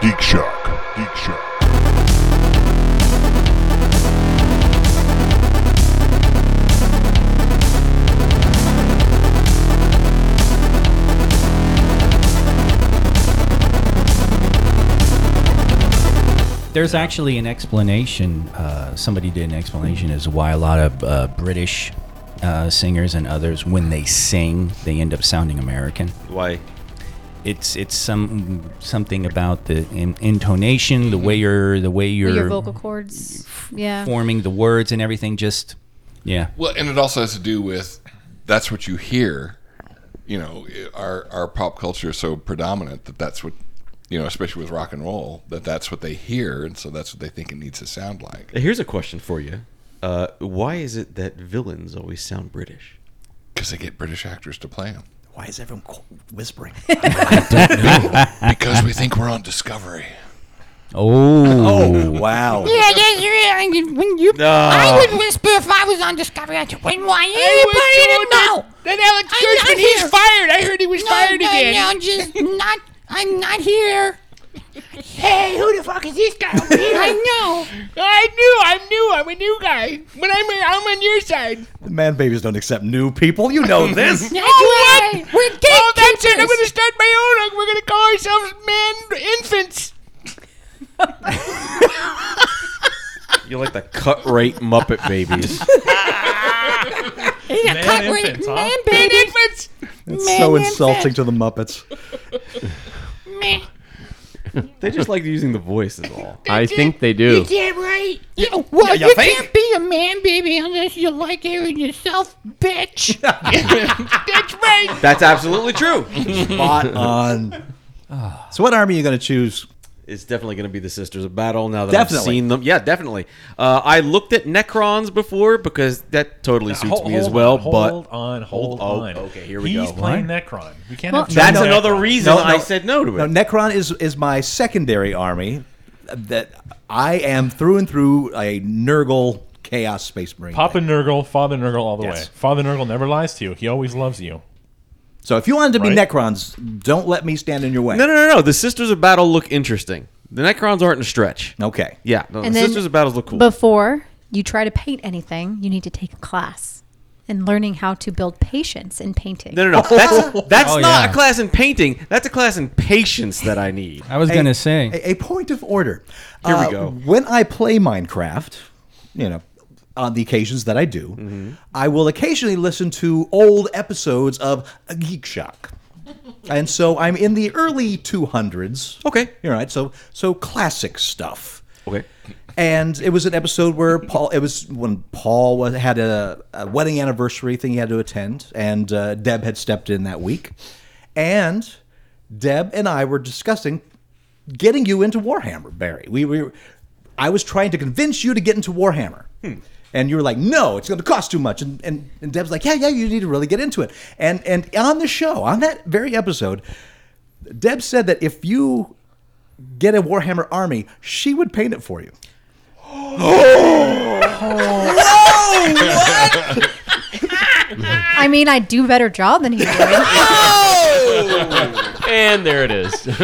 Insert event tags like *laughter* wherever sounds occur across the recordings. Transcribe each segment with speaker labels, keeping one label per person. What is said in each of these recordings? Speaker 1: Geek Shock. Geek Shock.
Speaker 2: There's actually an explanation. Uh, somebody did an explanation as to why a lot of uh, British uh, singers and others, when they sing, they end up sounding American.
Speaker 3: Why?
Speaker 2: It's it's some something about the in, intonation, the way you're the way you're
Speaker 4: Mm-hmm. your, vocal cords. Yeah.
Speaker 2: forming the words and everything. Just yeah,
Speaker 5: Well, and it also has to do with that's what you hear. You know, our our pop culture is so predominant that that's what you know, especially with rock and roll, that that's what they hear, and so that's what they think it needs to sound like.
Speaker 3: Here's a question for you. Uh, why is it that villains always sound British?
Speaker 5: Because they get British actors to play them.
Speaker 6: Why is everyone qu- whispering?
Speaker 5: Because we think we're on Discovery.
Speaker 6: oh, wow.
Speaker 7: Yeah, yeah, yeah. and you- When you,
Speaker 3: Ah,
Speaker 7: I would whisper if I was on Discovery. I just wouldn't want anybody to know. Then Alex Kurtzman, he's fired. I heard he was fired again. No, I'm just not. I'm not here. Hey, who the fuck is this guy? I know. I knew. I knew. I'm a new guy, but I'm I'm on your side.
Speaker 6: Man babies don't accept new people. You *laughs* know this.
Speaker 7: That's oh, what? We're
Speaker 8: Oh, that's it. I'm going to start my own. We're going to call ourselves man infants.
Speaker 3: You like the cut rate Muppet babies.
Speaker 7: He's a cut
Speaker 9: infants, huh?
Speaker 7: man, baby.
Speaker 8: Infants.
Speaker 6: It's
Speaker 7: Man
Speaker 6: so
Speaker 7: and
Speaker 6: insulting
Speaker 7: fish.
Speaker 6: to the Muppets. *laughs*
Speaker 7: Man,
Speaker 3: *laughs* they just like using the voice is all.
Speaker 10: I think they do.
Speaker 7: damn right. You, well,
Speaker 6: you
Speaker 7: you
Speaker 6: think?
Speaker 7: can't be a man, baby, unless you like hearing yourself, bitch.
Speaker 10: *laughs*
Speaker 8: That's right.
Speaker 3: That's absolutely true.
Speaker 6: Spot on. So, what army are you going to choose?
Speaker 3: *laughs* It's definitely going to be the Sisters of Battle now that I've
Speaker 6: Definitely.
Speaker 3: seen them. Yeah, definitely. Uh, I looked at Necrons before because that totally suits
Speaker 9: Hold-
Speaker 3: me as
Speaker 9: hold
Speaker 3: well.
Speaker 9: on, Hold
Speaker 3: but
Speaker 9: on, hold
Speaker 3: Hold- oh,
Speaker 9: on.
Speaker 3: okay, here we
Speaker 9: He's
Speaker 3: go.
Speaker 9: playing Necron. We can't
Speaker 4: Well,
Speaker 9: have
Speaker 3: that's
Speaker 9: John's
Speaker 3: another
Speaker 9: Necron.
Speaker 3: reason
Speaker 6: No, no.
Speaker 3: I said no to it.
Speaker 6: No, Necron is is my secondary army that I am through and through a Nurgle Chaos Space Marine.
Speaker 9: Papa Nurgle, Father Nurgle, all the
Speaker 6: Yes.
Speaker 9: way. Father Nurgle never lies to you. He always loves you.
Speaker 6: So if you wanted to be
Speaker 9: Right.
Speaker 6: Necrons, don't let me stand in your way.
Speaker 3: No, no, no, no. The Sisters of Battle look interesting. The Necrons aren't a stretch.
Speaker 6: Okay.
Speaker 3: Yeah, no, the
Speaker 4: And then
Speaker 3: Sisters of Battles look cool.
Speaker 4: Before you try to paint anything, you need to take a class and learning how to build patience in painting.
Speaker 3: no, no, no. *laughs* That's that's
Speaker 2: Oh,
Speaker 3: not
Speaker 2: yeah.
Speaker 3: a class in painting. That's a class in patience that I need.
Speaker 2: I was gonna say
Speaker 6: A, a point of order. Uh,
Speaker 3: Here we go.
Speaker 6: When I play Minecraft, you know, on the occasions that I do,
Speaker 3: Mm-hmm.
Speaker 6: I will occasionally listen to old episodes of Geek Shock. And so I'm in the early 200s.
Speaker 3: Okay.
Speaker 6: All right. So so classic stuff.
Speaker 3: Okay.
Speaker 6: And it was an episode where Paul. It was when Paul was, had a, a wedding anniversary thing he had to attend, and uh, Deb had stepped in that week, and Deb and I were discussing getting you into Warhammer, Barry. We were. I was trying to convince you to get into Warhammer. And you were like, no, it's going to cost too much. And, and, and Deb's like, yeah, yeah, you need to really get into it. And and on the show, on that very episode, Deb said that if you get a Warhammer army, she would paint it for you.
Speaker 4: I mean, I do a better job than he did.
Speaker 10: And there it is.
Speaker 3: I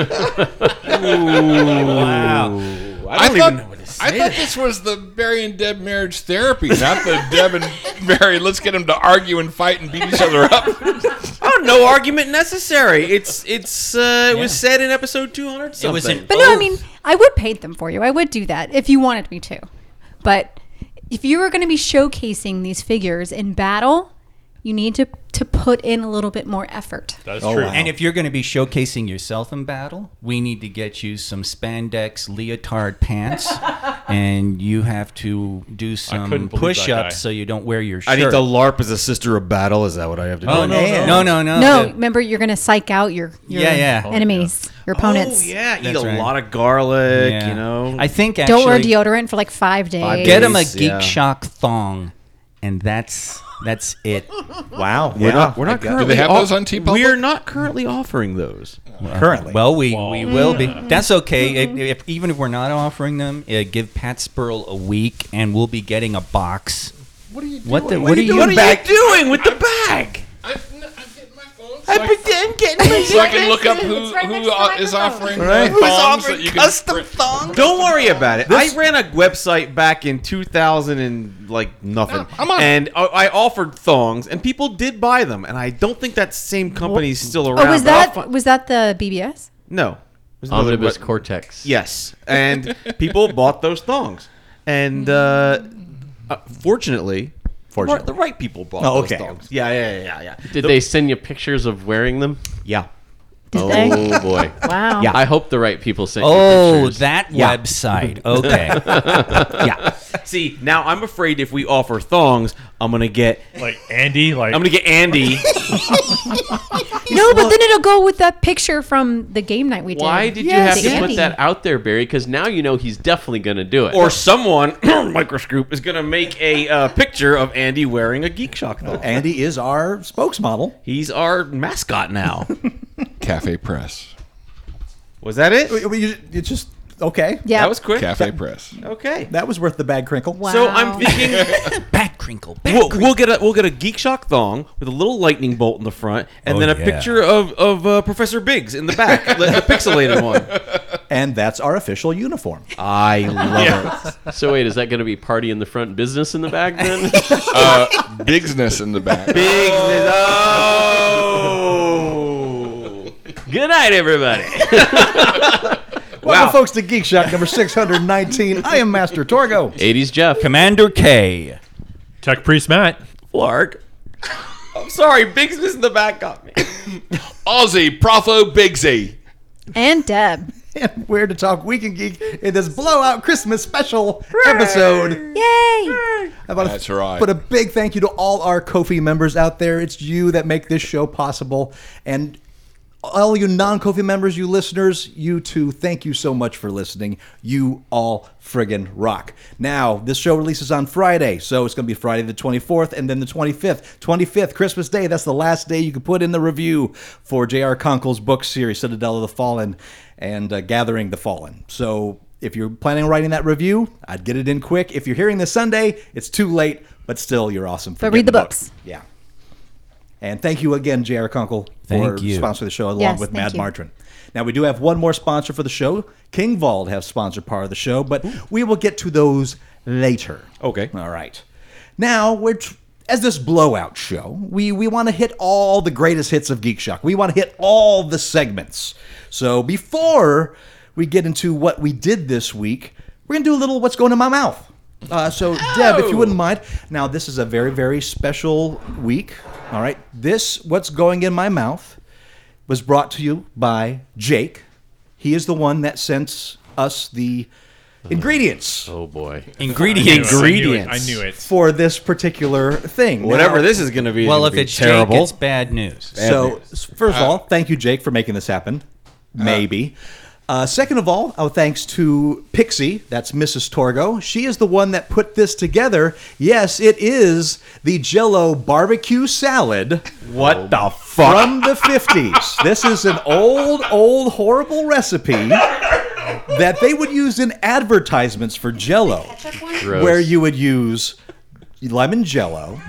Speaker 3: don't
Speaker 5: thought,
Speaker 3: even know what to say.
Speaker 5: I thought this was the Barry and Deb marriage therapy, not the Deb and Barry. Let's get them to argue and fight and beat each other up.
Speaker 3: Oh, no argument necessary. It's it's uh, it was said in episode 200 something.
Speaker 2: It was an
Speaker 4: But no, I mean, I would paint them for you. I would do that if you wanted me to. But if you were going to be showcasing these figures in battle, you need to, to put in a little bit more effort.
Speaker 6: Oh,
Speaker 9: *laughs* That's true.
Speaker 2: And if you're going to be showcasing yourself in battle, we need to get you some spandex leotard *laughs* pants, and you have to do some
Speaker 9: couldn't believe that
Speaker 2: push-ups
Speaker 9: guy.
Speaker 2: so you don't wear your shirt.
Speaker 3: I need to LARP as a sister of battle. Is that what I have to do?
Speaker 2: Oh no,
Speaker 6: And-
Speaker 2: no, no, no,
Speaker 4: no,
Speaker 2: The-
Speaker 4: remember, you're going to psych out your, your
Speaker 2: Yeah, yeah. Oh,
Speaker 4: enemies, your opponents.
Speaker 3: Oh yeah, eat
Speaker 2: That's
Speaker 3: a
Speaker 2: right.
Speaker 3: lot of garlic.
Speaker 2: yeah.
Speaker 3: You know,
Speaker 2: I think actually,
Speaker 4: Don't wear deodorant for like five days.
Speaker 3: days.
Speaker 2: Get him a
Speaker 3: Yes,
Speaker 2: Geek
Speaker 3: yeah.
Speaker 2: Shock thong, and that's that's it.
Speaker 6: Wow.
Speaker 3: we're not we're not
Speaker 5: Do
Speaker 3: currently
Speaker 5: they have
Speaker 3: off-
Speaker 5: those on T Public?
Speaker 3: We're not currently offering those.
Speaker 6: currently.
Speaker 2: Well, we, we will *laughs* be. That's okay. If- if, even if we're not offering them, uh, give Pat Spurl a week, and we'll be getting a box. What are you doing? What, the, what, are you,
Speaker 3: What are you doing with the bag?
Speaker 5: I'm, I'm getting my phone.
Speaker 3: I bet I'm getting
Speaker 6: *laughs*
Speaker 3: my
Speaker 5: So I can look up
Speaker 4: It's
Speaker 5: who,
Speaker 4: right next
Speaker 5: who
Speaker 4: to
Speaker 5: o- is
Speaker 4: the
Speaker 5: offering
Speaker 3: Right.
Speaker 5: thongs
Speaker 3: Who's offering
Speaker 5: that you can
Speaker 3: custom
Speaker 5: print.
Speaker 3: thongs? Don't worry about it. I ran a website back in 2000 and like nothing,
Speaker 8: I'm on-
Speaker 3: and I, I offered thongs, and people did buy them. And I don't think that same company is still around.
Speaker 4: Oh, was
Speaker 3: but I'll
Speaker 4: that
Speaker 3: fi-
Speaker 4: was that the BBS?
Speaker 3: no? It was another
Speaker 10: Omnibus
Speaker 3: web-
Speaker 10: cortex.
Speaker 3: Yes, and people bought those thongs, and uh, uh, fortunately,
Speaker 6: Fortunately.
Speaker 3: the right people bought
Speaker 6: Oh,
Speaker 3: those
Speaker 6: okay.
Speaker 3: thongs. Yeah, yeah, yeah, yeah. yeah.
Speaker 10: Did
Speaker 3: The-
Speaker 10: they send you pictures of wearing them?
Speaker 3: Yeah.
Speaker 4: Did they?
Speaker 10: Oh
Speaker 3: *laughs*
Speaker 10: boy.
Speaker 4: Wow.
Speaker 3: Yeah.
Speaker 10: I hope the right people sent you
Speaker 2: Oh,
Speaker 10: pictures.
Speaker 2: that
Speaker 6: Yeah.
Speaker 10: *laughs*
Speaker 2: website. Okay.
Speaker 3: Yeah. See, now I'm afraid if we offer thongs, I'm gonna get
Speaker 9: Like Andy, like
Speaker 3: I'm gonna get Andy.
Speaker 4: No, but then it'll go with that picture from the game night we did.
Speaker 10: Why did
Speaker 4: Yes,
Speaker 10: you have to
Speaker 4: Andy.
Speaker 10: put that out there, Barry? Because now you know he's definitely going to do it.
Speaker 3: or someone *clears throat* microscope is gonna make a uh, picture of Andy wearing a Geek Shock thong.
Speaker 6: Andy is our spokesmodel.
Speaker 3: He's our mascot now.
Speaker 5: Cafe Press.
Speaker 3: Was that it?
Speaker 6: It- it- It's just okay.
Speaker 4: Yeah.
Speaker 3: That was quick.
Speaker 5: *laughs* Cafe Press.
Speaker 3: Okay.
Speaker 6: That was worth the bad crinkle.
Speaker 4: Wow.
Speaker 3: So I'm thinking
Speaker 2: back crinkle. Back
Speaker 3: we'll,
Speaker 2: crinkle.
Speaker 3: we'll get a we'll get a Geek Shock thong with a little lightning bolt in the front, and
Speaker 2: Oh,
Speaker 3: then a
Speaker 2: yeah.
Speaker 3: picture of of uh, Professor Biggs in the back, *laughs* the, the pixelated one.
Speaker 6: And that's our official uniform.
Speaker 3: I love it.
Speaker 10: so wait, is that going to be party in the front, business in the back? Then
Speaker 5: Uh, Bigsness in the back.
Speaker 3: Biggs. is- Oh.
Speaker 10: good night, everybody.
Speaker 6: Welcome, folks, to Geek Shock number 619. I am Master Torgo.
Speaker 10: 80s Jeff.
Speaker 2: Commander K.
Speaker 9: Tech Priest Matt.
Speaker 3: Flark. I'm sorry, Biggs was in the back got me.
Speaker 5: Aussie Profo Bigsy.
Speaker 4: and Deb.
Speaker 6: And we're to talk Week and Geek in this blowout Christmas special episode.
Speaker 4: Yay!
Speaker 6: I wanna
Speaker 5: That's right.
Speaker 6: Put a big thank you to all our Kofi members out there. It's you that make this show possible. And all you non Kofi members, you listeners, you too, thank you so much for listening. You all friggin' rock. Now, this show releases on Friday, so it's gonna be Friday the 24th and then the 25th. 25th, Christmas Day, that's the last day you can put in the review for J.R. Conkle's book series, Citadel of the Fallen and uh, Gathering the Fallen. So if you're planning on writing that review, I'd get it in quick. If you're hearing this Sunday, it's too late, but still, you're awesome. For
Speaker 4: But read
Speaker 6: getting
Speaker 4: the
Speaker 6: book.
Speaker 4: books.
Speaker 6: Yeah. And thank you again, J.R. Kunkel, for
Speaker 2: Thank you.
Speaker 6: sponsoring the show along
Speaker 4: Yes,
Speaker 6: with
Speaker 4: thank
Speaker 6: Mad
Speaker 4: you.
Speaker 6: Martrin. Now, we do have one more sponsor for the show. King Vault have sponsored part of the show, but we will get to those later.
Speaker 3: Okay.
Speaker 6: All right. Now, we're tr- as this blowout show, we, we want to hit all the greatest hits of Geek Shock. We want to hit all the segments. So before we get into what we did this week, we're going to do a little what's going in my mouth. Uh, so, Deb, if you wouldn't mind. Now, this is a very, very special week. All right. This, what's going in my mouth, was brought to you by Jake. He is the one that sent us the
Speaker 3: Mm-hmm.
Speaker 6: ingredients
Speaker 10: Oh boy.
Speaker 2: Ingredients.
Speaker 9: I knew it.
Speaker 6: for this particular thing.
Speaker 3: Whatever
Speaker 6: Now-
Speaker 3: this is going to be.
Speaker 2: Well,
Speaker 3: it'll
Speaker 2: if
Speaker 3: be
Speaker 2: it's
Speaker 3: terrible,
Speaker 2: Jake, it's bad news.
Speaker 6: So, s- first of all, thank you, Jake, for making this happen. Maybe. Uh, second of all, oh, thanks to Pixie. That's Mrs. Torgo. She is the one that put this together. Yes, it is the Jello barbecue salad Oh,
Speaker 3: what the fuck?
Speaker 6: from the 50s. This is an old, old, horrible recipe that they would use in advertisements for Jello
Speaker 10: Gross.
Speaker 6: where you would use lemon jello,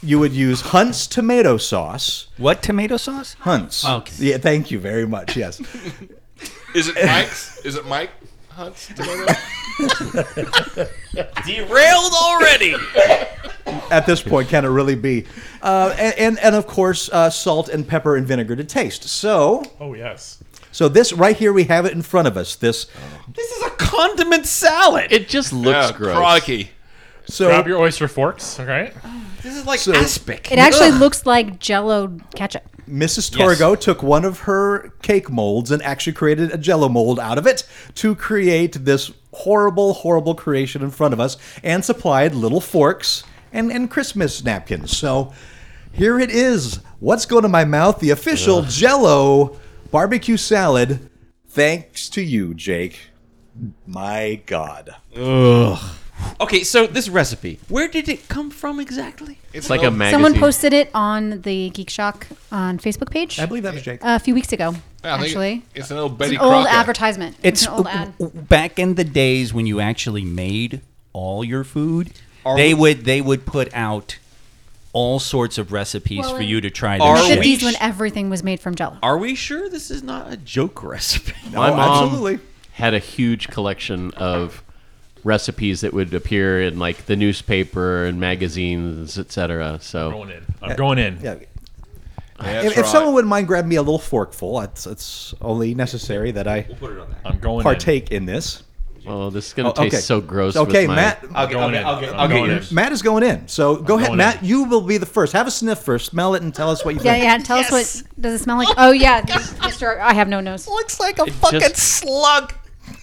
Speaker 6: you would use Hunt's tomato sauce.
Speaker 2: What tomato sauce?
Speaker 6: Hunt's.
Speaker 2: Okay.
Speaker 6: Yeah, thank you very much. Yes. *laughs*
Speaker 5: Is it Mike's? Is it Mike Hunt's tomato?
Speaker 3: Derailed already.
Speaker 6: At this point, can it really be? Uh, and, and and of course, uh, salt and pepper and vinegar to taste. So
Speaker 9: Oh yes.
Speaker 6: so this right here, we have it in front of us. This
Speaker 3: this is a condiment salad.
Speaker 10: It just looks
Speaker 5: Yeah,
Speaker 10: gross.
Speaker 5: Crikey.
Speaker 6: so
Speaker 9: Grab your oyster forks. All right.
Speaker 3: this is like
Speaker 6: so-
Speaker 3: aspic.
Speaker 4: It actually looks like Jello ketchup.
Speaker 6: Mrs. Torgo took one of her cake molds and actually created a jello mold out of it to create this horrible, horrible creation in front of us and supplied little forks and, and Christmas napkins. So here it is. What's going to my mouth? The official jello barbecue salad. Thanks to you, Jake. My God.
Speaker 3: Okay, so this recipe, where did it come from exactly?
Speaker 10: It's like a magazine.
Speaker 4: Someone posted it on the Geek Shock on Facebook page
Speaker 6: I
Speaker 4: a
Speaker 6: believe that was Jake.
Speaker 4: few weeks ago.
Speaker 5: Yeah, I think
Speaker 4: actually,
Speaker 5: it- it's an old Betty
Speaker 4: old
Speaker 5: Crocker.
Speaker 4: advertisement.
Speaker 2: It's
Speaker 4: an old ad.
Speaker 2: back in the days when you actually made all your food. they would they would put out all sorts of recipes
Speaker 4: Well,
Speaker 2: for
Speaker 4: and-
Speaker 2: you to try
Speaker 3: Are
Speaker 2: this
Speaker 3: we-
Speaker 2: week.
Speaker 4: Fifties when everything was made from jello.
Speaker 3: Are we sure this is not a joke recipe?
Speaker 10: My
Speaker 6: Oh,
Speaker 10: mom
Speaker 6: absolutely.
Speaker 10: had a huge collection of recipes that would appear in like the newspaper and magazines, etc.
Speaker 9: I'm
Speaker 10: So
Speaker 9: going in. I'm going in.
Speaker 6: Yeah.
Speaker 5: That's
Speaker 6: If, if
Speaker 5: right.
Speaker 6: someone wouldn't mind grabbing me a little forkful, it's, it's only necessary that I
Speaker 9: I'm going in.
Speaker 6: partake in this.
Speaker 10: oh, this is gonna
Speaker 6: Oh,
Speaker 10: taste
Speaker 6: okay.
Speaker 10: so gross.
Speaker 6: Okay,
Speaker 10: with my,
Speaker 6: Matt.
Speaker 9: I'm going in.
Speaker 3: I'll get-
Speaker 9: I'm
Speaker 3: I'll get
Speaker 9: going in.
Speaker 3: yours.
Speaker 6: Matt is going in. So go ahead,
Speaker 9: going
Speaker 6: Matt.
Speaker 9: in.
Speaker 6: You will be the first. Have a sniff first. Smell it and tell us what you
Speaker 4: Yeah,
Speaker 6: think.
Speaker 4: yeah. Tell us what does it smell like? Oh yeah, *laughs* Mister. I have no nose.
Speaker 8: Looks like a
Speaker 10: It
Speaker 8: fucking
Speaker 10: just-
Speaker 8: slug.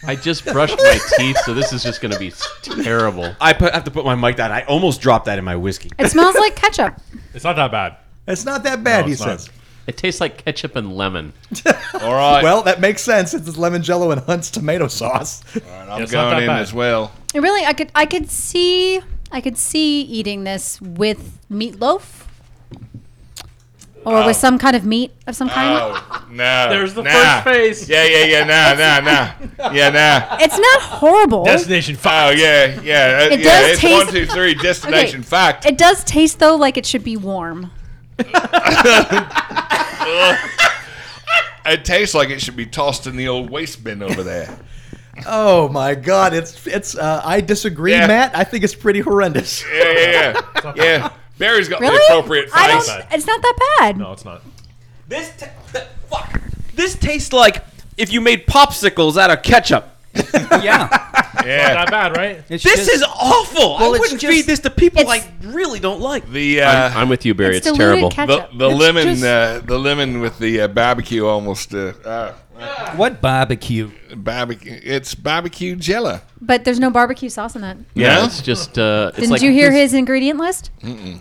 Speaker 10: I just brushed my teeth, so this is just gonna be terrible.
Speaker 3: I put, have to put my mic down. I almost dropped that in my whiskey.
Speaker 4: It smells like ketchup.
Speaker 9: It's not that bad.
Speaker 6: *laughs* It's not that bad,
Speaker 9: No,
Speaker 6: he
Speaker 9: it's not.
Speaker 6: says.
Speaker 10: It tastes like ketchup and lemon.
Speaker 5: All right.
Speaker 6: Well, that makes sense. It's lemon jello and Hunt's tomato sauce.
Speaker 5: All right, I'm
Speaker 9: It's not
Speaker 5: going
Speaker 9: that
Speaker 5: in
Speaker 9: bad.
Speaker 5: as well.
Speaker 4: It really, I could, I could see, I could see eating this with meatloaf, or with some kind of meat of some kind.
Speaker 5: Oh, no.
Speaker 9: There's the
Speaker 5: nah.
Speaker 9: first phase.
Speaker 5: Yeah, yeah, yeah. Nah,
Speaker 4: *laughs*
Speaker 5: nah, nah. Yeah, nah.
Speaker 4: It's not horrible.
Speaker 9: Destination
Speaker 5: Oh,
Speaker 9: five.
Speaker 5: yeah, yeah. uh,
Speaker 4: It
Speaker 5: yeah,
Speaker 4: does
Speaker 5: it's
Speaker 4: taste-
Speaker 5: one, two,
Speaker 4: *laughs*
Speaker 5: three, destination
Speaker 4: Okay.
Speaker 5: fact.
Speaker 4: It does taste though like it should be warm.
Speaker 5: It tastes like it should be tossed in the old waste bin over there.
Speaker 6: Oh my God! It's it's. Uh, I disagree,
Speaker 5: Yeah.
Speaker 6: Matt. I think it's pretty horrendous.
Speaker 5: Yeah, yeah, yeah. yeah. Barry's got
Speaker 4: Really?
Speaker 5: the appropriate
Speaker 4: I
Speaker 5: face.
Speaker 4: don't. It's not that bad.
Speaker 9: No, it's not.
Speaker 3: This t- th- fuck. This tastes like if you made popsicles out of ketchup.
Speaker 2: *laughs* yeah,
Speaker 5: Yeah.
Speaker 9: Not bad, right?
Speaker 2: It's
Speaker 3: This
Speaker 2: just-
Speaker 3: is awful.
Speaker 2: Well,
Speaker 3: I
Speaker 2: it's
Speaker 3: wouldn't
Speaker 2: just-
Speaker 3: feed this to people I
Speaker 4: it's-
Speaker 3: really don't like.
Speaker 5: The
Speaker 10: I'm,
Speaker 5: uh,
Speaker 10: I'm with you, Barry.
Speaker 4: It's
Speaker 10: It's,
Speaker 4: diluted
Speaker 10: terrible.
Speaker 5: the,
Speaker 4: ketchup.
Speaker 5: the
Speaker 4: It's
Speaker 5: lemon
Speaker 4: just-
Speaker 5: uh, the lemon with the uh, barbecue almost uh, uh,
Speaker 2: what barbecue.
Speaker 5: barbecue. It's barbecue jello.
Speaker 4: but there's no barbecue sauce in that.
Speaker 10: yeah,
Speaker 5: No?
Speaker 10: it's just. Uh, it's
Speaker 4: Didn't
Speaker 10: like
Speaker 4: you hear his ingredient list?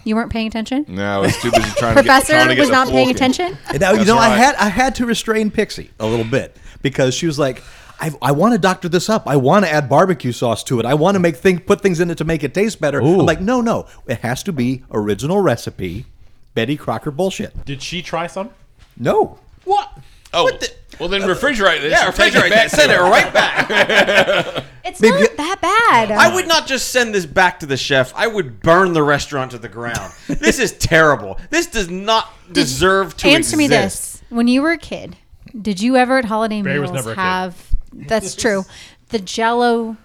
Speaker 4: You weren't paying attention.
Speaker 5: No, it's too busy trying to get
Speaker 4: Professor
Speaker 5: trying to get
Speaker 4: was
Speaker 5: the
Speaker 4: not paying
Speaker 5: fork in.
Speaker 4: attention.
Speaker 6: Now you
Speaker 5: That's
Speaker 6: know I
Speaker 5: right.
Speaker 6: had I had to restrain Pixie a little bit because she was like, I, I want to doctor this up. I want to add barbecue sauce to it. I want to make thing put things in it to make it taste better. I'm like, no, no, it has to be original recipe, Betty Crocker bullshit.
Speaker 9: Did she try some?
Speaker 6: No,
Speaker 3: What?
Speaker 5: Oh, well then refrigerate this.
Speaker 3: Yeah,
Speaker 5: and take it
Speaker 3: refrigerate
Speaker 5: back
Speaker 3: that. Send
Speaker 5: to
Speaker 3: it
Speaker 5: her.
Speaker 3: right back.
Speaker 4: It's
Speaker 6: Maybe-
Speaker 4: not that bad.
Speaker 3: I would not just send this back to the chef. I would burn the restaurant to the ground. This is terrible. This does not deserve to
Speaker 4: answer me
Speaker 3: exist.
Speaker 4: this: When you were a kid, did you ever at holiday
Speaker 9: Barry was
Speaker 4: meals
Speaker 9: never a kid.
Speaker 4: have?
Speaker 3: *laughs*
Speaker 4: That's true. The Jello,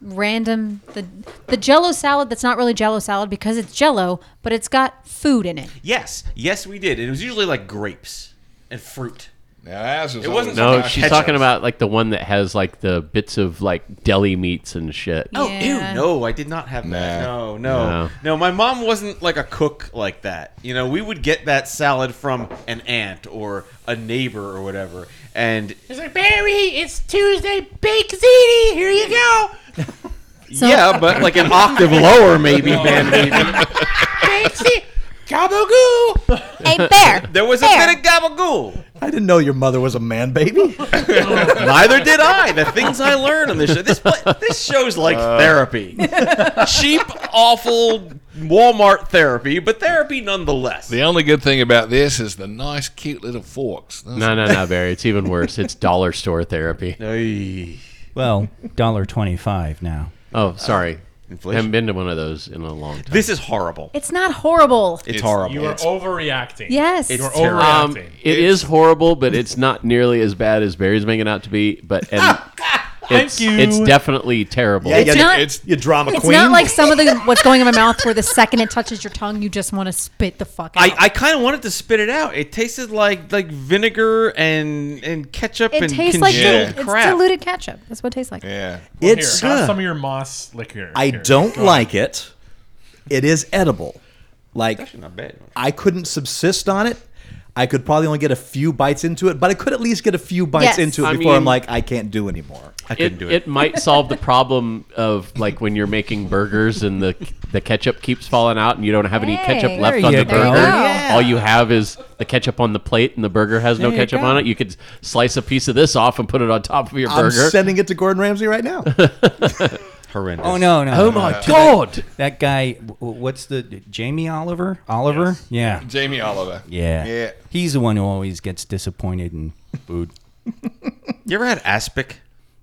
Speaker 4: random the the Jello salad that's not really Jello salad because it's Jello, but it's got food in it.
Speaker 3: Yes, yes, we did. It was usually like grapes and fruit.
Speaker 5: Now, that's just
Speaker 3: It wasn't-
Speaker 5: all-
Speaker 10: No,
Speaker 5: uh,
Speaker 10: she's
Speaker 5: ketchup.
Speaker 10: talking about like the one that has like the bits of like deli meats and shit.
Speaker 3: Oh,
Speaker 4: Yeah.
Speaker 3: ew, no, I did not have that.
Speaker 5: Nah.
Speaker 3: No, no,
Speaker 10: No.
Speaker 3: no. my mom wasn't like a cook like that. You know, we would get that salad from an aunt or a neighbor or whatever. And
Speaker 8: It's like Barry. It's Tuesday, Bake Ziti. Here you go.
Speaker 4: So
Speaker 3: yeah, but like an octave lower maybe
Speaker 8: *laughs*
Speaker 3: than
Speaker 8: Bake Ziti. Gabagoo.
Speaker 4: hey,
Speaker 3: *laughs*
Speaker 4: bear.
Speaker 3: There was a
Speaker 4: Fair.
Speaker 3: bit of gabagool.
Speaker 6: I didn't know your mother was a
Speaker 4: *laughs*
Speaker 6: man baby.
Speaker 3: Neither did I. The things I learned on this show. This pla- this show's like therapy. Cheap, awful Walmart therapy, but therapy nonetheless.
Speaker 5: The only good thing about this is the nice, cute little forks. Those-
Speaker 10: No, no, *laughs* no, Barry. It's even worse. It's dollar store therapy.
Speaker 3: Ay.
Speaker 2: Well, dollar twenty-five now.
Speaker 10: Oh, sorry.
Speaker 3: inflation.
Speaker 10: Haven't been to one of those in a long time.
Speaker 3: This is horrible.
Speaker 4: It's not horrible.
Speaker 3: It's, horrible. *laughs*
Speaker 9: You are
Speaker 3: It's-
Speaker 9: overreacting.
Speaker 4: yes.
Speaker 9: You are
Speaker 3: terrible.
Speaker 9: overreacting.
Speaker 10: um, it is horrible, but it's not nearly as bad as Barry's making out to be. But and it's,
Speaker 9: you.
Speaker 10: it's definitely terrible.
Speaker 4: It's not-
Speaker 5: It's
Speaker 6: you drama
Speaker 4: it's
Speaker 6: queen.
Speaker 4: not like some of the what's going in my mouth where the second it touches your tongue, you just want to spit the fuck out.
Speaker 3: I, I kind of wanted to spit it out. It tasted like like vinegar and and ketchup
Speaker 4: it
Speaker 3: and
Speaker 4: tastes like
Speaker 5: Yeah.
Speaker 3: congealed
Speaker 4: dil- it's
Speaker 3: crap.
Speaker 4: diluted ketchup. That's what it tastes like.
Speaker 5: yeah.
Speaker 6: it's.
Speaker 9: Here, have
Speaker 6: uh,
Speaker 9: some of your moss liquor.
Speaker 6: I
Speaker 9: Here.
Speaker 6: don't
Speaker 9: Go on.
Speaker 6: like it. It is edible. Like
Speaker 3: Not bad.
Speaker 6: I couldn't subsist on it. I could probably only get a few bites into it, but I could at least get a few bites
Speaker 4: Yes.
Speaker 6: into it
Speaker 10: I
Speaker 6: before I'm
Speaker 10: mean-
Speaker 6: like, I can't do anymore.
Speaker 3: I couldn't
Speaker 10: It,
Speaker 3: do
Speaker 10: it.
Speaker 3: it.
Speaker 10: might solve the problem of like when you're making burgers and the the ketchup keeps falling out and you don't have any ketchup
Speaker 4: Hey,
Speaker 10: left
Speaker 2: there
Speaker 10: on
Speaker 2: you
Speaker 10: the
Speaker 2: go.
Speaker 10: burger.
Speaker 4: Yeah.
Speaker 10: All you have is the ketchup on the plate and the burger has no ketchup on it. You could slice a piece of this off and put it on top of your
Speaker 6: I'm
Speaker 10: burger.
Speaker 6: sending it to Gordon Ramsay right now.
Speaker 3: Horrendous.
Speaker 2: Oh no, no. no,
Speaker 10: oh my
Speaker 2: no.
Speaker 10: god!
Speaker 2: That guy. w- w- What's the Jamie Oliver? Oliver? Yeah.
Speaker 5: Jamie Oliver.
Speaker 2: Yeah.
Speaker 5: Yeah.
Speaker 2: He's the one who always gets disappointed in food.
Speaker 3: You ever had aspic?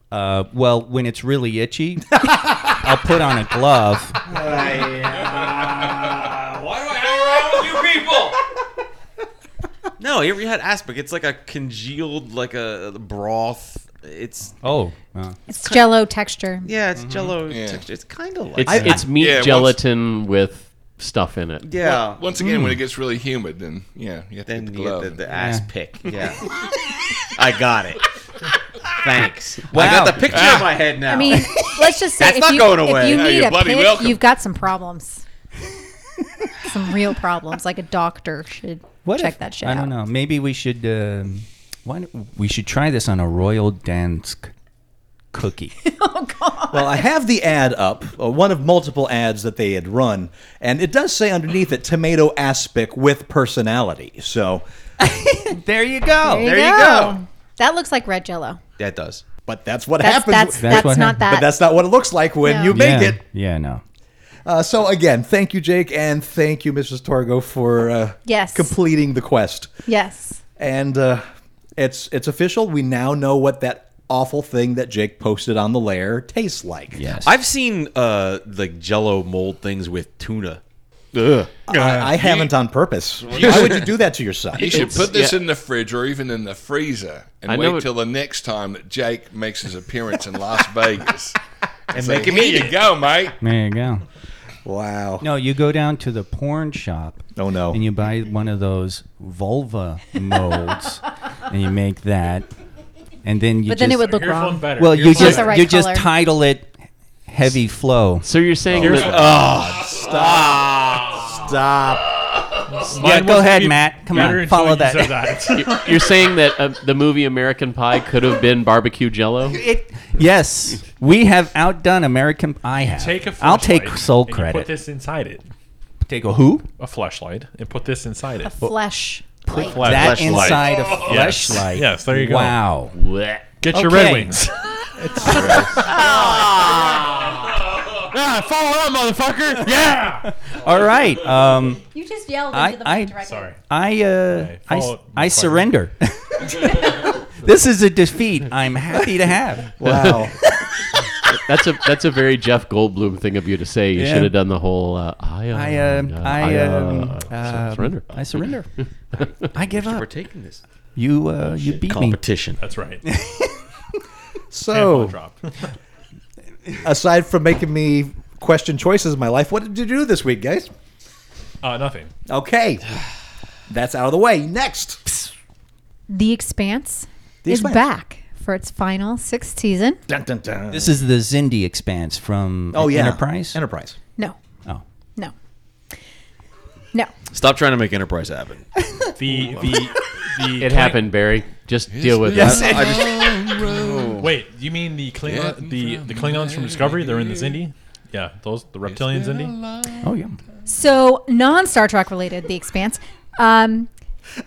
Speaker 2: Uh, well, when it's really *laughs* itchy, I'll put on a glove.
Speaker 3: Why do I know. You ever had aspic? It's like a congealed, like a broth. It's
Speaker 2: Oh, uh,
Speaker 4: It's jello texture.
Speaker 3: yeah,
Speaker 10: Mm-hmm.
Speaker 3: it's Jello
Speaker 5: Yeah.
Speaker 3: texture. It's kind of like
Speaker 10: It's
Speaker 3: that.
Speaker 10: it's meat
Speaker 5: yeah, once-
Speaker 10: gelatin with stuff in it.
Speaker 3: yeah.
Speaker 5: Once again, when it gets really humid, then yeah, you have to
Speaker 3: then
Speaker 5: get the
Speaker 3: you get
Speaker 5: glove.
Speaker 3: the,
Speaker 5: and-
Speaker 3: the ass pick.
Speaker 5: *laughs*
Speaker 3: Yeah, I got it. Thanks. I
Speaker 2: Wow.
Speaker 3: got the picture in my head now. *laughs*
Speaker 4: I mean, let's just say
Speaker 3: That's
Speaker 4: if,
Speaker 3: not
Speaker 4: you,
Speaker 3: going
Speaker 4: if
Speaker 3: away.
Speaker 4: you
Speaker 5: No,
Speaker 4: need
Speaker 5: you're
Speaker 4: a
Speaker 5: bloody
Speaker 4: pick,
Speaker 5: welcome.
Speaker 4: you've got some problems. some real problems. Like a doctor should
Speaker 2: what
Speaker 4: check
Speaker 2: if-
Speaker 4: that shit
Speaker 2: I
Speaker 4: out.
Speaker 2: don't know. Maybe we should. Um, why don't, we should try this on a Royal Dansk
Speaker 3: *laughs*
Speaker 2: cookie.
Speaker 6: Well, I have the ad up, uh, one of multiple ads that they had run, and it does say underneath it tomato aspic with personality. So
Speaker 2: there you go.
Speaker 3: There you go.
Speaker 4: That looks like red jello.
Speaker 3: that does.
Speaker 6: But that's what
Speaker 4: That's
Speaker 6: happens.
Speaker 4: that's
Speaker 2: That's
Speaker 4: that's,
Speaker 2: what
Speaker 4: not
Speaker 2: happened.
Speaker 4: that.
Speaker 6: but that's not what it looks like when
Speaker 4: No.
Speaker 6: you make
Speaker 2: yeah.
Speaker 6: it.
Speaker 2: Yeah, no.
Speaker 6: Uh, so again, thank you, Jake, and thank you, Mrs. Torgo, for uh,
Speaker 4: Yes.
Speaker 6: completing the quest.
Speaker 4: yes.
Speaker 6: And uh, it's it's official. We now know what that awful thing that Jake posted on the lair tastes like.
Speaker 2: Yes.
Speaker 3: I've seen uh like Jello mold things with tuna.
Speaker 6: I, I haven't on purpose. Why would you do that to yourself?
Speaker 5: You should put this in the fridge or even in the freezer and
Speaker 10: I know
Speaker 5: wait
Speaker 10: it-
Speaker 5: till the next time that Jake makes his appearance in Las Vegas. And make
Speaker 3: him
Speaker 5: Here
Speaker 3: eat
Speaker 5: you
Speaker 3: it."
Speaker 5: go, mate.
Speaker 2: There you go.
Speaker 6: Wow.
Speaker 2: No, you go down to the porn shop.
Speaker 6: Oh, no.
Speaker 2: And you buy one of those vulva molds, and you make that, and then you.
Speaker 4: But then it
Speaker 2: just-
Speaker 4: would look
Speaker 9: Here's one
Speaker 4: wrong.
Speaker 9: better.
Speaker 2: Well,
Speaker 9: Here's
Speaker 2: you
Speaker 9: one
Speaker 2: just
Speaker 4: the
Speaker 9: better.
Speaker 4: right
Speaker 2: you just
Speaker 4: color.
Speaker 2: title it heavy flow.
Speaker 10: So you're saying
Speaker 3: Oh.
Speaker 9: Here's
Speaker 10: that
Speaker 9: one-
Speaker 6: Stop.
Speaker 2: Yeah,
Speaker 9: Mine
Speaker 2: go
Speaker 9: must
Speaker 2: ahead,
Speaker 9: be
Speaker 2: Matt. Come
Speaker 9: better
Speaker 2: on,
Speaker 9: until
Speaker 2: follow
Speaker 9: you
Speaker 2: that.
Speaker 9: said
Speaker 10: *laughs*
Speaker 9: that.
Speaker 10: you're saying that uh, the movie American Pie could have been barbecue jello?
Speaker 2: It, yes, we have outdone American. I have.
Speaker 9: Take a
Speaker 2: I'll take
Speaker 9: flashlight
Speaker 2: sole
Speaker 9: and you
Speaker 2: credit.
Speaker 9: put this inside it.
Speaker 2: take a who?
Speaker 9: A flashlight and put this inside it.
Speaker 4: Flesh. Like,
Speaker 9: Flash-
Speaker 2: That
Speaker 9: flashlight.
Speaker 2: inside a
Speaker 9: Yes.
Speaker 2: fleshlight.
Speaker 9: Yes, there you go.
Speaker 2: Wow.
Speaker 9: Get your Red
Speaker 2: Okay.
Speaker 9: Wings.
Speaker 10: Ah, follow up,
Speaker 9: *laughs*
Speaker 10: motherfucker!
Speaker 9: yeah.
Speaker 2: All right. Um,
Speaker 4: you just yelled
Speaker 2: I-
Speaker 4: into the
Speaker 2: I-
Speaker 4: mic directly.
Speaker 9: Sorry.
Speaker 2: I uh,
Speaker 9: Okay,
Speaker 2: I,
Speaker 9: follow
Speaker 2: s-
Speaker 9: it,
Speaker 2: I
Speaker 9: motherfucker. *laughs*
Speaker 2: surrender. *laughs* this is a defeat. I'm happy to have.
Speaker 6: *laughs* Wow.
Speaker 10: That's a that's a very Jeff Goldblum thing of you to say. You
Speaker 2: Yeah.
Speaker 10: should have done the whole uh, I, uh,
Speaker 2: I um,
Speaker 10: uh,
Speaker 2: I um,
Speaker 10: uh,
Speaker 2: um,
Speaker 10: surrender.
Speaker 2: I surrender. I give
Speaker 3: We're
Speaker 2: up.
Speaker 3: taking this
Speaker 2: You uh, you beat me.
Speaker 3: competition.
Speaker 9: That's right.
Speaker 6: So,
Speaker 9: Drop.
Speaker 6: aside from making me question choices in my life, what did you do this week, guys?
Speaker 9: Uh, nothing.
Speaker 6: *sighs* Okay. That's out of the way. Next.
Speaker 4: The Expanse
Speaker 6: The
Speaker 4: is
Speaker 6: Expanse.
Speaker 4: back for its final sixth season.
Speaker 6: Dun, dun, dun.
Speaker 2: This is the Zindi expanse from
Speaker 6: oh, yeah.
Speaker 2: Enterprise.
Speaker 6: Enterprise.
Speaker 4: No,
Speaker 2: oh,
Speaker 4: no, no.
Speaker 3: Stop trying to make Enterprise *laughs* happen.
Speaker 9: The the the
Speaker 10: It happened, Barry. Just deal with it.
Speaker 3: I just-
Speaker 5: *laughs*
Speaker 9: Wait, you mean the Klingon, the the Klingons from Discovery? They're in the Zindi. Yeah, those the reptilian Zindi.
Speaker 2: oh yeah.
Speaker 4: So non Star Trek related, The Expanse. Um,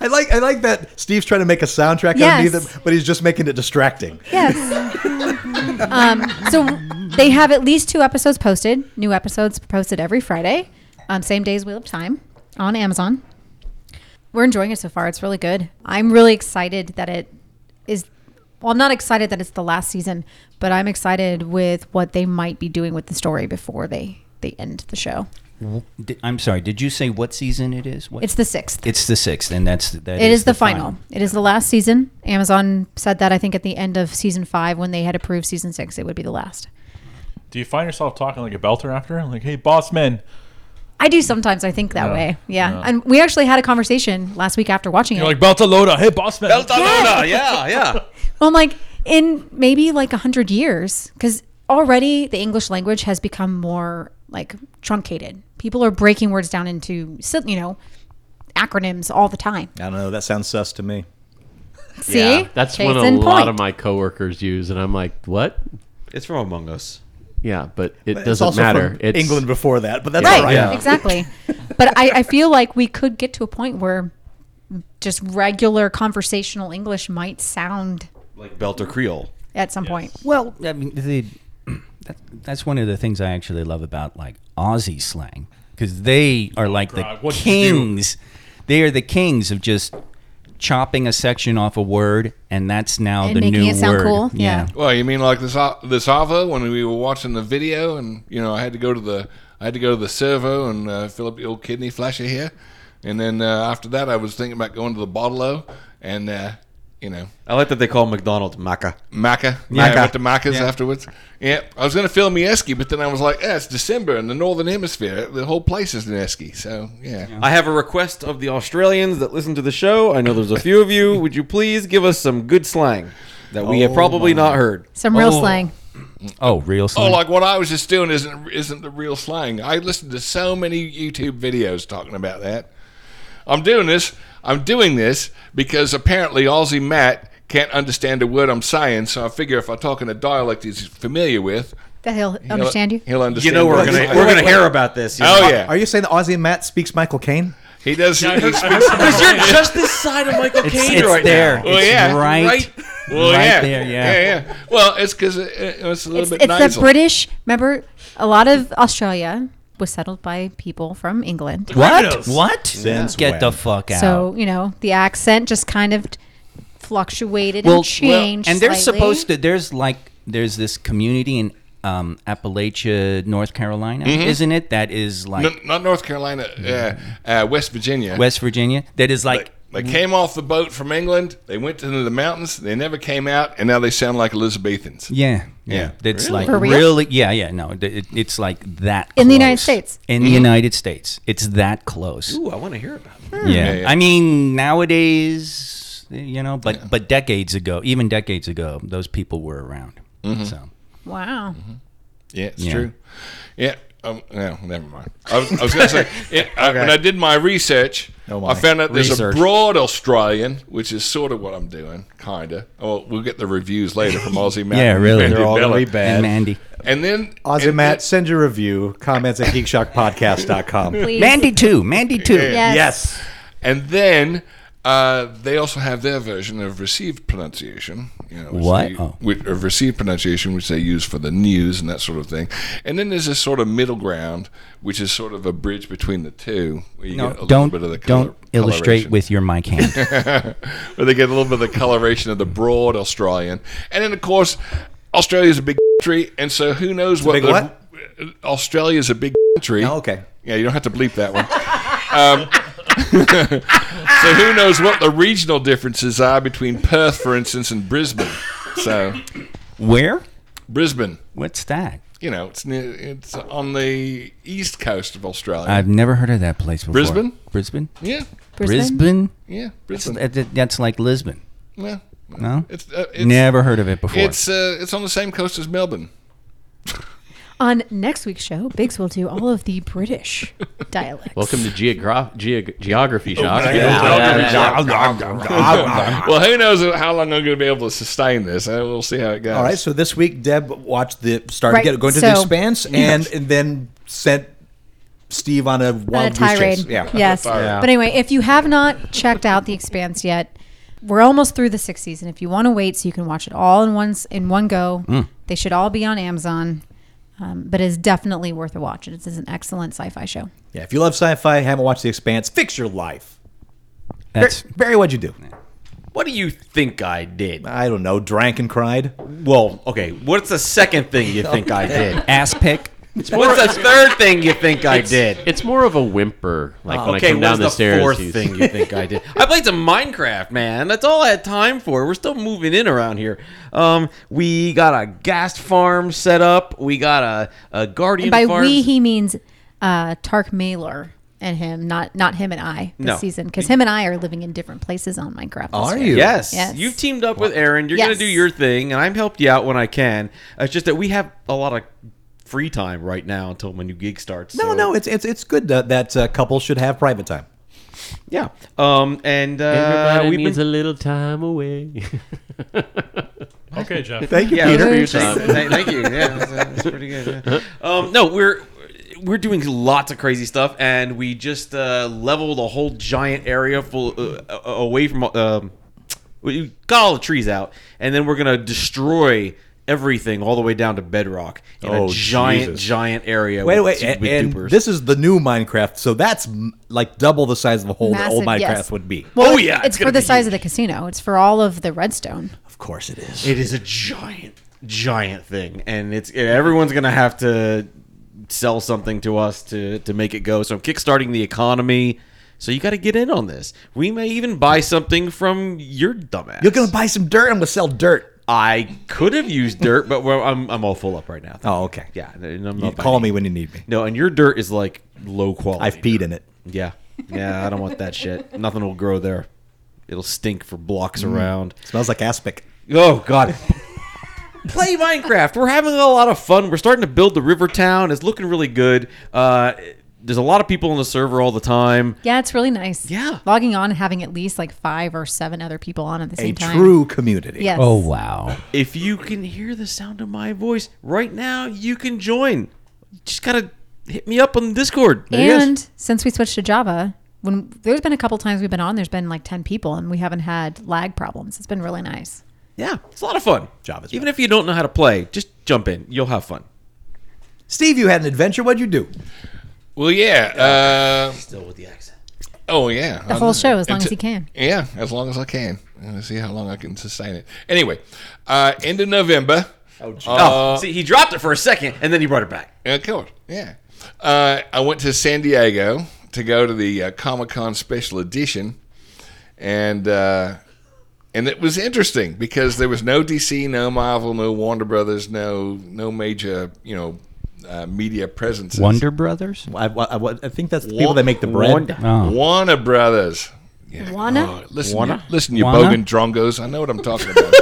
Speaker 6: I like I like that Steve's trying to make a soundtrack out
Speaker 4: Yes.
Speaker 6: of them, but he's just making it distracting.
Speaker 4: yes. um, so they have at least two episodes posted. New episodes posted every Friday, um, same day as Wheel of Time on Amazon. We're enjoying it so far. It's really good. I'm really excited that it is. Well, I'm not excited that it's the last season, but I'm excited with what they might be doing with the story before they they end the show.
Speaker 2: Di- I'm sorry. Did you say what season it is? What?
Speaker 4: It's the sixth.
Speaker 2: It's the sixth, and that's that.
Speaker 4: It is the, final. It is the last season. Amazon said that I think at the end of season five when they had approved season six, it would be the last.
Speaker 9: Do you find yourself talking like a belter after? Like, hey, boss man.
Speaker 4: I do sometimes. I think that way. Yeah. And we actually had a conversation last week after watching it.
Speaker 9: You're like belter loader. Hey, boss man. Ah!
Speaker 3: Beltalona, yeah, yeah.
Speaker 4: well, I'm like, in maybe like a hundred years, because already the English language has become more like truncated. People are breaking words down into, sy- you know, acronyms all the time.
Speaker 6: I don't know. That sounds sus to me.
Speaker 4: See?
Speaker 10: That's
Speaker 4: Case
Speaker 10: one a
Speaker 4: in
Speaker 10: lot
Speaker 4: point.
Speaker 10: of my coworkers use, and I'm like, what?
Speaker 3: It's from Among Us.
Speaker 10: Yeah, but it
Speaker 6: It's
Speaker 10: doesn't
Speaker 6: also
Speaker 10: matter.
Speaker 6: from
Speaker 10: It's
Speaker 6: England before that, but that's
Speaker 4: Right.
Speaker 6: all right.
Speaker 3: Yeah.
Speaker 4: Exactly. but I, I feel like we could get to a point where just regular conversational English might sound
Speaker 3: Like Belter Creole.
Speaker 4: at some point.
Speaker 2: Well, I mean, the, *clears throat* that, that's one of the things I actually love about like Aussie slang because they are like
Speaker 9: God,
Speaker 2: the
Speaker 9: what did you do?
Speaker 2: kings. They are the kings of just chopping a section off a word, and that's now
Speaker 4: And
Speaker 2: the
Speaker 4: making
Speaker 2: new
Speaker 4: it sound
Speaker 2: word.
Speaker 4: cool, yeah.
Speaker 5: Well, you mean like this uh, this Ava when we were watching the video, and you know I had to go to the I had to go to the servo and uh, fill up the old kidney flasher here. And then uh, after that, I was thinking about going to the Bottle-O and, uh, you know,
Speaker 3: I like that they call McDonald's Maca.
Speaker 5: Maca. Yeah, I went to Maca's afterwards. Yeah, I was going to film Mieski, but then I was like, eh, it's December in the Northern Hemisphere. The whole place is Mieski. So, yeah.
Speaker 3: I have a request of the Australians that listen to the show. I know there's a few of you. Would you please give us some good slang that we have probably not heard?
Speaker 4: Some real slang.
Speaker 2: Oh, real
Speaker 5: Oh,
Speaker 2: slang.
Speaker 5: like what I was just doing isn't isn't the real slang. I listened to so many YouTube videos talking about that. I'm doing this. I'm doing this because apparently Aussie Matt can't understand a word I'm saying. So I figure if I talk in a dialect he's familiar with,
Speaker 4: That he'll understand you.
Speaker 5: he'll
Speaker 3: You
Speaker 5: understand.
Speaker 3: know we're
Speaker 5: what I'm
Speaker 3: gonna
Speaker 5: saying.
Speaker 3: we're gonna hear about this. you know.
Speaker 5: Oh yeah,
Speaker 6: Are you saying that Aussie Matt speaks Michael Caine?
Speaker 5: he does.
Speaker 9: I heard-
Speaker 5: he's-
Speaker 9: I heard some
Speaker 3: Because you're
Speaker 9: Brian.
Speaker 3: just this side of Michael
Speaker 2: It's,
Speaker 3: Caine
Speaker 2: it's
Speaker 3: right
Speaker 2: there.
Speaker 3: now.
Speaker 5: *laughs* Well,
Speaker 2: it's
Speaker 5: yeah,
Speaker 2: right,
Speaker 3: right.
Speaker 5: well,
Speaker 2: right
Speaker 5: yeah.
Speaker 2: there. Yeah.
Speaker 5: yeah, yeah. Well, it's because it, it- it's a little
Speaker 4: It's,
Speaker 5: bit.
Speaker 4: it's the
Speaker 5: nasal.
Speaker 4: British. Remember, a lot of Australia was settled by people from England.
Speaker 2: What?
Speaker 9: Criminals.
Speaker 2: What?
Speaker 6: Since
Speaker 2: Get the
Speaker 6: when?
Speaker 2: fuck out.
Speaker 4: So you know the accent just kind of fluctuated and changed.
Speaker 2: and they're
Speaker 4: slightly.
Speaker 2: supposed to. There's like there's this community in um, Appalachia, North Carolina, isn't it? That is like
Speaker 5: No, not North Carolina, uh, uh, West Virginia.
Speaker 2: *laughs* West Virginia. That is like
Speaker 5: They came off the boat from England. They went into the mountains. They never came out, and now they sound like Elizabethans.
Speaker 2: yeah,
Speaker 5: Yeah.
Speaker 2: That's like
Speaker 4: For real?
Speaker 2: really yeah, yeah. No, th- it, it's like that
Speaker 4: In the United
Speaker 2: close.
Speaker 4: States.
Speaker 2: In
Speaker 5: Mm-hmm.
Speaker 2: the United States, it's that close.
Speaker 3: Ooh, I want to hear about it.
Speaker 2: Yeah.
Speaker 5: Mm. yeah.
Speaker 2: I mean nowadays, you know, but but decades ago, even decades ago, those people were around.
Speaker 5: Mm-hmm.
Speaker 2: So
Speaker 4: Wow.
Speaker 5: Yeah, it's
Speaker 2: Yeah.
Speaker 5: true. Yeah. Um, no, never mind. I was, I was going to say, yeah, I- when I did my research, I found out there's
Speaker 3: Research.
Speaker 5: a broad Australian, which is sort of what I'm doing, kind of. Oh, we'll get the reviews later from Aussie Mountain.
Speaker 2: Yeah, really.
Speaker 5: Mandy
Speaker 2: They're
Speaker 6: all gonna
Speaker 5: Bella.
Speaker 6: be bad.
Speaker 2: and
Speaker 4: *laughs*
Speaker 2: Mandy,
Speaker 5: And then
Speaker 6: Aussie
Speaker 5: and-
Speaker 6: Matt, send your review. Comments at geekshockpodcast.com.
Speaker 4: Please.
Speaker 2: Mandy too, Mandy too.
Speaker 4: Yes.
Speaker 6: Yes.
Speaker 5: And then uh, they also have their version of received pronunciation. You know, which
Speaker 2: What?
Speaker 5: They,
Speaker 2: Oh.
Speaker 5: which- of received pronunciation, which they use for the news and that sort of thing. And then there's this sort of middle ground, which is sort of a bridge between the two. Where you
Speaker 2: No,
Speaker 5: get a little
Speaker 2: don't
Speaker 5: bit of the color,
Speaker 2: don't illustrate
Speaker 5: coloration.
Speaker 2: with your mic hand.
Speaker 5: *laughs* Where they get a little bit of the coloration of the broad Australian. And then, of course, Australia's a big country, and so who knows what
Speaker 6: big
Speaker 5: the.
Speaker 6: what?
Speaker 5: Australia's a big country.
Speaker 6: Oh, okay.
Speaker 5: Yeah, you don't have to bleep that one. Um, *laughs* so who knows what the regional differences are between Perth, for instance, and Brisbane? So
Speaker 2: Where?
Speaker 5: Brisbane,
Speaker 2: What's that?
Speaker 5: you know, it's near, it's on the east coast of Australia.
Speaker 2: I've never heard of that place before.
Speaker 5: Brisbane?
Speaker 2: Brisbane?
Speaker 5: yeah,
Speaker 2: Brisbane?
Speaker 5: yeah,
Speaker 2: That's,
Speaker 5: Brisbane.
Speaker 2: that- that- that's like Lisbon.
Speaker 5: yeah.
Speaker 2: No?
Speaker 5: It's, uh, it's
Speaker 2: never heard of it before.
Speaker 5: It's uh, it's on the same coast as Melbourne.
Speaker 4: On next week's show, Biggs will do all of the British dialects.
Speaker 10: Welcome to geogra- geog- geography
Speaker 6: Oh,
Speaker 10: shock.
Speaker 6: Uh,
Speaker 5: Well, who knows how long I'm going to be able to sustain this? Uh, We'll see how it goes.
Speaker 6: All right. So this week, Deb watched the started
Speaker 4: Right,
Speaker 6: get, going to the
Speaker 4: so-
Speaker 6: expanse and, and then sent Steve on a
Speaker 4: On a
Speaker 6: wild goose
Speaker 4: tirade.
Speaker 6: chase. Yeah.
Speaker 4: Yes. But anyway, if you have not checked out The Expanse yet, we're almost through the sixth season. If you want to wait so you can watch it all in one in one go,
Speaker 6: Mm.
Speaker 4: they should all be on Amazon. Um, but it's definitely worth a watch. It is an excellent sci-fi show.
Speaker 6: Yeah. If you love sci-fi, haven't watched the expanse, fix your life.
Speaker 2: That's
Speaker 6: Barry, what'd you do?
Speaker 3: What do you think I did?
Speaker 6: I don't know. Drank and cried.
Speaker 3: Well, okay. What's the second thing
Speaker 10: *laughs*
Speaker 3: you think I did?
Speaker 2: ass pick.
Speaker 3: What's the third thing you think I did?
Speaker 10: It's more of a whimper, like when I
Speaker 3: okay,
Speaker 10: come down
Speaker 3: what's
Speaker 10: the,
Speaker 3: the
Speaker 10: stairs.
Speaker 3: fourth
Speaker 10: he's-
Speaker 3: thing you think I did? I played some Minecraft, man. That's all I had time for. We're still moving in around here. Um, we got a gas farm set up. We got a, a guardian
Speaker 4: And by
Speaker 3: farm.
Speaker 4: we, he means uh, Tark Mailer and him, not not him and I this
Speaker 3: No.
Speaker 4: season, because him and I are living in different places on Minecraft. this
Speaker 6: Are
Speaker 4: year.
Speaker 6: you?
Speaker 3: Yes.
Speaker 4: Yes.
Speaker 3: You've teamed up with Aaron. You're going
Speaker 4: Yes.
Speaker 3: to do your thing, and I've helped you out when I can. It's just that we have a lot of free time right now until my new gig starts.
Speaker 6: No,
Speaker 3: so-
Speaker 6: no. It's it's it's good that, that uh, couples should have private time.
Speaker 3: Yeah. Um, and uh,
Speaker 10: Everybody
Speaker 3: we've
Speaker 10: needs
Speaker 3: been.
Speaker 10: a little time away.
Speaker 9: Okay, Jeff.
Speaker 6: Thank you,
Speaker 3: Yeah,
Speaker 6: Peter.
Speaker 3: thank- thank, thank you. Yeah, that's, uh, that's pretty good. yeah. *laughs* Um, no, we're we're doing lots of crazy stuff, and we just uh, leveled a whole giant area full uh, uh, away from. Um, we got all the trees out, and then we're gonna destroy everything all the way down to bedrock in
Speaker 6: Oh,
Speaker 3: a giant,
Speaker 6: Jesus.
Speaker 3: giant area.
Speaker 6: Wait,
Speaker 3: with
Speaker 6: wait,
Speaker 3: two
Speaker 6: and,
Speaker 3: big
Speaker 6: and
Speaker 3: dupers.
Speaker 6: this is the new Minecraft, so that's m- like double the size of the whole that old Minecraft
Speaker 4: Massive, yes.
Speaker 6: would be.
Speaker 3: Oh,
Speaker 4: it's-
Speaker 3: yeah,
Speaker 4: it's,
Speaker 3: it's
Speaker 4: for
Speaker 3: gonna
Speaker 4: the
Speaker 3: be
Speaker 4: size of the casino. It's for all of the redstone.
Speaker 6: Of course, it is.
Speaker 3: It is a giant, giant thing, and it's everyone's gonna have to sell something to us to to make it go. So I'm kickstarting the economy, So you got to get in on this. We may even buy something from your dumbass.
Speaker 6: You're gonna buy some dirt. I'm gonna sell dirt.
Speaker 3: I could have used dirt, but well, I'm I'm all full up right now.
Speaker 6: Oh, okay.
Speaker 3: Yeah, and I'm
Speaker 6: You
Speaker 3: not
Speaker 6: call
Speaker 3: biting.
Speaker 6: me when you need me.
Speaker 3: No, and your dirt is like low quality.
Speaker 6: I've peed in it.
Speaker 3: Yeah, yeah. I don't want that shit. Nothing will grow there. It'll stink for blocks
Speaker 6: Mm.
Speaker 3: around.
Speaker 6: Smells like aspic.
Speaker 3: Oh God. Play Minecraft. We're having a lot of fun. We're starting to build the river town. It's looking really good. Uh, there's a lot of people on the server all the time.
Speaker 4: Yeah, it's really nice.
Speaker 3: Yeah.
Speaker 4: Logging on and having at least like five or seven other people on at the same
Speaker 6: A
Speaker 4: time.
Speaker 6: true community.
Speaker 4: Yes.
Speaker 2: Oh wow.
Speaker 3: If you can hear the sound of my voice right now, you can join. Just gotta hit me up on Discord.
Speaker 4: And since we switched to Java, when there's been a couple times we've been on, there's been like 10 people and we haven't had lag problems. It's been really nice.
Speaker 3: yeah, it's a lot of fun.
Speaker 6: Java's
Speaker 3: Even if you don't know how to play, just jump in. You'll have fun.
Speaker 6: Steve, you had an adventure. What'd you do?
Speaker 5: Well, yeah. Uh,
Speaker 3: Still with the accent.
Speaker 5: oh, yeah.
Speaker 4: The whole show, as long as you can.
Speaker 5: Yeah, as long as I can. And see how long I can sustain it. Anyway, uh, end of November. Oh,
Speaker 3: oh, see, he dropped it for a second and then he brought it back.
Speaker 5: Of course, yeah. Uh, I went to San Diego to go to the uh, Comic Con Special Edition, and uh, and it was interesting because there was no DC, no Marvel, no Warner Brothers, no no major you know uh, media presence.
Speaker 2: Wonder Brothers.
Speaker 6: I, I, I think that's the people that make the bread.
Speaker 2: Oh.
Speaker 5: Warner Brothers. Yeah.
Speaker 4: Wanna?
Speaker 5: Oh, listen, you, listen, you
Speaker 2: Warner?
Speaker 5: bogan drongos. I know what I'm
Speaker 2: *laughs*
Speaker 5: talking about.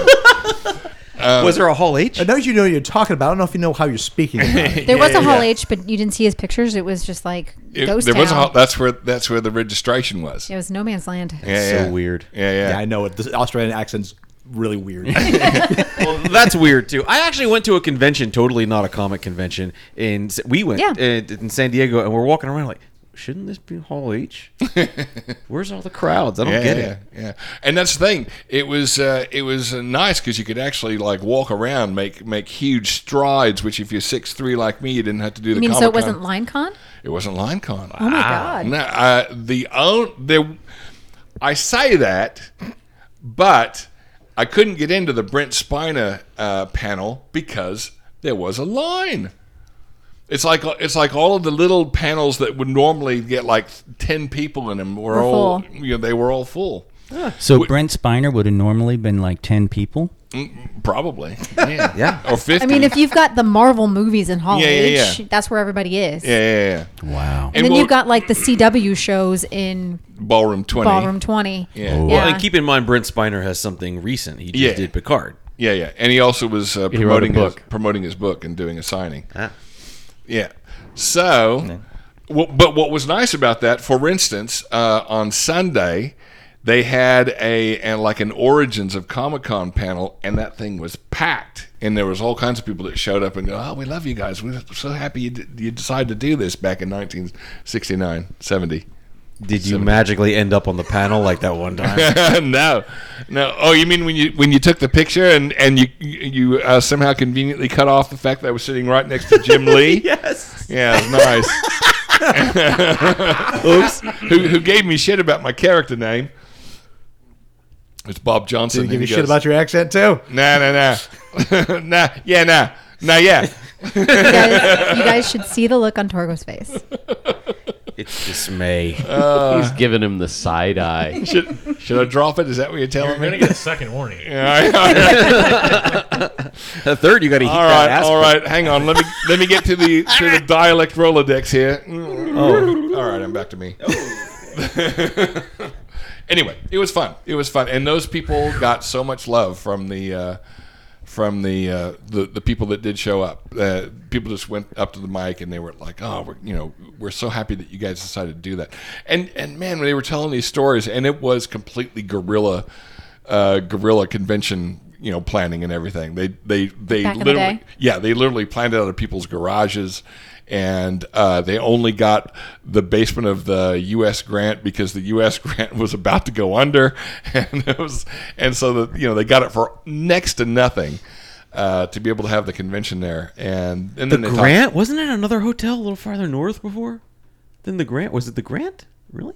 Speaker 3: Was there a Hall H?
Speaker 6: I know you know what you're talking about. I don't know if you know how you're speaking. About it. *laughs*
Speaker 4: There was a Hall H, but you didn't see his pictures. It was just like
Speaker 5: It-
Speaker 4: ghost
Speaker 5: there
Speaker 4: town.
Speaker 5: was a, hol- that's where that's where the registration was.
Speaker 4: it was no man's land.
Speaker 5: Yeah,
Speaker 3: So
Speaker 5: yeah.
Speaker 3: weird.
Speaker 5: Yeah, yeah.
Speaker 6: yeah, I know it. The Australian accent's really *laughs* weird.
Speaker 3: well, that's weird too. I actually went to a convention, totally not a comic convention, and we went
Speaker 4: Yeah.
Speaker 3: uh, in San Diego, and we're walking around like, shouldn't this be Hall *laughs* H? Where's all the crowds? I don't
Speaker 5: yeah,
Speaker 3: get
Speaker 5: yeah,
Speaker 3: it.
Speaker 5: yeah. And that's the thing. It was uh, it was uh, nice because you could actually like walk around, make make huge strides. Which if you're six three like me, you didn't have to do the.
Speaker 4: I mean, so it
Speaker 5: Comic-Con.
Speaker 4: wasn't LineCon?
Speaker 5: It wasn't line con.
Speaker 4: Oh my God.
Speaker 5: No, uh, the own there. I say that, but I couldn't get into the Brent Spiner uh, panel because there was a line. It's like it's like all of the little panels that would normally get like ten people in them were,
Speaker 4: Were
Speaker 5: all
Speaker 4: full.
Speaker 5: you know they were all full.
Speaker 2: So Brent Spiner would have normally been like ten people.
Speaker 5: Probably,
Speaker 4: *laughs*
Speaker 5: yeah,
Speaker 3: Yeah.
Speaker 5: or fifty.
Speaker 4: I mean, if you've got the Marvel movies in Hall
Speaker 5: Yeah, yeah,
Speaker 4: H,
Speaker 5: yeah.
Speaker 4: that's where everybody is.
Speaker 5: yeah, yeah, yeah.
Speaker 2: Wow.
Speaker 4: And then
Speaker 5: well-
Speaker 4: you've got like the CW shows in
Speaker 5: ballroom twenty,
Speaker 4: Ballroom 20.
Speaker 5: yeah.
Speaker 3: Well,
Speaker 4: Yeah.
Speaker 3: and keep in mind, Brent Spiner has something recent. He just
Speaker 5: Yeah.
Speaker 3: did Picard.
Speaker 5: Yeah, yeah, and he also was uh,
Speaker 10: He wrote a
Speaker 5: promoting
Speaker 10: book.
Speaker 5: His, promoting his book and doing a signing.
Speaker 3: Ah.
Speaker 5: Yeah. So, wha- but what was nice about that, for instance, uh, on Sunday, they had a and like an Origins of Comic Con panel, and that thing was packed, and there was all kinds of people that showed up and go, "Oh, we love you guys. We're so happy you, d- you decided to do this back in 1969, 70."
Speaker 3: Did you magically end up on the panel like that one time?
Speaker 5: *laughs* no, no. Oh, you mean when you when you took the picture and and you you uh, somehow conveniently cut off the fact that I was sitting right next to Jim Lee?
Speaker 3: yes.
Speaker 5: Yeah, it was nice. Oops. Who, who gave me shit about my character name? It's Bob Johnson.
Speaker 6: you give
Speaker 5: and he
Speaker 6: a shit
Speaker 5: goes,
Speaker 6: about your accent too.
Speaker 5: *laughs* Nah, nah, nah, *laughs* nah. Yeah, nah, nah,
Speaker 6: *laughs*
Speaker 5: yeah.
Speaker 4: You guys, you guys should see the look on Torgo's face.
Speaker 3: *laughs* It's dismay.
Speaker 10: He's giving him
Speaker 3: *laughs*
Speaker 10: the side eye.
Speaker 5: Should should I drop it? Is that what you're telling
Speaker 9: We're gonna
Speaker 5: me? *laughs*
Speaker 9: get a second warning.
Speaker 5: All right, all *laughs* right,
Speaker 3: The third, you got to heat
Speaker 5: all
Speaker 3: that
Speaker 5: right,
Speaker 3: ass.
Speaker 5: all right. Hang on. Let me let me get to the to the dialect rolodex here.
Speaker 3: Oh.
Speaker 5: All right, I'm back to me. *laughs* anyway, it was fun. It was fun, and those people got so much love from the uh, from the, uh, the the people that did show up. Uh, people just went up to the mic and they were like, "Oh, we're, you know, we're so happy that you guys decided to do that." And and man, when they were telling these stories, and it was completely guerrilla uh, guerrilla convention. You know, planning and everything. They they they
Speaker 4: Back in the
Speaker 5: literally
Speaker 4: day?
Speaker 5: yeah, they literally planned it out of people's garages, and uh, they only got the basement of the U.S. grant because the U.S. *laughs* grant was about to go under, *laughs* and it was, and so that you know they got it for next to nothing uh, to be able to have the convention there, and and
Speaker 3: The
Speaker 5: then they talked-
Speaker 3: Grant? Wasn't it another hotel a little farther north before? Then the Grant? Was it the Grant? Really?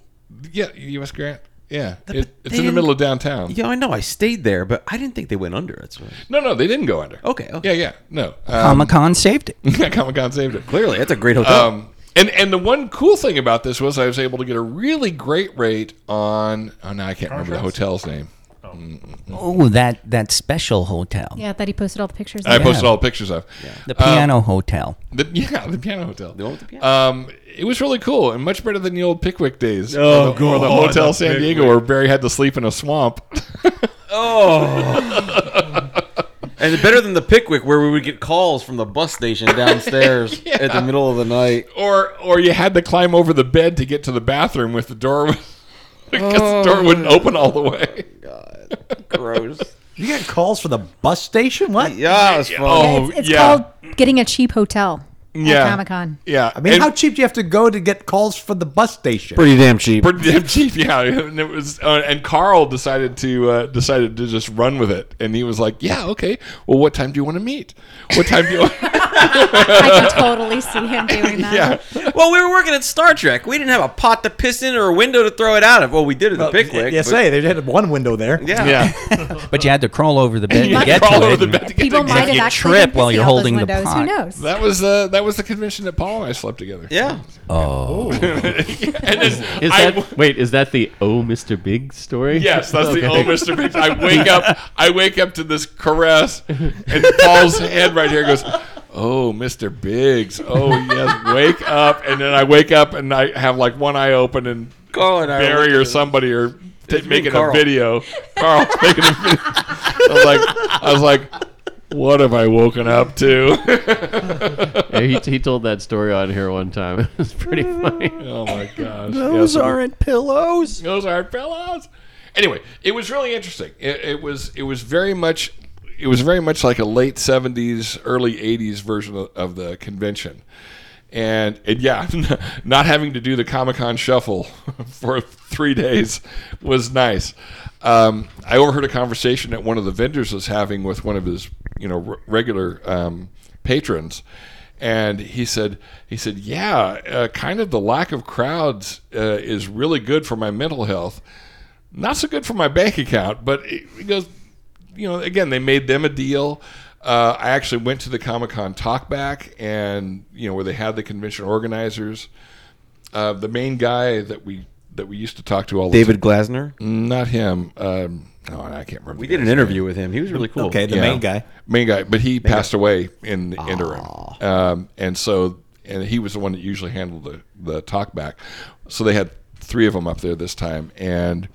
Speaker 5: yeah, U.S. grant, yeah,
Speaker 3: The-
Speaker 5: it,
Speaker 3: but
Speaker 5: it's in the
Speaker 3: then-
Speaker 5: middle of downtown.
Speaker 3: Yeah, I know. I stayed there, but I didn't think they went under. That's what.
Speaker 5: No, no, they didn't
Speaker 3: Oh.
Speaker 5: go under.
Speaker 3: Okay, okay.
Speaker 5: Yeah, yeah, no. Um, *laughs*
Speaker 2: Comic Con saved it.
Speaker 5: Comic Con saved it.
Speaker 3: Clearly, that's a great hotel.
Speaker 5: Um, And and the one cool thing about this was I was able to get a really great rate on. Oh no, I can't remember the hotel's name.
Speaker 2: Oh, that that special hotel,
Speaker 4: Yeah, that he posted all the pictures.
Speaker 5: I
Speaker 4: of.
Speaker 5: posted all the pictures of.
Speaker 2: the piano hotel.
Speaker 5: The, *laughs* yeah, the piano hotel. The Um, it was really cool and much better than the old Pickwick days. Oh, the, or the Hotel San Diego, where Barry had to sleep in a swamp. *laughs*
Speaker 3: And better than the Pickwick, where we would get calls from the bus station downstairs at the middle of the night.
Speaker 5: or or you had to climb over the bed to get to the bathroom with the door *laughs* because the door wouldn't open all the way.
Speaker 3: Gross.
Speaker 6: You got calls for the bus station? What?
Speaker 3: Yeah, it was fun.
Speaker 5: Oh,
Speaker 4: It's, it's
Speaker 5: yeah.
Speaker 4: called getting a cheap hotel.
Speaker 5: Yeah.
Speaker 4: At Comic
Speaker 5: *laughs*
Speaker 4: Con.
Speaker 5: Yeah,
Speaker 6: I mean,
Speaker 5: and
Speaker 6: how cheap do you have to go to get calls for the bus station?
Speaker 3: pretty damn cheap.
Speaker 10: *laughs*
Speaker 5: pretty damn *laughs* cheap. Yeah, and it was. Uh, and Carl decided to uh, decided to just run with it, and he was like, "Yeah, okay. Well, what time do you want to meet? What time
Speaker 10: *laughs*
Speaker 5: do you?" *laughs* want
Speaker 4: I can totally see him doing that.
Speaker 5: Yeah,
Speaker 3: Well, we were working at Star Trek. We didn't have a pot to piss in or a window to throw it out of. Well, we did at the Pickwick.
Speaker 6: Yes,
Speaker 3: but-
Speaker 6: hey, they had one window there.
Speaker 3: yeah.
Speaker 10: *laughs*
Speaker 5: yeah.
Speaker 2: But you had to crawl over the bed
Speaker 5: *laughs* You
Speaker 2: to
Speaker 5: had to
Speaker 2: get
Speaker 5: crawl
Speaker 2: to
Speaker 5: over
Speaker 2: it.
Speaker 5: the
Speaker 2: and-
Speaker 5: bed to get
Speaker 4: People
Speaker 5: to-
Speaker 4: might have
Speaker 2: you
Speaker 4: actually
Speaker 2: trip
Speaker 4: been pissing
Speaker 2: while you're
Speaker 4: out those
Speaker 2: holding the
Speaker 4: windows.
Speaker 2: pot.
Speaker 4: Who knows?
Speaker 5: That was the that was the convention that Paul and I slept together.
Speaker 3: Yeah.
Speaker 2: Oh.
Speaker 5: and then
Speaker 10: Is
Speaker 5: I
Speaker 10: that wait? Is that the oh, Mr. Big
Speaker 5: *laughs*
Speaker 10: story?
Speaker 5: Yes, that's the
Speaker 10: Okay.
Speaker 5: old Mr. Biggs.
Speaker 10: *laughs*
Speaker 5: I wake up, I wake up to this caress, and Paul's hand right here goes, "Oh, Mr. Biggs, oh yes, wake up!" And then I wake up and I have like one eye open, and
Speaker 3: Carl and I were
Speaker 5: Barry
Speaker 3: looking
Speaker 5: or
Speaker 3: at-
Speaker 5: somebody or t-
Speaker 3: me
Speaker 5: making
Speaker 3: and
Speaker 5: a
Speaker 3: Carl. *laughs*
Speaker 5: video. Carl making a video. I was like, I was like, what have I woken up to?
Speaker 10: Yeah, he, he told that story on here one time. *laughs* It was pretty funny.
Speaker 5: oh my gosh,
Speaker 6: Those
Speaker 5: Yes, we-
Speaker 6: aren't pillows.
Speaker 5: Those aren't pillows. Anyway, it was really interesting. It, it was it was very much it was very much like a late seventies, early eighties version of, of the convention. And, and yeah, *laughs* not having to do the Comic Con shuffle *laughs* for three days was nice. Um, I overheard a conversation that one of the vendors was having with one of his, you know, re- regular um, patrons, and he said he said yeah uh, kind of the lack of crowds uh, is really good for my mental health not so good for my bank account but it, it goes you know again they made them a deal uh, i actually went to the comic-con talkback and you know where they had the convention organizers uh, the main guy that we that we used to talk to all the
Speaker 3: David Glasner.
Speaker 5: time- not him um, oh, i can't remember
Speaker 3: We did an interview with him. He was really cool.
Speaker 6: Okay, the
Speaker 5: Yeah.
Speaker 6: main guy.
Speaker 5: Main guy, Ah. but he passed away in the interim, um, and so and he was the one that usually handled the the talk back. So they had three of them up there this time, and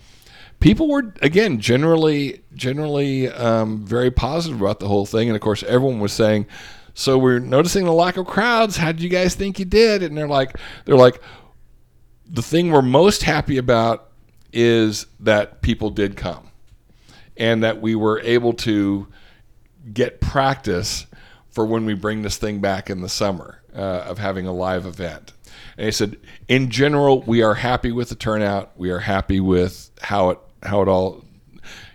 Speaker 5: people were again generally generally um, very positive about the whole thing, and of course everyone was saying. So we're noticing the lack of crowds. How do you guys think you did? And they're like, they're like, the thing we're most happy about is that people did come and that we were able to get practice for when we bring this thing back in the summer uh, of having a live event. And he said, in general, we are happy with the turnout. We are happy with how it how it all.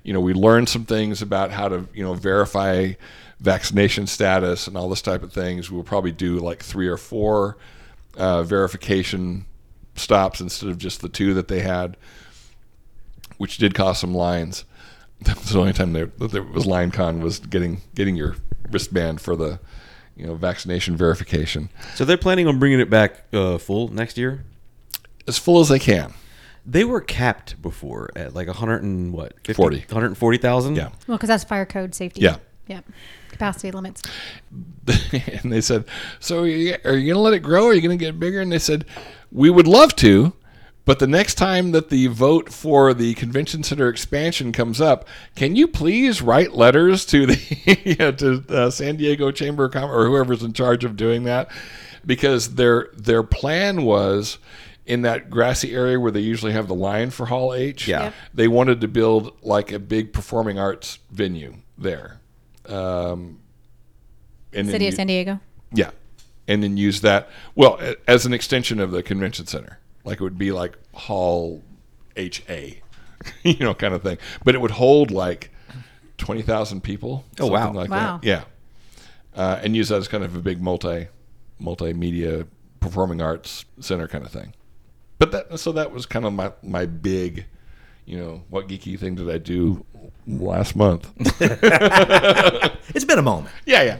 Speaker 5: You know, we learned some things about how to you know verify vaccination status and all this type of things. We'll probably do like three or four uh, verification stops instead of just the two that they had which did cost some lines. *laughs* That was the only time there, that there was line con was getting getting your wristband for the you know vaccination verification
Speaker 3: So they're planning on bringing it back uh, full next year.
Speaker 5: as full as they can.
Speaker 3: They were capped before at like 100 and what? 50,
Speaker 5: 40.
Speaker 3: 140,000?
Speaker 5: Yeah.
Speaker 4: Well, because that's fire code safety.
Speaker 5: Yeah.
Speaker 4: Yeah. Capacity limits.
Speaker 5: *laughs* and they said, "So are you, are you going to let it grow? Are you going to get bigger?" And they said, "We would love to, but the next time that the vote for the convention center expansion comes up, can you please write letters to the *laughs* you know, to uh, San Diego Chamber of Commerce or whoever's in charge of doing that, because their their plan was." In that grassy area where they usually have the lion for Hall H,
Speaker 6: Yeah. Yep.
Speaker 5: they wanted to build like a big performing arts venue there. Um, and then
Speaker 4: City of
Speaker 5: you-
Speaker 4: San Diego.
Speaker 5: yeah. And then use that, well, a- as an extension of the convention center. Like it would be like Hall HA, *laughs* you know, kind of thing. But it would hold like 20,000 people. Oh,
Speaker 3: wow.
Speaker 5: Like
Speaker 4: Wow.
Speaker 5: That. Yeah. Uh, and use that as kind of a big multi multimedia performing arts center kind of thing. But that, so that was kind of my, my big, you know, what geeky thing did I do last month? *laughs*
Speaker 6: It's been a moment.
Speaker 5: yeah, yeah.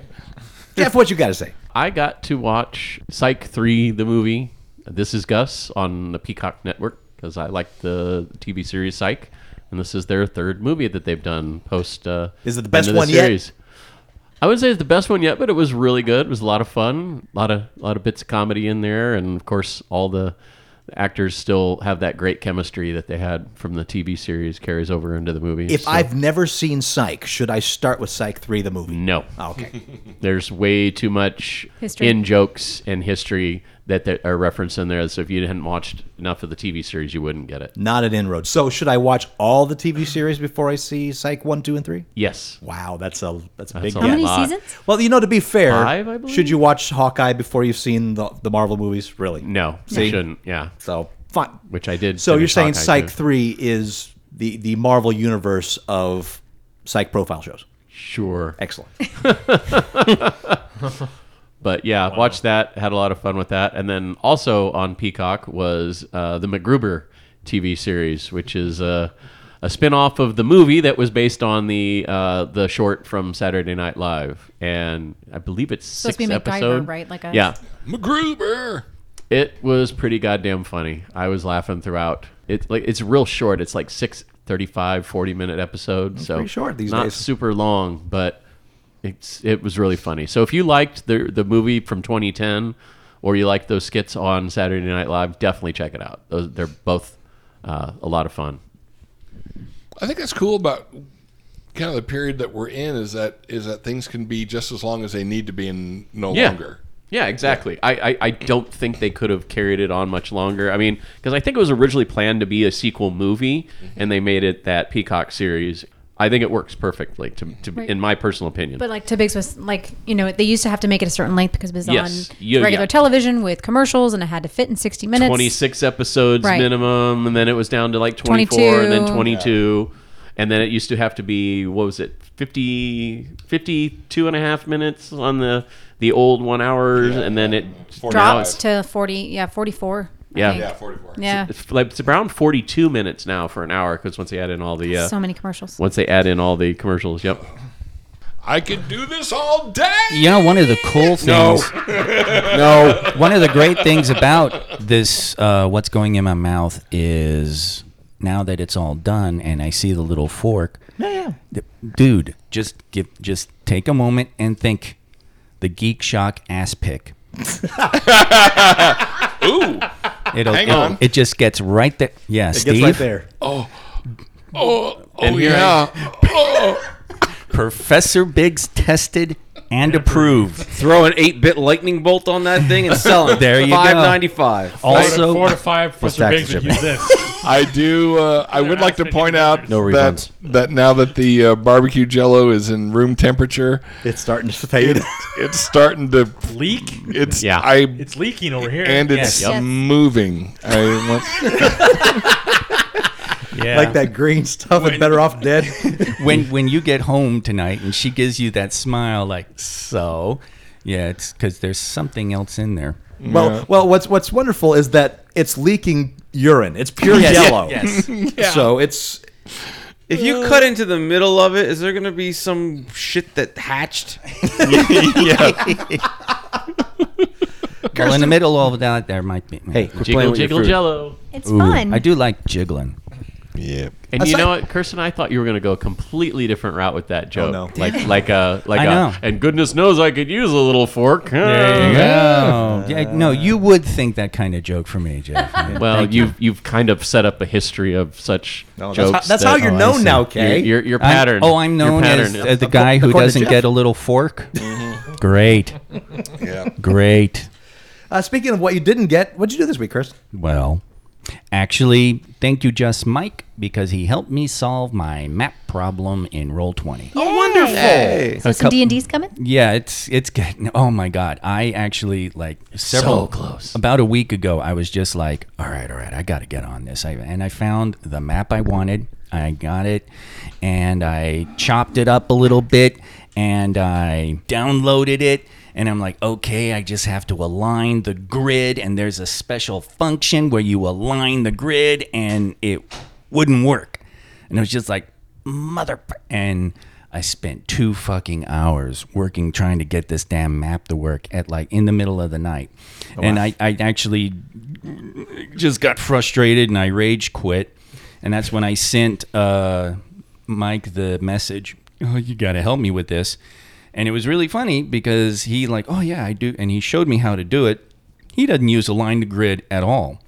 Speaker 6: Jeff, what you got to say?
Speaker 10: I got to watch Psych 3, the movie. This is Gus on the Peacock Network because I like the TV series Psych. And this is their third movie that they've done post. Uh,
Speaker 6: Is it the best
Speaker 10: end of
Speaker 6: one yet?
Speaker 10: I would say it's the best one yet, but it was really good. It was a lot of fun, a lot of a lot of bits of comedy in there, and of course, all the actors still have that great chemistry that they had from the TV series carries over into the movie.
Speaker 6: If
Speaker 10: So-
Speaker 6: I've never seen Psych, should I start with Psych 3, the movie?
Speaker 10: no,
Speaker 6: Okay.
Speaker 10: there's way too much
Speaker 4: History.
Speaker 10: in jokes and history that that are referenced in there. So if you hadn't watched enough of the TV series, you wouldn't get it.
Speaker 6: Not an inroad. So should I watch all the TV series before I see Psych 1, 2, and 3?
Speaker 10: Yes,
Speaker 6: Wow, that's a that's a big
Speaker 10: That's a
Speaker 6: gap.
Speaker 4: How many
Speaker 10: lot.
Speaker 4: seasons?
Speaker 6: Well, you know, to be fair,
Speaker 10: Five, I believe?
Speaker 6: should you watch Hawkeye before you've seen the, the Marvel movies? Really?
Speaker 10: no,
Speaker 6: See?
Speaker 10: you shouldn't. Yeah,
Speaker 6: So fine.
Speaker 10: which I did.
Speaker 6: So you're
Speaker 10: finish
Speaker 6: saying
Speaker 10: Hawkeye,
Speaker 6: Psych
Speaker 10: too.
Speaker 6: Three is the the Marvel universe of Psych profile shows.
Speaker 10: Sure.
Speaker 6: Excellent.
Speaker 10: But yeah, watched that. Had a lot of fun with that. And then also on Peacock was uh, the MacGruber TV series, which is a, a spin-off of the movie that was based on the uh, the short from Saturday Night Live. And I believe it's
Speaker 4: Supposed
Speaker 10: six
Speaker 4: to be MacGyver,
Speaker 10: episode.
Speaker 4: right? Like a-
Speaker 10: yeah.
Speaker 5: MacGruber.
Speaker 10: It was pretty goddamn funny. I was laughing throughout. It's like it's real short. It's like six 35, 40 minute episode. so
Speaker 6: pretty short these
Speaker 10: not
Speaker 6: days.
Speaker 10: super long, but it's it was really funny. So if you liked the the movie from 2010 or you liked those skits on Saturday Night Live, definitely check it out. Those they're both uh, a lot of fun.
Speaker 5: I think that's cool about kind of the period that we're in is that is that things can be just as long as they need to be and no
Speaker 10: yeah.
Speaker 5: longer.
Speaker 10: Yeah, exactly. I, I, I don't think they could have carried it on much longer. I mean, because I think it was originally planned to be a sequel movie, and they made it that Peacock series. I think it works perfectly, to, to in my personal opinion.
Speaker 4: But like to Biggs was like you know they used to have to make it a certain length because it was
Speaker 10: Yes.
Speaker 4: on
Speaker 10: Yeah,
Speaker 4: regular
Speaker 10: yeah.
Speaker 4: television with commercials and it had to fit in sixty minutes.
Speaker 10: 26 episodes
Speaker 4: Right. Oh,
Speaker 10: minimum, and then it was down to like 24, and then
Speaker 4: 22.
Speaker 10: 22. And then it used to have to be, what was it, 50, 52 and a half minutes on the, the old one hours, and then it now it's-
Speaker 4: dropped to forty. Yeah, forty four.
Speaker 10: Yeah.
Speaker 5: Yeah, forty four.
Speaker 4: Yeah.
Speaker 10: It's, like, it's around 42 minutes now for an hour because once they add in all the uh,
Speaker 4: So many commercials.
Speaker 10: once they add in all the commercials, yep.
Speaker 5: I could do this all day.
Speaker 2: You know, one of the cool things.
Speaker 5: No. *laughs*
Speaker 2: no. One of the great things about this, uh, what's going in my mouth, is now that it's all done and I see the little fork.
Speaker 6: yeah,
Speaker 2: th- Dude, just give, just take a moment and think. The Geek Shock ass
Speaker 5: *laughs*
Speaker 2: pick.
Speaker 5: Ooh.
Speaker 2: It'll,
Speaker 5: Hang
Speaker 2: it'll-
Speaker 5: on.
Speaker 2: It just gets right there. Yeah,
Speaker 6: it
Speaker 2: Steve.
Speaker 6: gets right there.
Speaker 5: Oh, oh
Speaker 10: And here I-
Speaker 5: yeah. Oh.
Speaker 2: Professor Biggs tested and approved.
Speaker 3: Throw an eight-bit lightning bolt on that thing and sell it.
Speaker 2: There you go.
Speaker 3: Five ninety-five.
Speaker 2: Also,
Speaker 9: four to five Professor
Speaker 6: tax
Speaker 9: Biggs would
Speaker 6: shipping?
Speaker 9: use this.
Speaker 5: I do. Uh, I would like to point out
Speaker 6: No
Speaker 5: that
Speaker 6: refunds.
Speaker 5: that now that the uh, barbecue jello is in room temperature,
Speaker 6: It's starting to *laughs* fade.
Speaker 5: it's starting to.
Speaker 9: Leak?
Speaker 5: It's
Speaker 10: Yeah.
Speaker 5: I
Speaker 9: It's leaking over here.
Speaker 5: and it's
Speaker 9: yeah.
Speaker 4: Yes.
Speaker 5: moving. I want,
Speaker 9: yeah.
Speaker 6: like
Speaker 10: *laughs*
Speaker 6: that green stuff and better off dead. *laughs*
Speaker 2: when when you get home tonight and she gives you that smile like so yeah it's because there's something else in there
Speaker 6: well, well, what's what's wonderful is that it's leaking urine. It's pure yellow.
Speaker 2: yes
Speaker 10: *laughs*
Speaker 6: So it's
Speaker 3: If you cut into the middle of it, is there gonna be some shit that hatched?
Speaker 2: well in the middle of that there might be
Speaker 6: hey, quit playing with your
Speaker 10: Jiggle jiggle
Speaker 6: food.
Speaker 10: jello.
Speaker 4: It's fun.
Speaker 2: i do like jiggling
Speaker 5: yeah.
Speaker 10: And you
Speaker 6: Aside-
Speaker 10: know what, Kirsten? I thought you were going to go a completely different route with that joke.
Speaker 6: no.
Speaker 10: Like like a like
Speaker 2: I
Speaker 10: a
Speaker 2: know.
Speaker 10: and goodness knows I could use a little fork.
Speaker 6: Oh,
Speaker 2: yeah. yeah no you would think that kind of joke for me
Speaker 6: *laughs*
Speaker 2: jeff Yeah,
Speaker 10: Well,
Speaker 2: thank
Speaker 10: you've you've kind of set up a history of such
Speaker 6: No, that's
Speaker 10: jokes.
Speaker 6: how, that's how
Speaker 10: that-
Speaker 6: you're
Speaker 2: Oh, I
Speaker 6: known
Speaker 2: see.
Speaker 6: now,
Speaker 2: You're-
Speaker 10: your
Speaker 6: Kay.
Speaker 10: your, your
Speaker 2: I'm-
Speaker 10: pattern.
Speaker 2: oh i'm
Speaker 10: Your
Speaker 2: known as
Speaker 10: pattern, yeah.
Speaker 2: uh, the guy who
Speaker 6: According to
Speaker 2: doesn't
Speaker 6: Jeff. Mm-hmm.
Speaker 2: get a little fork great
Speaker 5: Yeah.
Speaker 2: great
Speaker 6: Uh, speaking of what you didn't get, what'd you do this week, Chris?
Speaker 2: Well, actually, thank you, Just Mike, because he helped me solve my map problem in Roll Twenty.
Speaker 6: Oh, wonderful.
Speaker 4: So some D and D's coming.
Speaker 2: Yeah, it's it's getting. Oh my God, I actually like several
Speaker 10: close.
Speaker 2: About a week ago, I was just like, all right, all right, I got to get on this. I, and I found the map I wanted. I got it, and I chopped it up a little bit, and I downloaded it. And I'm like, okay, I just have to align the grid, and there's a special function where you align the grid, and it wouldn't work and it was just like mother and I spent two fucking hours working trying to get this damn map to work at like in the middle of the night. And I, I actually just got frustrated and I rage quit. And that's when I sent uh, Mike the message, oh, you got to help me with this. And it was really funny because he like, oh yeah, I do. And he showed me how to do it. He doesn't use a line to grid at all,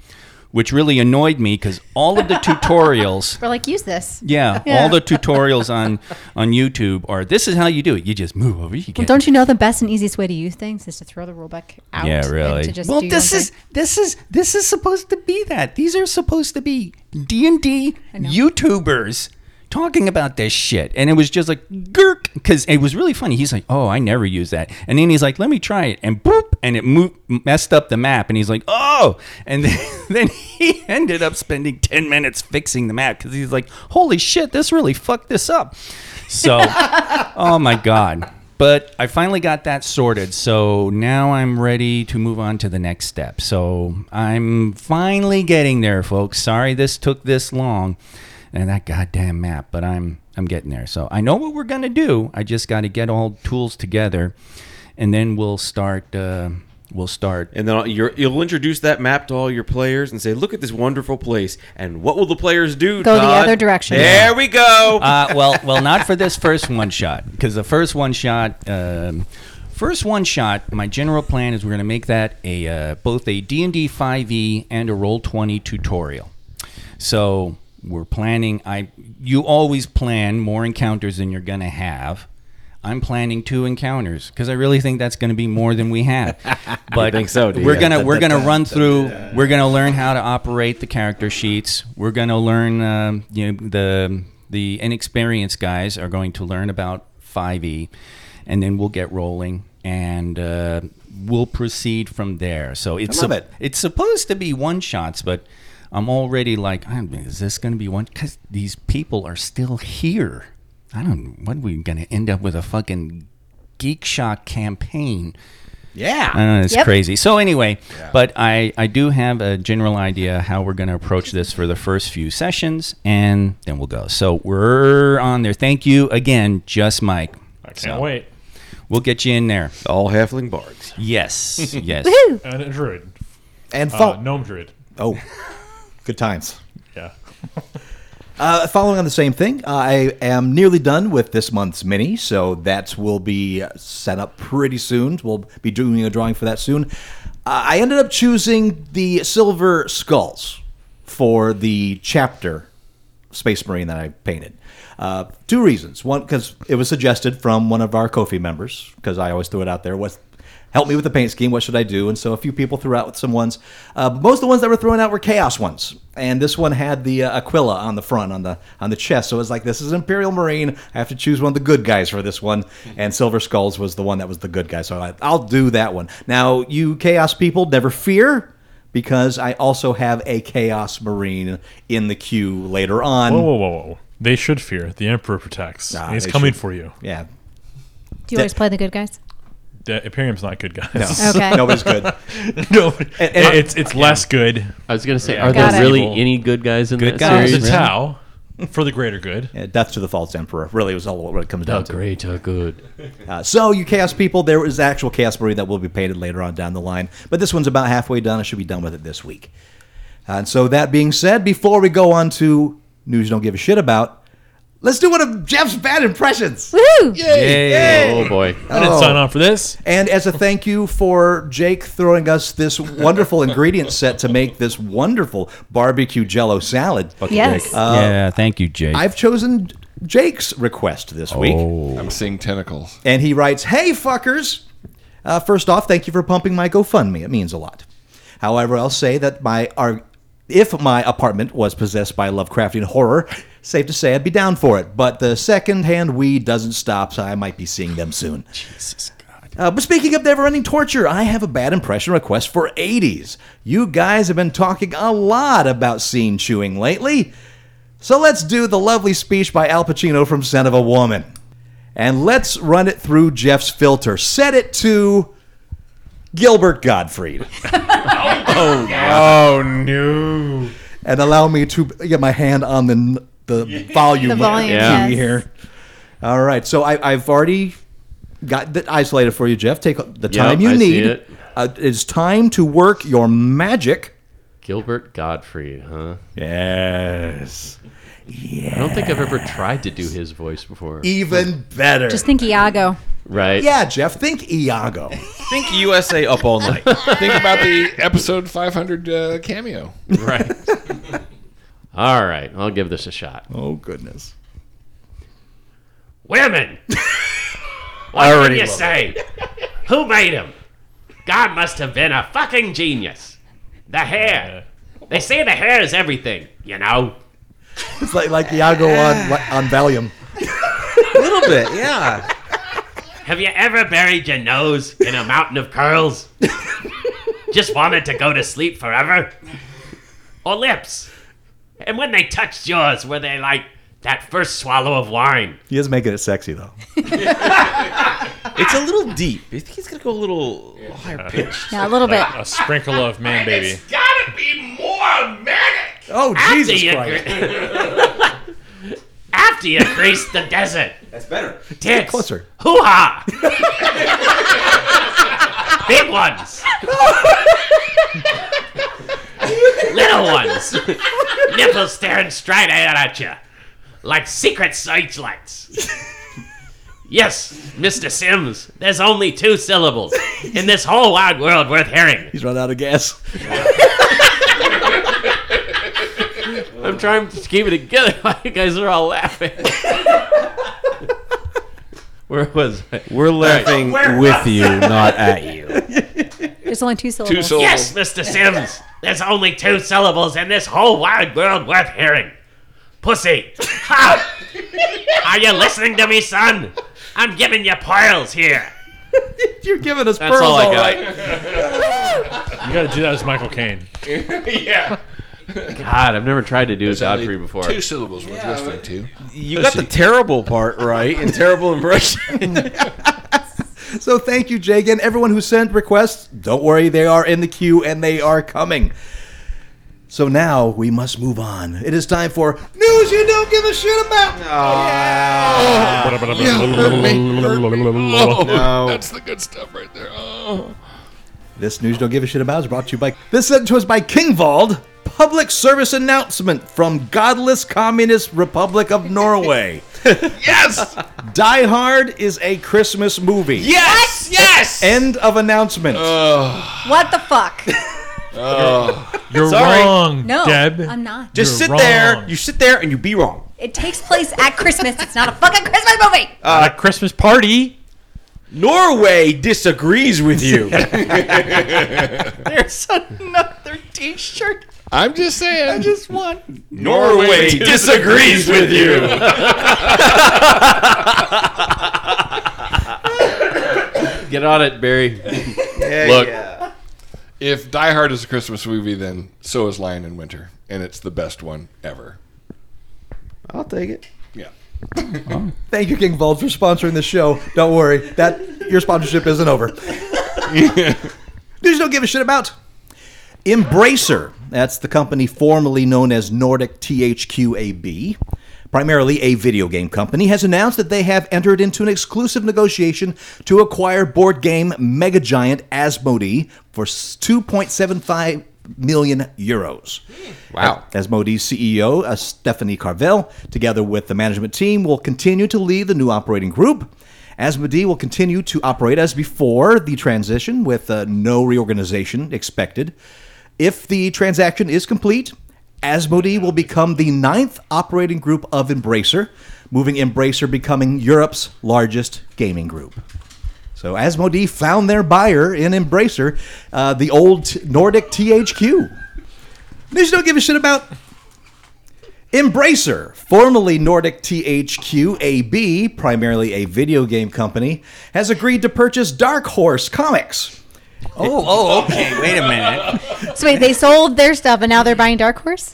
Speaker 2: which really annoyed me because all of the tutorials
Speaker 4: We're like, use this.
Speaker 2: yeah,
Speaker 4: Yeah.
Speaker 2: all the tutorials on *laughs* on YouTube are this is how you do it. You just move over. You
Speaker 4: Well,
Speaker 2: get
Speaker 4: don't you know the best and easiest way to use things is to throw the rulebook out?
Speaker 2: Yeah,
Speaker 4: and
Speaker 2: really.
Speaker 4: to just
Speaker 2: well,
Speaker 4: do your
Speaker 2: this
Speaker 4: own
Speaker 2: is
Speaker 4: thing?
Speaker 2: this is this is supposed to be that. These are supposed to be D and D YouTubers talking about this shit, and it was just like gurk because it was really funny. He's like, "Oh, I never use that," and then he's like, "Let me try it," and boop, and it moved, messed up the map, and he's like, "Oh," and then, *laughs* then he ended up spending ten minutes fixing the map because he's like, "Holy shit, this really fucked this up." So, oh my god. But I finally got that sorted, so now I'm ready to move on to the next step. So I'm finally getting there, folks. Sorry this took this long, and that goddamn map, but I'm I'm getting there. So I know what we're gonna do. I just got to get all tools together, and then we'll start. Uh, we'll start.
Speaker 3: And then you're, you'll introduce that map to all your players and say, "Look at this wonderful place." And what will the players do?
Speaker 4: Go the
Speaker 3: Todd?
Speaker 4: other direction.
Speaker 3: There we go.
Speaker 2: uh, well, well, not for this first one shot because the first one shot, um, first one shot. My general plan is we're going to make that a uh, both a D and D five e and a roll twenty tutorial. So we're planning. I you always plan more encounters than you're going to have. I'm planning two encounters because I really think that's going to be more than we
Speaker 3: *laughs*
Speaker 2: have. But
Speaker 3: think so, do
Speaker 2: we're
Speaker 3: you?
Speaker 2: gonna we're gonna run through. We're gonna learn how to operate the character sheets. We're gonna learn. Um, you know, the the inexperienced guys are going to learn about five e, and then we'll get rolling and uh, we'll proceed from there. So it's
Speaker 6: love it.
Speaker 2: it's supposed to be one shots, but I'm already like, I mean, is this going to be one? Because these people are still here. I don't. What are we going to end up with a fucking geek shock campaign?
Speaker 6: Yeah.
Speaker 2: I don't know. It's
Speaker 4: Yep.
Speaker 2: crazy. So anyway, but I I do have a general idea how we're going to approach this for the first few sessions, and then we'll go. So we're on there. Thank you again, just Mike.
Speaker 9: I can't
Speaker 2: So
Speaker 9: wait.
Speaker 2: We'll get you in there.
Speaker 3: all halfling bards.
Speaker 2: Yes. Yes.
Speaker 4: Woohoo!
Speaker 9: And a Uh, druid.
Speaker 6: And
Speaker 9: Uh,
Speaker 6: fo-
Speaker 9: Gnome druid.
Speaker 6: Oh, good times.
Speaker 9: Yeah.
Speaker 6: Uh, following on the same thing, I am nearly done with this month's mini, so that will be set up pretty soon. We'll be doing a drawing for that soon. Uh, I ended up choosing the silver skulls for the chapter space marine that I painted. Uh, two reasons: one, because it was suggested from one of our Kofi members, because I always threw it out there. What's help me with the paint scheme? What should I do? And so a few people threw out some ones. Uh, but most of the ones that were thrown out were chaos ones, and this one had the uh, Aquila on the front on the on the chest. So it was like this is Imperial Marine. I have to choose one of the good guys for this one, and Silver Skulls was the one that was the good guy. So I, I'll do that one. Now you chaos people, never fear. Because I also have a Chaos Marine in the queue later on.
Speaker 9: Whoa, whoa, whoa, whoa. They should fear. The emperor protects.
Speaker 6: Nah,
Speaker 9: He's
Speaker 6: they
Speaker 9: coming
Speaker 6: should.
Speaker 9: for you.
Speaker 6: Yeah.
Speaker 4: Do you always play the good guys?
Speaker 9: The Imperium's not good, guys.
Speaker 4: Okay.
Speaker 6: Nobody's good.
Speaker 9: *laughs* no, it's it's less good.
Speaker 10: I was gonna say, are
Speaker 4: Got
Speaker 10: there
Speaker 4: it.
Speaker 10: really
Speaker 9: Evil.
Speaker 10: any good guys in
Speaker 2: Good
Speaker 10: that
Speaker 2: guys.
Speaker 9: The
Speaker 10: series?
Speaker 9: Tau, for the greater good.
Speaker 6: Yeah, death to the false emperor really was all what it comes
Speaker 10: The
Speaker 6: down to.
Speaker 10: great are good.
Speaker 6: *laughs* Uh, so, you chaos people, there is actual chaos marine that will be painted later on down the line, but this one's about halfway done. I should be done with it this week. And so, that being said, before we go on to news you don't give a shit about, let's do one of Jeff's bad impressions.
Speaker 4: Woohoo!
Speaker 3: *laughs*
Speaker 10: Oh boy.
Speaker 9: I didn't sign on for this.
Speaker 6: And as a thank you for Jake throwing us this wonderful ingredient set to make this wonderful barbecue jello salad, Uh,
Speaker 4: Yes.
Speaker 2: yeah. Thank you, Jake.
Speaker 6: I've chosen Jake's request this week.
Speaker 10: Oh.
Speaker 2: Oh.
Speaker 5: I'm seeing
Speaker 10: *laughs*
Speaker 5: tentacles.
Speaker 6: And he writes, Hey, fuckers! Uh, first off, thank you for pumping my GoFundMe. It means a lot. However, I'll say that my our, if my apartment was possessed by Lovecraftian horror, safe to say I'd be down for it. But the second-hand weed doesn't stop, so I might be seeing them soon. Uh, but speaking of never-ending torture, I have a bad impression request for 80s. You guys have been talking a lot about scene chewing lately. So let's do the lovely speech by Al Pacino from Son of a Woman. And let's run it through Jeff's filter. Set it to Gilbert
Speaker 10: *laughs*
Speaker 6: Gottfried.
Speaker 9: Oh no!
Speaker 10: *laughs*
Speaker 6: and allow me to get my hand on the, the volume,
Speaker 4: The volume,
Speaker 6: key
Speaker 4: yes.
Speaker 6: here. All right. So I, I've already got that isolated for you, Jeff. Take the time you
Speaker 10: I see
Speaker 6: need.
Speaker 10: it.
Speaker 6: Uh, it's time to work your magic.
Speaker 10: Gilbert Gottfried, huh?
Speaker 6: Yes.
Speaker 10: I don't think I've ever tried to do his voice before.
Speaker 6: Even better.
Speaker 4: Just think Iago.
Speaker 10: right?
Speaker 6: yeah, Jeff. Think Iago. *laughs*
Speaker 3: Think USA up all night.
Speaker 5: Think about the episode 500 uh, cameo.
Speaker 10: Right. All right, I'll give this a shot.
Speaker 6: oh goodness.
Speaker 11: Women!
Speaker 10: I already
Speaker 11: You say, who made him? God must have been a fucking genius. The hair. They say the hair is everything, you know?
Speaker 6: It's like like Iago on on Valium.
Speaker 3: A little bit, yeah.
Speaker 11: Have you ever buried your nose in a mountain of curls? Just wanted to go to sleep forever? Or lips? And when they touched yours, were they like that first swallow of wine?
Speaker 6: He is making it sexy though.
Speaker 3: It's a little deep. I think he's gonna go a little higher pitched.
Speaker 4: Yeah, a little bit.
Speaker 9: A sprinkle of
Speaker 11: *laughs*
Speaker 9: man baby.
Speaker 11: gotta be more manic!
Speaker 6: Oh Jesus Christ!
Speaker 11: gre- After you grease the desert. That's better. Tits.
Speaker 6: Closer.
Speaker 11: Hoo ha! Big ones. Little ones. Nipples staring straight out at you. Like secret searchlights. Yes, Mr. Sims, there's only two syllables in this whole wide world worth
Speaker 6: *laughs*
Speaker 11: hearing.
Speaker 6: He's run out of gas.
Speaker 10: I'm trying to keep it together. Why you guys are all laughing? Where was I?
Speaker 2: We're laughing with you, not at you.
Speaker 4: There's only two syllables.
Speaker 11: Yes, Mr. Sims. There's only two syllables in this whole wide world worth hearing. Pussy. Ha! Are you listening to me, son? I'm giving you pearls here.
Speaker 6: You're giving us
Speaker 10: That's all I got.
Speaker 9: You got to do that as Michael Caine.
Speaker 10: God, I've never tried to do a Godfrey before.
Speaker 5: Two syllables worth listening to.
Speaker 3: You got the terrible part right and terrible impression.
Speaker 6: So thank you, Jake, and everyone who sent requests. Don't worry, they are in the queue and they are coming. So now we must move on. It is time for news you don't give a shit about.
Speaker 5: Oh, that's the good stuff right there. Oh.
Speaker 6: This news you don't give a shit about is brought to you by this sent to us by Kingvald. Public service announcement from Godless Communist Republic of Norway.
Speaker 5: Yes!
Speaker 6: Die Hard is a Christmas movie.
Speaker 5: Yes! Uh. Yes!
Speaker 10: *laughs*
Speaker 6: End of announcement.
Speaker 4: What the fuck?
Speaker 9: *laughs* You're
Speaker 3: Sorry.
Speaker 9: wrong,
Speaker 4: No,
Speaker 9: Deb.
Speaker 4: I'm not.
Speaker 3: Just
Speaker 9: You're
Speaker 3: sit there.
Speaker 9: wrong.
Speaker 3: You sit there and you be wrong.
Speaker 4: It takes place at Christmas. It's not a fucking Christmas movie.
Speaker 9: At a Christmas party.
Speaker 3: Norway disagrees with you. There's another T-shirt.
Speaker 5: I'm just saying. I just
Speaker 3: Norway disagrees with you.
Speaker 10: *laughs* Get on it, Barry.
Speaker 5: Look, if Die Hard is a Christmas movie, then so is Lion in Winter, and it's the best one ever.
Speaker 3: I'll take it.
Speaker 5: Yeah.
Speaker 6: Thank you, Kingvald, for sponsoring the show. Don't worry, that your sponsorship isn't
Speaker 5: *laughs*
Speaker 6: over. News you don't give a shit about. Embracer, that's the company formerly known as Nordic THQAB, primarily a video game company, has announced that they have entered into an exclusive negotiation to acquire board game megagiant Asmodee for 2.75 million euros. Wow. Asmodee's CEO, uh, Stephanie Carvel, together with the management team, will continue to lead the new operating group. Asmodee will continue to operate as before the transition, with uh, no reorganization expected. If the transaction is complete, Asmodee will become the ninth operating group of Embracer, moving Embracer becoming Europe's largest gaming group. So Asmodee found their buyer in Embracer, uh, the old Nordic THQ. News you don't give a shit about. Embracer, formerly Nordic THQ AB, primarily a video game company, has agreed to purchase Dark Horse Comics.
Speaker 2: Oh, okay. Wait a
Speaker 5: *laughs*
Speaker 2: minute.
Speaker 4: So wait, they sold their stuff and now they're buying Dark Horse?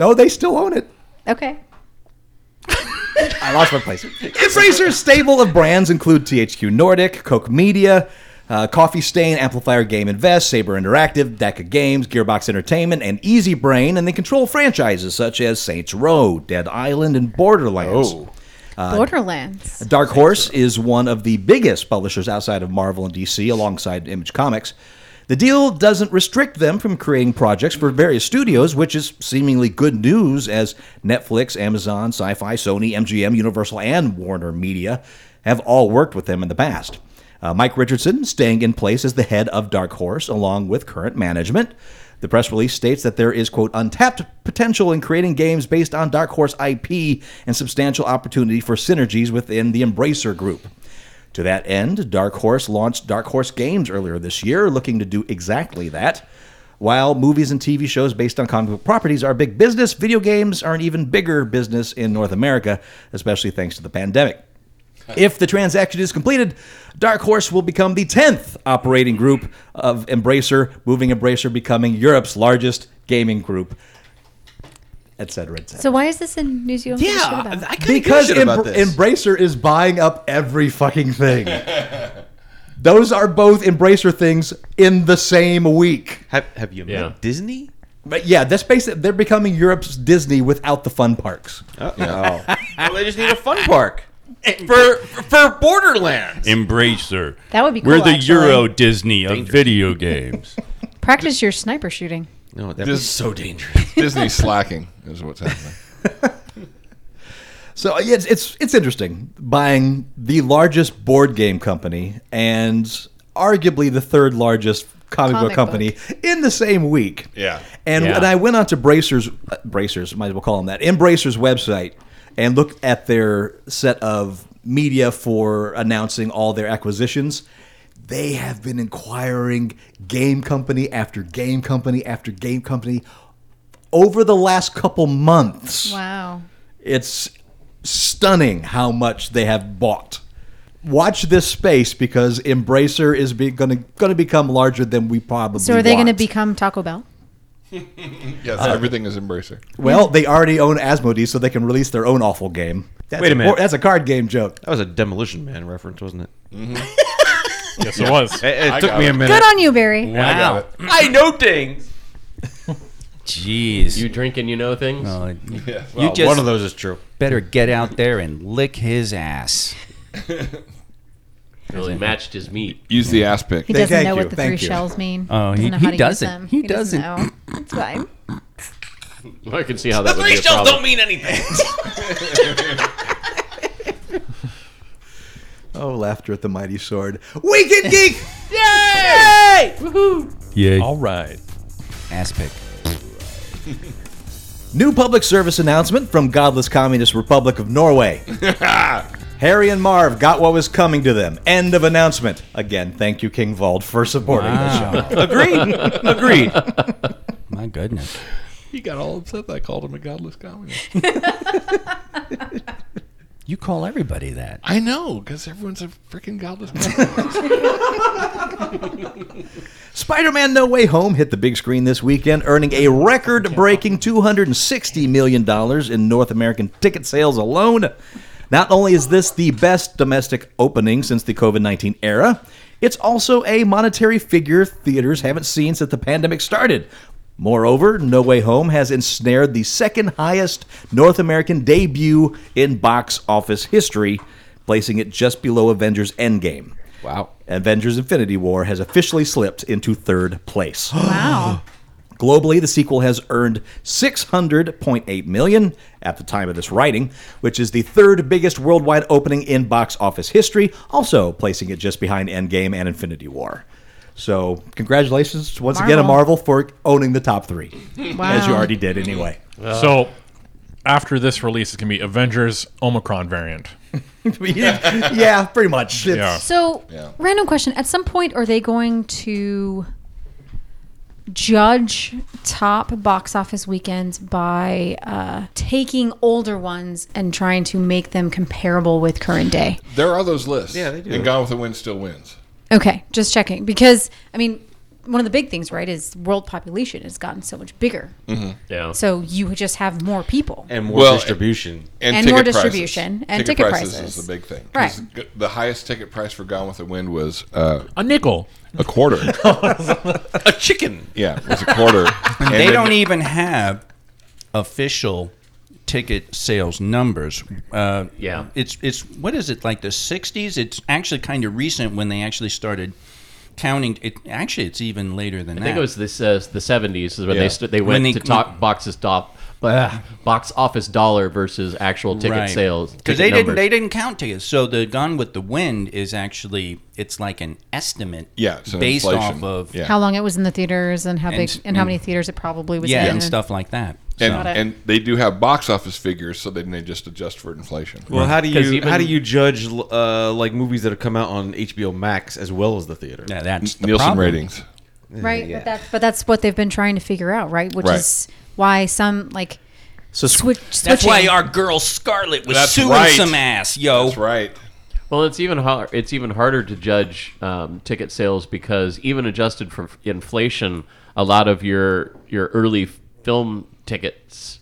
Speaker 6: No, they still own it.
Speaker 4: Okay.
Speaker 6: I lost my *laughs* place. Embracer's stable of brands include THQ Nordic, Coke Media, uh, Coffee Stain, Amplifier Game Invest, Saber Interactive, Deca Games, Gearbox Entertainment, and Easy Brain, and they control franchises such as Saints Row, Dead Island, and Borderlands. Uh,
Speaker 4: Borderlands.
Speaker 6: Dark Horse is one of the biggest publishers outside of Marvel and DC, alongside Image Comics. The deal doesn't restrict them from creating projects for various studios, which is seemingly good news as Netflix, Amazon, Sci Fi, Sony, MGM, Universal, and Warner Media have all worked with them in the past. Uh, Mike Richardson staying in place as the head of Dark Horse, along with current management. The press release states that there is, quote, untapped potential in creating games based on Dark Horse IP and substantial opportunity for synergies within the Embracer Group. To that end, Dark Horse launched Dark Horse Games earlier this year, looking to do exactly that. While movies and TV shows based on comic book properties are big business, video games are an even bigger business in North America, especially thanks to the pandemic. If the transaction is completed, Dark Horse will become the 10th operating group of Embracer, moving Embracer becoming Europe's largest gaming group, et cetera, et cetera.
Speaker 4: So why is this in New Zealand?
Speaker 3: Yeah,
Speaker 4: I
Speaker 6: Because Embr- Embracer is buying up every fucking thing. *laughs* Those are both Embracer things in the same week.
Speaker 3: Have, have you met Disney?
Speaker 6: But yeah, that's basically they're becoming Europe's Disney without the fun parks. Oh.
Speaker 3: Well, they just need a fun park for for Borderlands.
Speaker 12: Embracer.
Speaker 2: Oh,
Speaker 4: That would be
Speaker 12: We're
Speaker 4: cool,
Speaker 12: the
Speaker 4: actually.
Speaker 12: Euro Disney of
Speaker 2: *laughs*
Speaker 12: video games.
Speaker 4: Practice your sniper shooting.
Speaker 3: No,
Speaker 5: Dis- *laughs* Disney's slacking is what's happening.
Speaker 6: So uh, yeah, it's, it's it's interesting buying the largest board game company and arguably the third largest comic, book
Speaker 5: Comic
Speaker 6: company in the same week.
Speaker 5: Yeah.
Speaker 6: And
Speaker 5: Yeah.
Speaker 6: when I went onto Bracers, uh, Bracers, might as well call them that, Embracer's website and looked at their set of media for announcing all their acquisitions, they have been inquiring game company after game company after game company over the last couple months.
Speaker 4: Wow.
Speaker 6: It's stunning how much they have bought. Watch this space because Embracer is be, going to going to become larger than we probably.
Speaker 4: So are they going
Speaker 6: want.
Speaker 4: to become Taco Bell?
Speaker 5: Yes,
Speaker 6: Uh,
Speaker 5: everything is Embracer.
Speaker 6: Well, they already own Asmodee, so they can release their own awful game. That's
Speaker 3: Wait a minute.
Speaker 6: por- that's a card game joke.
Speaker 3: That was a Demolition Man reference, wasn't it? Mm-hmm.
Speaker 9: Yes, it was.
Speaker 3: It, it
Speaker 9: I
Speaker 3: took
Speaker 9: got
Speaker 3: me
Speaker 9: it.
Speaker 3: a minute.
Speaker 4: Good on you, Barry.
Speaker 3: I got it. I know things.
Speaker 2: Jeez.
Speaker 10: You drink and you know things?
Speaker 2: Well,
Speaker 12: *laughs*
Speaker 10: Yeah.
Speaker 2: you
Speaker 10: Well,
Speaker 2: just
Speaker 10: one of those is true.
Speaker 2: Better get out there and lick his ass.
Speaker 10: Really matched his meat.
Speaker 5: Use the ass pick.
Speaker 4: He doesn't know what the three shells mean.
Speaker 2: Oh, he-
Speaker 4: know
Speaker 2: he
Speaker 4: how to use
Speaker 2: doesn't.
Speaker 4: them.
Speaker 2: He
Speaker 4: know. That's fine.
Speaker 10: *laughs* I can see how that
Speaker 3: The
Speaker 10: would be
Speaker 3: three
Speaker 10: a
Speaker 3: shells
Speaker 10: problem.
Speaker 3: don't mean anything.
Speaker 6: Oh, laughter at the mighty sword.
Speaker 4: *laughs*
Speaker 6: Weekend Geek!
Speaker 3: Yay! Woohoo!
Speaker 12: Yay.
Speaker 9: All right.
Speaker 2: Ass pick.
Speaker 6: New public service announcement from Godless Communist Republic
Speaker 3: *laughs*
Speaker 6: of Norway. Harry and Marv got what was coming to them. End of announcement. Again, thank you, King Vald, for supporting
Speaker 2: Wow.
Speaker 6: the show.
Speaker 2: Agreed. Agreed. *laughs* My goodness.
Speaker 5: He got all upset that I called him a godless communist.
Speaker 2: *laughs* You call everybody that.
Speaker 5: I know, because everyone's a freaking godless communist.
Speaker 6: Spider Man No Way Home hit the big screen this weekend, earning a record breaking $260 million in North American ticket sales alone. Not only is this the best domestic opening since the COVID 19 era, it's also a monetary figure theaters haven't seen since the pandemic started. Moreover, No Way Home has ensnared the second highest North American debut in box office history, placing it just below Avengers Endgame.
Speaker 3: Wow.
Speaker 6: Avengers Infinity War has officially slipped into third place. *gasps* Wow. Globally, the sequel has earned 600.8 million at the time of this writing, which is the third biggest worldwide opening in box office history, also placing it just behind Endgame and Infinity War. So, congratulations once again to
Speaker 9: Marvel.
Speaker 6: Marvel for owning the top 3. As you already did anyway. *laughs*
Speaker 9: so after this release, it's gonna be Avengers Omicron variant.
Speaker 6: yeah, pretty much.
Speaker 9: yeah.
Speaker 4: So, random question. At some point, are they going to judge top box office weekends by uh, taking older ones and trying to make them comparable with current day?
Speaker 5: there are those lists.
Speaker 3: Yeah, they do.
Speaker 5: And Gone with the Wind still wins.
Speaker 4: Okay, just checking. Because, I mean, one of the big things, right, is world population has gotten so much bigger.
Speaker 5: Mm-hmm.
Speaker 10: Yeah.
Speaker 4: So, you just have more people.
Speaker 3: And more
Speaker 5: Well,
Speaker 3: distribution.
Speaker 4: and And more ticket prices. distribution and ticket prices.
Speaker 5: is the big thing.
Speaker 4: Right.
Speaker 5: 'Cause g- The highest ticket price for Gone with the Wind was uh,
Speaker 9: a nickel,
Speaker 5: a quarter.
Speaker 3: a chicken.
Speaker 5: Yeah, it was a quarter.
Speaker 2: they
Speaker 5: then-
Speaker 2: don't even have official ticket sales numbers. Uh, yeah, it's it's what is it like the '60s? It's actually kind of recent when they actually started counting. It actually it's even later than
Speaker 10: I
Speaker 2: that.
Speaker 10: think it was this uh, the seventies is when
Speaker 2: Yeah.
Speaker 10: they st- they
Speaker 2: When
Speaker 10: went
Speaker 2: they-
Speaker 10: to top boxes top. Blah, box office dollar versus actual ticket sales
Speaker 2: because
Speaker 10: ticket
Speaker 2: they didn't
Speaker 10: numbers.
Speaker 2: they didn't count tickets. So the Gone with the Wind is actually it's like an estimate.
Speaker 5: Yeah, it's an
Speaker 2: based
Speaker 5: inflation.
Speaker 2: off of
Speaker 5: Yeah.
Speaker 4: How long it was in the theaters and how
Speaker 2: And
Speaker 4: big
Speaker 2: s- mm.
Speaker 4: and how
Speaker 2: and-
Speaker 4: many theaters it probably was in.
Speaker 2: like that.
Speaker 5: And,
Speaker 4: So-
Speaker 5: and they do have box office figures, so then they just adjust for inflation.
Speaker 3: Well, how do you
Speaker 5: 'Cause
Speaker 3: how do
Speaker 5: even-
Speaker 3: you judge uh, like movies that have come out on HBO Max as well as the theater?
Speaker 2: Yeah, that's
Speaker 5: the Nielsen problem. ratings.
Speaker 4: Right, but that's but that's what they've been trying to figure out, right? Which
Speaker 3: Right.
Speaker 4: is why some like
Speaker 6: so
Speaker 4: switch.
Speaker 2: That's
Speaker 4: switching.
Speaker 2: why our girl Scarlet was
Speaker 10: That's
Speaker 2: suing
Speaker 10: right.
Speaker 2: some ass, yo. That's
Speaker 5: right.
Speaker 10: Well, it's even har it's even harder to judge um, ticket sales because even adjusted for f- inflation, a lot of your your early f- film tickets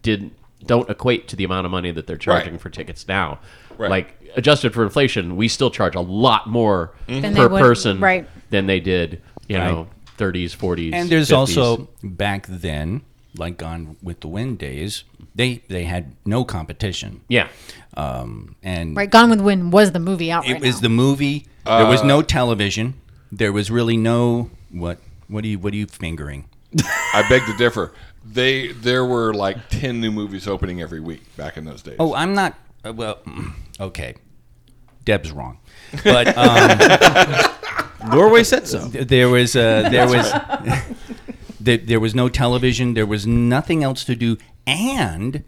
Speaker 10: didn't don't equate to the amount of money that they're charging for tickets now.
Speaker 11: Right.
Speaker 10: Like adjusted for inflation, we still charge a lot more
Speaker 2: Mhm.
Speaker 4: Than
Speaker 10: per
Speaker 4: they would-
Speaker 10: person
Speaker 4: right.
Speaker 10: than they did, you
Speaker 2: Right.
Speaker 10: know, 30s, 40s.
Speaker 2: And there's
Speaker 10: 50s.
Speaker 2: also back then, like Gone with the Wind days, they they had no competition.
Speaker 10: Yeah,
Speaker 2: um, and
Speaker 4: right, Gone with the Wind was the movie out.
Speaker 2: it
Speaker 4: right
Speaker 2: was
Speaker 4: now.
Speaker 2: the movie. there was
Speaker 4: Uh,
Speaker 2: no television. There was really no what what do you what are you fingering?
Speaker 5: I beg to differ. They there were like ten new movies opening every week back in those days.
Speaker 2: Oh, I'm not. Uh, well, *clears throat* mm, okay. Deb's wrong, but um,
Speaker 3: *laughs* Norway said so.
Speaker 2: There was uh, there was *laughs* there, there was no television. There was nothing else to do, and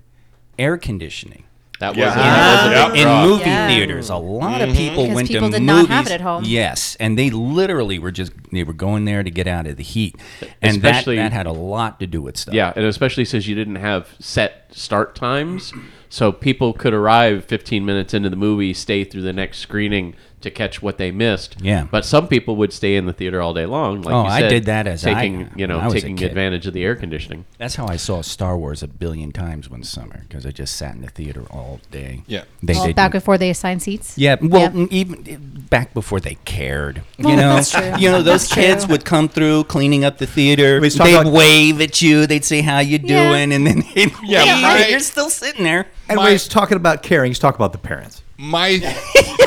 Speaker 2: air conditioning.
Speaker 10: That
Speaker 2: was
Speaker 10: was- that was a big
Speaker 2: in
Speaker 10: draw.
Speaker 2: movie
Speaker 10: Yeah.
Speaker 2: theaters. A lot
Speaker 10: Mhm.
Speaker 2: of people
Speaker 4: Because
Speaker 2: went
Speaker 4: people
Speaker 2: to
Speaker 4: did
Speaker 2: movies.
Speaker 4: not have it at home.
Speaker 2: Yes, and they literally were just they were going there to get out of the heat, and that,
Speaker 10: Especially-
Speaker 2: that had a lot to do with stuff.
Speaker 10: Yeah, and especially since you didn't have set start times, so people could arrive 15 minutes into the movie, stay through the next screening to catch what they missed.
Speaker 2: Yeah.
Speaker 10: But some people would stay in the theater all day long. Like
Speaker 2: Oh,
Speaker 10: you
Speaker 2: I
Speaker 10: said,
Speaker 2: did that as I-
Speaker 10: taking you
Speaker 2: when I
Speaker 10: know
Speaker 2: was a
Speaker 10: taking
Speaker 2: kid.
Speaker 10: advantage of the air conditioning.
Speaker 2: That's how I saw Star Wars a billion times one summer because I just sat in the theater all day.
Speaker 5: Yeah,
Speaker 2: they
Speaker 4: Well,
Speaker 2: did.
Speaker 4: back before they assigned seats.
Speaker 2: yeah, well,
Speaker 4: Yep.
Speaker 2: mm, even eh, back before they cared, you
Speaker 4: Well,
Speaker 2: know,
Speaker 4: that's true.
Speaker 2: you know, those
Speaker 4: That's
Speaker 2: kids
Speaker 4: true.
Speaker 2: would come through cleaning up the theater.
Speaker 6: We was talking
Speaker 2: They'd
Speaker 6: about-
Speaker 2: wave at you. They'd say how you doing,
Speaker 6: Yeah.
Speaker 2: and then they'd
Speaker 5: Yeah,
Speaker 2: leave,
Speaker 5: my-
Speaker 2: and you're still sitting there.
Speaker 6: And when he's talking about caring, he's talking about the parents.
Speaker 5: my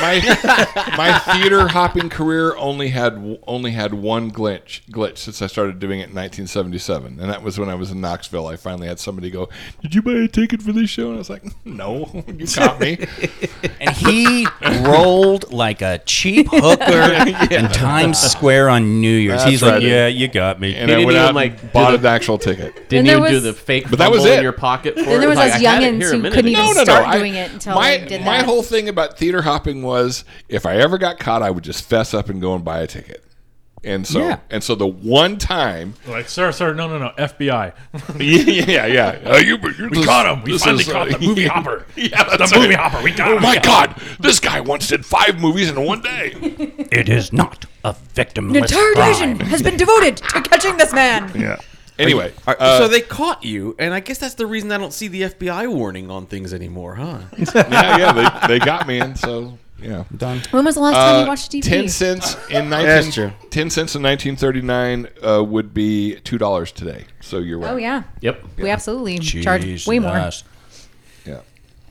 Speaker 5: my my theater hopping career only had only had one glitch glitch since I started doing it in 1977, and that was when I was in Knoxville. I finally had somebody go, "Did you buy a ticket for this show?" And I was like, "No, *laughs* you caught me."
Speaker 2: and he *laughs* rolled like a cheap hooker in Times Square on New Year's.
Speaker 5: That's
Speaker 2: He's
Speaker 5: right.
Speaker 2: like, "Yeah, you got me."
Speaker 5: And I went out like bought an actual ticket.
Speaker 10: Didn't
Speaker 4: there
Speaker 10: even do
Speaker 4: was-
Speaker 10: the fake
Speaker 5: But that was
Speaker 10: fumble in
Speaker 5: it.
Speaker 10: your pocket for
Speaker 4: Then there
Speaker 10: it.
Speaker 4: was
Speaker 10: Like,
Speaker 4: us
Speaker 10: I had it
Speaker 4: youngins
Speaker 10: here a
Speaker 4: who
Speaker 10: minute
Speaker 4: couldn't
Speaker 10: ago.
Speaker 4: even start doing it until
Speaker 5: my,
Speaker 4: they did
Speaker 5: my
Speaker 4: that.
Speaker 5: whole thing about theater hopping was if I ever got caught, I would just fess up and go and buy a ticket. And so,
Speaker 9: Yeah.
Speaker 5: and so the one
Speaker 9: *laughs*
Speaker 5: time,
Speaker 9: Like, sir, sir, no, no, no, FBI.
Speaker 5: yeah, yeah, Uh, you- you-
Speaker 9: we
Speaker 5: this-
Speaker 9: caught him. We
Speaker 5: this
Speaker 9: finally
Speaker 5: is, uh, *laughs*
Speaker 9: caught the movie
Speaker 5: yeah.
Speaker 9: hopper.
Speaker 5: Yeah,
Speaker 9: the
Speaker 5: that's
Speaker 9: movie
Speaker 5: right.
Speaker 9: hopper. We got
Speaker 5: Oh
Speaker 9: him.
Speaker 5: my God, this guy once did five movies in one
Speaker 9: *laughs*
Speaker 5: day.
Speaker 2: It is not a victimless
Speaker 4: An entire division has been devoted to catching this man.
Speaker 2: *laughs* Yeah.
Speaker 5: Anyway,
Speaker 3: Are-
Speaker 5: uh,
Speaker 3: so they caught you, and I guess that's the reason I don't see the FBI warning on things anymore, huh?
Speaker 5: yeah, yeah, they, they got me, and so yeah,
Speaker 2: done.
Speaker 4: When was the last time
Speaker 5: Uh,
Speaker 4: you watched TV?
Speaker 5: Ten cents in
Speaker 3: That's
Speaker 5: 19,
Speaker 3: true.
Speaker 5: Ten cents in nineteen thirty nine uh, would be two dollars today. So you're right.
Speaker 4: Oh yeah.
Speaker 10: Yep.
Speaker 4: We absolutely charge way more.
Speaker 5: Yeah.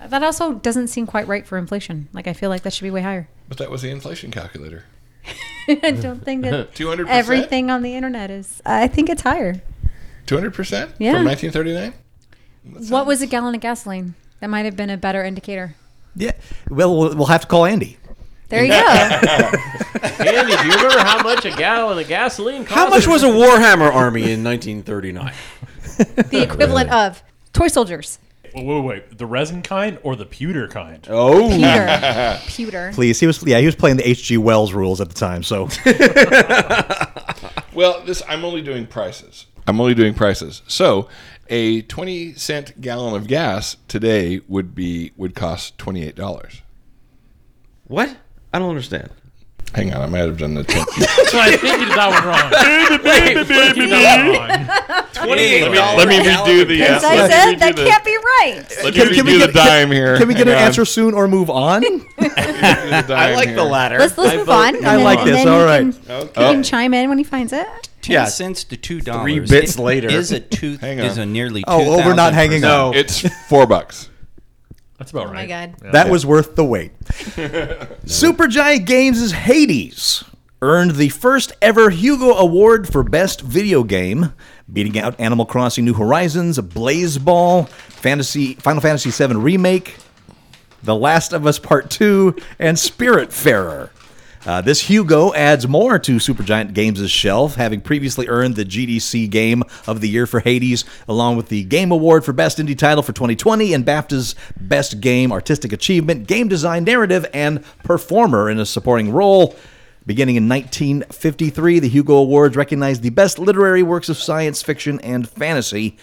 Speaker 4: That also doesn't seem quite right for inflation. Like I feel like that should be way higher. *laughs*
Speaker 5: But that was the inflation calculator.
Speaker 6: *laughs*
Speaker 4: I don't think that
Speaker 5: 200%?
Speaker 4: everything on the internet is. I think it's higher.
Speaker 5: Two hundred percent
Speaker 4: Yeah.
Speaker 5: from nineteen thirty nine.
Speaker 4: What was a gallon of gasoline? That might have been a better indicator.
Speaker 6: Yeah. Well, we'll we'll have to call Andy.
Speaker 4: There you go.
Speaker 6: *laughs*
Speaker 10: Andy, do you remember how much a gallon of gasoline cost?
Speaker 3: How much was a *laughs* Warhammer army in 1939?
Speaker 4: The equivalent of toy soldiers.
Speaker 9: *laughs* Wait, wait, wait. The resin kind or the pewter kind?
Speaker 3: Oh.
Speaker 6: *laughs*
Speaker 4: Pewter. Pewter.
Speaker 6: Please, he was yeah, he was playing the H.G. Wells rules at the
Speaker 5: *laughs*
Speaker 6: time. So
Speaker 5: Well, this I'm only doing prices. I'm only doing prices. So, a 20 cent gallon of gas today would be would cost $28.
Speaker 3: What? I don't understand.
Speaker 5: Hang on, I might have done the
Speaker 9: That's why *laughs* I think you did that one wrong.
Speaker 2: *laughs*
Speaker 9: You did that one wrong.
Speaker 3: *laughs* Twenty-eight.
Speaker 5: Let me redo the
Speaker 4: As I said, that can't be right.
Speaker 5: Let me redo the dime here.
Speaker 6: Can we get an
Speaker 5: Hang on.
Speaker 6: answer soon or
Speaker 3: *laughs*
Speaker 6: move on?
Speaker 5: I
Speaker 3: like the latter.
Speaker 4: Let's let's move on. and
Speaker 6: I like
Speaker 4: and
Speaker 6: this.
Speaker 4: then
Speaker 6: All
Speaker 4: he
Speaker 6: right.
Speaker 4: Can, He can chime in when he finds it.
Speaker 2: Ten
Speaker 3: Yeah.
Speaker 2: cents to two dollars.
Speaker 3: Three bits later.
Speaker 2: is a two is a nearly.
Speaker 6: Oh, well, we're not hanging
Speaker 2: 2,000%.
Speaker 6: on.
Speaker 5: It's four bucks.
Speaker 9: That's about
Speaker 4: right. Oh God.
Speaker 6: That was worth
Speaker 5: *laughs*
Speaker 6: the wait. Supergiant Games' Hades earned the first ever Hugo Award for Best Video Game, beating out Animal Crossing New Horizons, Blaze Ball, Fantasy, Final Fantasy VII Remake, The Last of Us Part 2, and Spiritfarer. Uh, this Hugo adds more to Supergiant Games' shelf, having previously earned the GDC Game of the Year for Hades, along with the Game Award for Best Indie Title for 2020 and BAFTA's Best Game, Artistic Achievement, Game Design, Narrative, and Performer in a supporting role. Beginning in 1953, the Hugo Awards recognized the best literary works of science fiction and fantasy.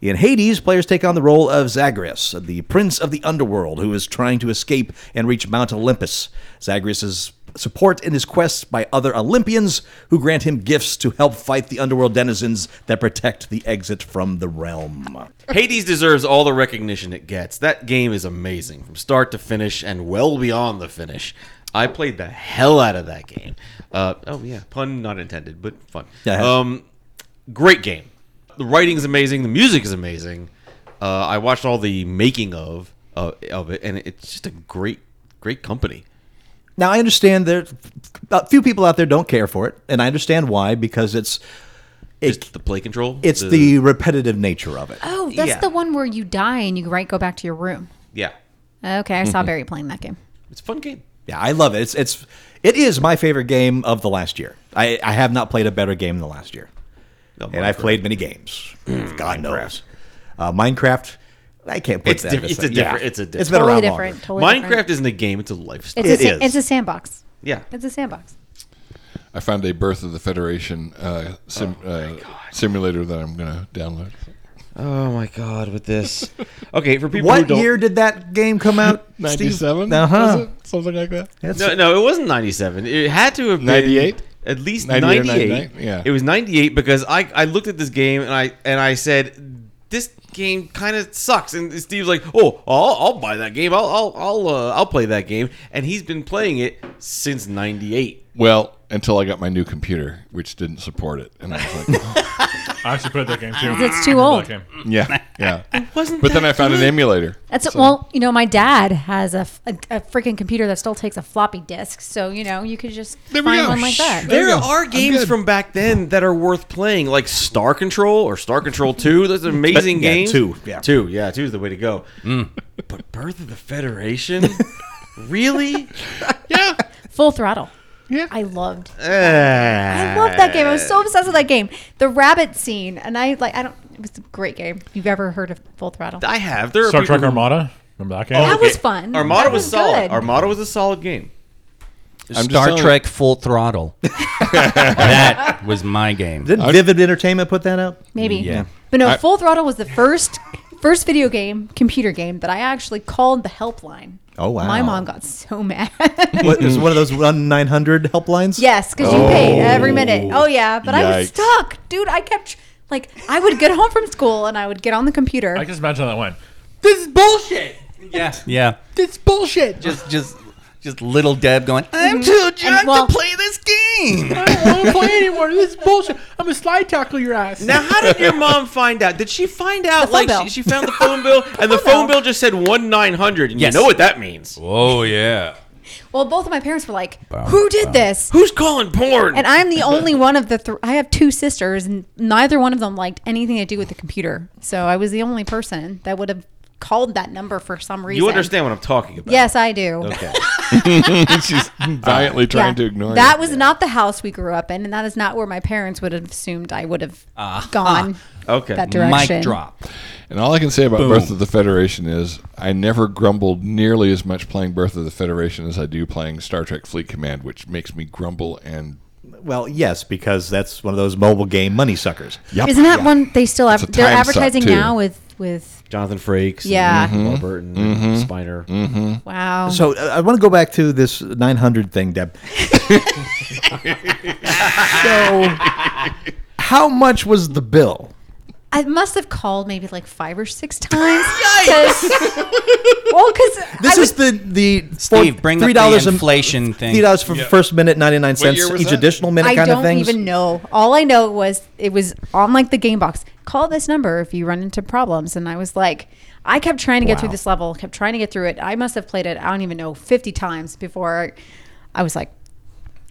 Speaker 6: In Hades, players take on the role of Zagreus, the prince of the underworld, who is trying to escape and reach Mount Olympus. Zagreus is support in his quests by other Olympians, who grant him gifts to help fight the underworld denizens that protect the exit from the realm.
Speaker 3: Hades deserves all the recognition it gets. That game is amazing from start to finish and well beyond the finish. I played the hell out of that game. Uh, oh yeah, pun not intended, but fun.
Speaker 6: Yeah.
Speaker 3: Um, great game. The writing's amazing. The music is amazing. Uh, I watched all the making of uh, of it, and it's just a great, great company.
Speaker 6: Now I understand there a few people out there don't care for it, and I understand why because it's
Speaker 3: Just the play control.
Speaker 6: it's the repetitive nature of it.
Speaker 4: Oh, that's
Speaker 3: Yeah.
Speaker 4: the one where you die and you right go back to your room.
Speaker 3: yeah.
Speaker 4: Okay, I
Speaker 6: *laughs*
Speaker 4: saw
Speaker 6: Mhm.
Speaker 4: Barry playing that game.
Speaker 3: It's a fun game.
Speaker 6: Yeah, I love it. It's it's it is my favorite game of the last year. I, I have not played a better game in the last year, and I've played many games. God knows, uh, Minecraft. I can't put
Speaker 3: It's
Speaker 6: that.
Speaker 3: diff-
Speaker 6: in
Speaker 3: it's a
Speaker 6: sec- yeah.
Speaker 3: different. It's a different.
Speaker 6: It's been around
Speaker 4: Totally
Speaker 6: longer.
Speaker 4: different. Totally
Speaker 3: Minecraft
Speaker 4: different.
Speaker 3: isn't a game; it's a lifestyle.
Speaker 4: It's a, sa- It's a sandbox.
Speaker 3: Yeah.
Speaker 4: It's a sandbox.
Speaker 5: I found a Birth of the Federation uh, sim,
Speaker 4: Oh
Speaker 5: uh, simulator that I'm going to download.
Speaker 3: *laughs* Oh my god! With this, okay, for people who
Speaker 6: What
Speaker 3: don't,
Speaker 6: year did that game come *laughs* out? Steve?
Speaker 5: 97?
Speaker 6: Uh-huh.
Speaker 5: Was it? Something like that?
Speaker 6: That's-
Speaker 3: No, no, it wasn't 97. It had to have been
Speaker 5: 98?
Speaker 3: At least
Speaker 5: 98 or
Speaker 3: 98.
Speaker 5: 99, yeah.
Speaker 3: It was 98 because I, I looked at this game and I and I said this game kind of sucks and Steve's like, "Oh, I'll, I'll buy that game. I'll I'll I'll, uh, I'll play that game." And he's been playing it since 98.
Speaker 5: Well, until I got my new computer, which didn't support it, and I was like, "Oh."
Speaker 4: *laughs*
Speaker 9: I actually played that game too.
Speaker 4: Because it's
Speaker 9: Ah, I
Speaker 4: too
Speaker 9: remember
Speaker 4: old.
Speaker 9: that game.
Speaker 5: yeah, yeah.
Speaker 4: wasn't
Speaker 5: but then
Speaker 4: that
Speaker 5: I found an
Speaker 4: good.
Speaker 5: emulator.
Speaker 4: That's
Speaker 5: So-
Speaker 4: well, you know, my dad has a, f- a, a freaking computer that still takes a floppy disk, so you know, you could just find one like that.
Speaker 3: There are games from back then that are worth playing, like Star Control or Star Control Two. Those are amazing
Speaker 6: yeah,
Speaker 3: games.
Speaker 6: two, yeah. Mm,
Speaker 3: two, yeah, two is the way to go. But Birth of the Federation, really?
Speaker 4: Full throttle. Yeah, I loved.
Speaker 3: I
Speaker 4: I loved that game. I was so obsessed with that game. The rabbit scene, and I like. I don't. It was a great game. You've ever heard of Full Throttle?
Speaker 3: I have. There are
Speaker 9: Star
Speaker 3: people
Speaker 9: Trek
Speaker 3: who-
Speaker 9: Armada. Oh. Remember that game?
Speaker 4: That was fun.
Speaker 3: Armada
Speaker 4: That
Speaker 3: was,
Speaker 4: was
Speaker 3: solid.
Speaker 4: good.
Speaker 3: Armada was a solid game.
Speaker 5: just
Speaker 2: Star
Speaker 5: telling
Speaker 2: Trek Full Throttle. that was my game.
Speaker 6: Didn't Vivid Entertainment put that out?
Speaker 4: Maybe.
Speaker 2: Yeah.
Speaker 4: But no,
Speaker 2: I-
Speaker 4: Full Throttle was the first first video game, computer game that I actually called the helpline.
Speaker 6: Oh, wow.
Speaker 4: My mom got so *laughs* mad.
Speaker 6: what, is it one of *laughs* those one nine hundred helplines?
Speaker 4: yes, because you paid every minute. Oh yeah, but I was
Speaker 6: Yikes.
Speaker 4: stuck, dude. I kept like I would get home from school and I would get on the computer.
Speaker 9: I can just imagine how that went.
Speaker 8: This is bullshit.
Speaker 2: Yeah. Yeah.
Speaker 8: It's bullshit.
Speaker 2: Just just just little Deb going.
Speaker 8: I'm too drunk
Speaker 4: well-
Speaker 8: to play
Speaker 2: this game.
Speaker 8: I don't
Speaker 3: *laughs*
Speaker 8: want to play anymore. This is bullshit. I'm gonna slide tackle your ass.
Speaker 3: Now, how did your mom find out? Did she find out?
Speaker 4: phone
Speaker 3: Like
Speaker 4: bill.
Speaker 3: she, she found the phone *laughs* bill, and the phone bill just said one nine hundred, and
Speaker 2: Yes.
Speaker 3: you know what that means?
Speaker 12: Oh yeah.
Speaker 4: well, both of my parents were like, "Who did this?"
Speaker 3: Who's calling porn?
Speaker 4: And I'm the only one of the three. I have two sisters, and neither one of them liked anything to do with the computer. So I was the only person that would have called that number for some reason.
Speaker 3: you understand what I'm talking about?
Speaker 4: Yes, I do.
Speaker 3: Okay.
Speaker 5: *laughs* She's valiantly trying to ignore
Speaker 4: That
Speaker 5: it.
Speaker 4: was not the house we grew up in, and that is not where my parents would have assumed I would have
Speaker 6: Ah.
Speaker 4: gone.
Speaker 3: Okay.
Speaker 4: That direction.
Speaker 2: Mic drop.
Speaker 5: And all I can say about
Speaker 2: Boom.
Speaker 5: Birth of the Federation is I never grumbled nearly as much playing Birth of the Federation as I do playing Star Trek Fleet Command, which makes me grumble and
Speaker 6: Well, yes, because that's one of those mobile game money suckers.
Speaker 5: Yep.
Speaker 4: Isn't that one they still
Speaker 5: It's
Speaker 4: have?
Speaker 5: a
Speaker 4: They're
Speaker 5: time suck,
Speaker 4: advertising
Speaker 5: too.
Speaker 4: now with with
Speaker 3: Jonathan Frakes. and
Speaker 4: Yeah.
Speaker 3: Paul Burton. and Spiner.
Speaker 4: wow.
Speaker 6: So uh, I want to go back to this 900 thing, Deb. *laughs* so, how much was the bill?
Speaker 4: I must have called maybe like five or
Speaker 6: *laughs*
Speaker 4: six times. *laughs* 'cause- well, because
Speaker 6: This is the the
Speaker 2: Steve,
Speaker 6: four-
Speaker 2: bring up the
Speaker 6: a-
Speaker 2: inflation thing.
Speaker 6: Three dollars for
Speaker 2: Yeah.
Speaker 6: first minute, ninety nine
Speaker 2: What
Speaker 6: cents
Speaker 2: year was
Speaker 6: each
Speaker 2: that?
Speaker 6: additional minute
Speaker 4: I
Speaker 6: kind
Speaker 4: don't
Speaker 6: of things.
Speaker 4: even know. All I know was it was on like the game box. Call this number if you run into problems. And I was like, I kept trying to get through
Speaker 13: Wow.
Speaker 4: this level, kept trying to get through it. I must have played it, I don't even know, 50 times before I was like,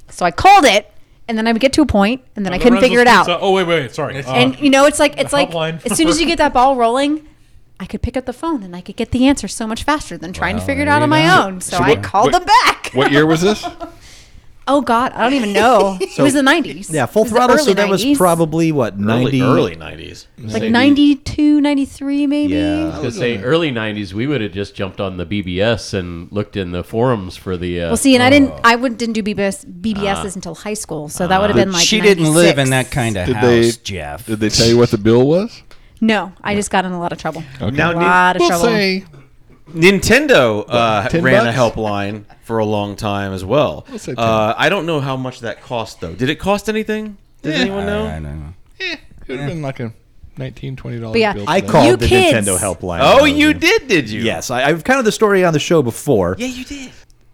Speaker 4: so I called it. And then I would get to a point, and then I couldn't figure it out.
Speaker 9: oh wait, wait, sorry. Uh,
Speaker 4: and you know, it's like it's
Speaker 9: the
Speaker 4: like
Speaker 9: helpline
Speaker 4: as soon as
Speaker 9: for-
Speaker 4: you
Speaker 9: *laughs*
Speaker 4: get that ball rolling, I could pick up the phone and I could get the answer so much faster than trying to
Speaker 5: Wow,
Speaker 4: figure it
Speaker 5: there
Speaker 4: out on
Speaker 5: you
Speaker 4: my
Speaker 5: go.
Speaker 4: own. So,
Speaker 5: So
Speaker 4: I
Speaker 5: what-
Speaker 4: called
Speaker 5: what-
Speaker 4: them back.
Speaker 5: What year was this?
Speaker 4: Oh God, I don't even
Speaker 6: *laughs*
Speaker 4: know. it
Speaker 6: So-
Speaker 4: was the nineties.
Speaker 6: Yeah, full throttle. So that was probably what ninety
Speaker 10: early
Speaker 3: 90s.
Speaker 4: like 92, 93 maybe.
Speaker 10: Yeah, I was gonna say early '90s. We would have just jumped on the BBS and looked in the forums for the. Uh,
Speaker 4: Well, see, and I
Speaker 6: Oh.
Speaker 4: didn't. I would, didn't do BBS, BBSs
Speaker 10: Ah.
Speaker 4: until high school, so that would have
Speaker 10: Ah.
Speaker 4: been like.
Speaker 2: she didn't live
Speaker 4: 96.
Speaker 2: in that kind of
Speaker 5: Did
Speaker 2: house,
Speaker 5: they-
Speaker 2: Jeff.
Speaker 5: Did they tell you what the bill was?
Speaker 4: No, I just got in a lot of trouble.
Speaker 5: Okay.
Speaker 4: Now,
Speaker 5: Now,
Speaker 4: a lot of
Speaker 5: we'll
Speaker 4: trouble.
Speaker 5: say-
Speaker 3: Nintendo uh,
Speaker 5: $10
Speaker 3: ran
Speaker 5: bucks?
Speaker 3: a helpline for a long time as
Speaker 5: *laughs*
Speaker 3: well.
Speaker 5: Let's say
Speaker 3: Uh, I don't know how much that cost though. Did it cost anything? Does
Speaker 5: Yeah.
Speaker 3: anyone know?
Speaker 2: I don't know.
Speaker 5: It would have been like a $19, $20
Speaker 4: But yeah,
Speaker 5: bill.
Speaker 6: I
Speaker 5: today.
Speaker 6: called the Nintendo helpline.
Speaker 3: Oh, you did, did you?
Speaker 6: Yes, I, I've counted the story on the show before.
Speaker 3: Yeah, you did.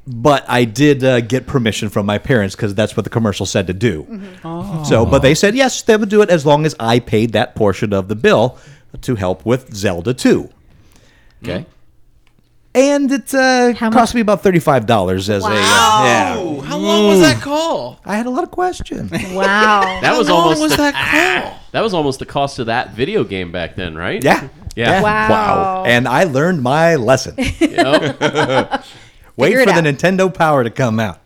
Speaker 6: But I did uh, get permission from my parents because that's what the commercial said to do.
Speaker 2: Oh.
Speaker 6: So, but they said yes, they would do it as long as I paid that portion of the bill to help with Zelda 2.
Speaker 3: Mm.
Speaker 6: Okay. And it uh, cost me about thirty-five dollars as a uh, yeah.
Speaker 3: How long was that call?
Speaker 6: I had a lot
Speaker 3: *laughs*
Speaker 6: of questions. *laughs*
Speaker 4: Wow.
Speaker 10: That
Speaker 3: How
Speaker 10: was
Speaker 3: long
Speaker 10: almost
Speaker 3: was
Speaker 10: the-
Speaker 3: that call?
Speaker 10: *laughs* that was almost the cost of that video game back then, right?
Speaker 6: Yeah.
Speaker 10: Yeah.
Speaker 4: Wow.
Speaker 6: And I learned
Speaker 4: *laughs*
Speaker 6: my lesson. *laughs* Wait
Speaker 4: Figure it
Speaker 6: for the
Speaker 4: out.
Speaker 6: Nintendo Power to come out.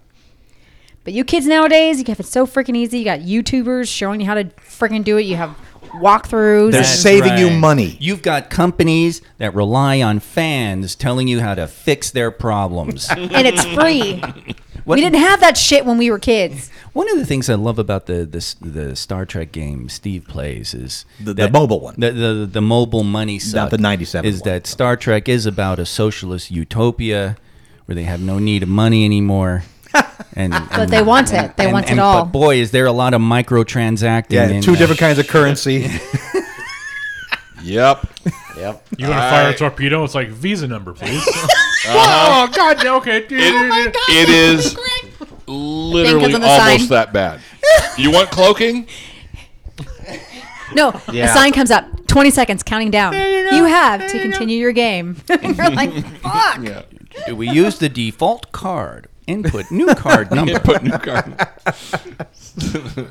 Speaker 4: But you kids nowadays, you have it so freaking easy. You got YouTubers showing you how to freaking do it. You have walkthroughs.
Speaker 6: They're
Speaker 4: and-
Speaker 6: saving you money.
Speaker 2: You've got companies that rely on fans telling you how to fix their
Speaker 6: *laughs*
Speaker 2: problems.
Speaker 4: and it's free.
Speaker 2: *laughs* What-
Speaker 4: We didn't have that shit when we were kids.
Speaker 2: One of the things I love about the the, s- the Star Trek game Steve plays is
Speaker 6: The- the mobile one.
Speaker 2: the, the the mobile money suck.
Speaker 6: the 97
Speaker 2: is that Star Trek is about a socialist utopia where they have no need of money
Speaker 6: *laughs*
Speaker 2: anymore. And,
Speaker 4: But they want it. They
Speaker 2: and-
Speaker 4: want it
Speaker 2: and-
Speaker 4: all.
Speaker 2: But boy, is there a lot of microtransacting.
Speaker 6: Yeah,
Speaker 2: in
Speaker 6: two
Speaker 2: that.
Speaker 6: different kinds of currency.
Speaker 5: Yep.
Speaker 3: Yep.
Speaker 9: you want to
Speaker 5: All
Speaker 9: fire a
Speaker 5: right.
Speaker 9: torpedo? It's like Visa
Speaker 4: *laughs*
Speaker 9: number, please.
Speaker 5: Uh-huh.
Speaker 9: Oh God, yeah, okay.
Speaker 4: *laughs*
Speaker 5: It is
Speaker 4: Think
Speaker 5: literally
Speaker 4: it's on the
Speaker 5: almost
Speaker 4: sign.
Speaker 5: that
Speaker 4: *laughs*
Speaker 5: bad. You want cloaking?
Speaker 4: No,
Speaker 5: Yeah.
Speaker 4: a sign comes up. Twenty seconds, counting down. You have to continue your
Speaker 5: *laughs*
Speaker 4: game. You're *laughs* like, fuck.
Speaker 2: Do *laughs* we use the default card? Input new card number.
Speaker 5: Input
Speaker 2: *laughs*
Speaker 5: new card.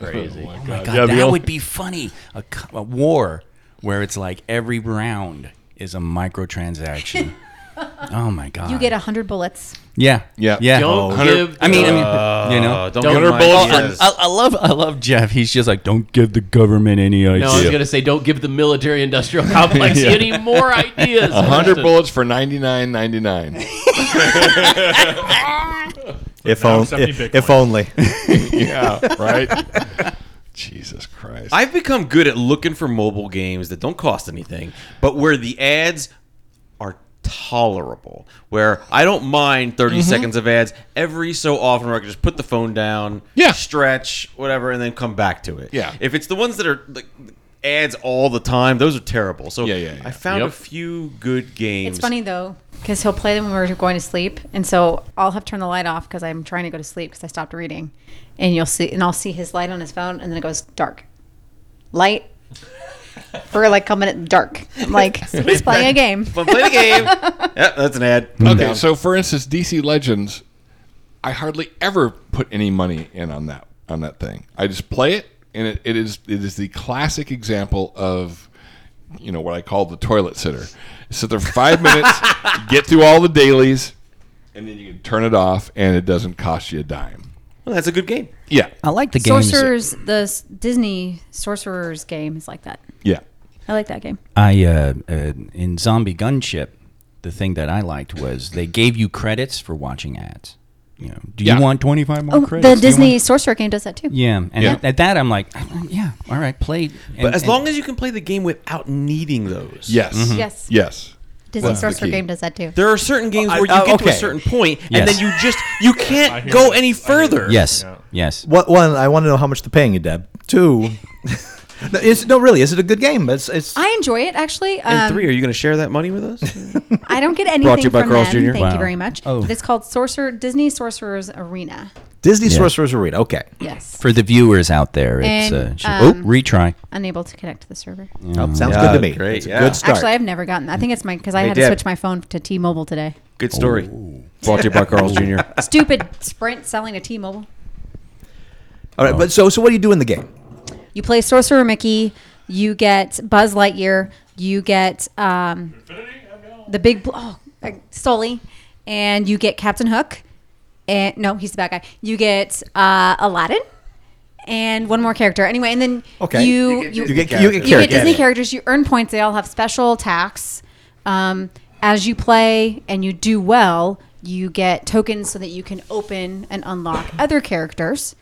Speaker 10: Crazy.
Speaker 2: Oh my God,
Speaker 9: Yeah, the
Speaker 2: that
Speaker 9: old-
Speaker 2: would be funny. A, co- a war where it's like every round is a
Speaker 4: *laughs*
Speaker 2: microtransaction. oh my God.
Speaker 4: You get a hundred bullets.
Speaker 2: Yeah.
Speaker 5: Yeah.
Speaker 2: Yeah.
Speaker 10: Don't
Speaker 2: Oh,
Speaker 10: give
Speaker 2: I mean, I mean,
Speaker 3: the-
Speaker 2: you know,
Speaker 3: Uh, don't Don't give give them them ideas.
Speaker 2: I, I love, I love Jeff. He's just like, don't give the government any idea.
Speaker 10: No, I was gonna say, don't give the military-industrial complex
Speaker 2: Yeah.
Speaker 10: any more ideas.
Speaker 5: A hundred
Speaker 10: Winston.
Speaker 5: bullets for ninety nine ninety nine.
Speaker 6: if,
Speaker 9: now
Speaker 6: on-
Speaker 9: accepting
Speaker 6: if,
Speaker 9: Bitcoin.
Speaker 6: if only. *laughs*
Speaker 5: yeah, right. Jesus Christ!
Speaker 3: I've become good at looking for mobile games that don't cost anything, but where the ads are tolerable. Where I don't mind 30
Speaker 5: Mm-hmm.
Speaker 3: seconds of ads every so often where I can just put the phone down,
Speaker 5: Yeah.
Speaker 3: stretch, whatever, and then come back to it.
Speaker 5: Yeah.
Speaker 3: If it's the ones that are like ads all the time, those are terrible. So
Speaker 5: Yeah, yeah, yeah.
Speaker 3: I found a
Speaker 10: Yep.
Speaker 3: few good games.
Speaker 4: It's funny though, because he'll play them when we're going to sleep, and so I'll have turned the light off because I'm trying to go to sleep because I stopped reading, and you'll see, and I'll see his light on his phone, and then it goes dark, light, for like a minute, dark. I'm
Speaker 5: *laughs*
Speaker 4: like he's playing a game.
Speaker 3: But play the
Speaker 4: *laughs*
Speaker 3: game. yep, that's an ad.
Speaker 5: Okay, so for instance, DC Legends, I hardly ever put any money in on that on that thing. I just play it, and it, it is it is the classic example of you know what I call the toilet sitter. Sit there for five minutes, get through all the dailies, and then you can turn it off, and it doesn't cost you a dime.
Speaker 3: Well, that's a good game.
Speaker 5: Yeah,
Speaker 2: I like the games.
Speaker 4: Sorcerers, the s- Disney Sorcerers game is like that.
Speaker 5: yeah.
Speaker 4: I like that game.
Speaker 2: I uh, uh, in Zombie Gunship, the thing that I liked was they gave you credits for watching ads. You know, do
Speaker 5: Yeah.
Speaker 2: you want twenty five more
Speaker 4: Oh,
Speaker 2: credits?
Speaker 4: the
Speaker 2: Do you
Speaker 4: Disney
Speaker 2: want-
Speaker 4: Sorcerer game does that too.
Speaker 2: Yeah, and
Speaker 5: Yeah.
Speaker 2: At, at that I'm like, yeah, all right, play.
Speaker 3: But as long as you can play the game without needing those.
Speaker 5: Yes.
Speaker 4: Yes.
Speaker 5: Yes.
Speaker 4: Disney
Speaker 5: That's the
Speaker 4: Sorcerer
Speaker 5: key.
Speaker 4: game does that too.
Speaker 3: There are certain games
Speaker 6: I-
Speaker 3: where you
Speaker 6: uh,
Speaker 3: get to a
Speaker 6: okay.
Speaker 3: certain point, and
Speaker 2: Yes.
Speaker 3: then you just you can't
Speaker 10: *laughs*
Speaker 9: hear
Speaker 3: go
Speaker 9: you. I
Speaker 3: any
Speaker 9: hear
Speaker 3: further.
Speaker 2: yes, yes,
Speaker 6: What one? I want to know how much they're paying you, Deb. Two. *laughs* No, is, no, really, is it a good game? It's, it's
Speaker 4: I enjoy
Speaker 3: *laughs*
Speaker 4: it actually.
Speaker 3: And
Speaker 4: Um,
Speaker 3: three, are you going to share that money with us?
Speaker 4: I don't get anything
Speaker 3: Brought to you by
Speaker 4: from
Speaker 3: Carl's
Speaker 4: them.
Speaker 3: Jr..
Speaker 4: Thank
Speaker 3: Wow.
Speaker 4: you very much.
Speaker 3: Oh.
Speaker 4: But it's called Sorcerer Disney Sorcerer's Arena.
Speaker 6: Disney
Speaker 2: Yeah.
Speaker 6: Sorcerer's Arena. Okay.
Speaker 4: Yes.
Speaker 2: For the viewers out there, it's
Speaker 4: And,
Speaker 2: uh, sh-
Speaker 4: um,
Speaker 2: oh, retry.
Speaker 4: Unable to connect to the server.
Speaker 6: Oh, sounds good to me.
Speaker 3: great,
Speaker 6: It's a
Speaker 3: yeah.
Speaker 6: Good start.
Speaker 4: Actually, I've never gotten. that. I think it's my because I
Speaker 3: Hey,
Speaker 4: had
Speaker 3: Deb.
Speaker 4: to switch my phone to T-Mobile today.
Speaker 3: Good story. Brought to you by Carl's Jr. *laughs*
Speaker 4: Stupid Sprint selling to T-Mobile.
Speaker 6: All right, but so so what do you do in the game?
Speaker 4: You play Sorcerer Mickey. You get Buzz Lightyear. You get um, the big bl- oh uh, Sully, and you get Captain Hook. And no, he's the bad guy. You get uh, Aladdin, and one more character. Anyway, and then
Speaker 6: Okay.
Speaker 4: you
Speaker 6: You get Disney You get- you get characters.
Speaker 4: Disney characters. You earn points. They all have special attacks. Um, as you play and you do well, you get tokens so that you can open and
Speaker 6: *coughs*
Speaker 4: unlock other characters.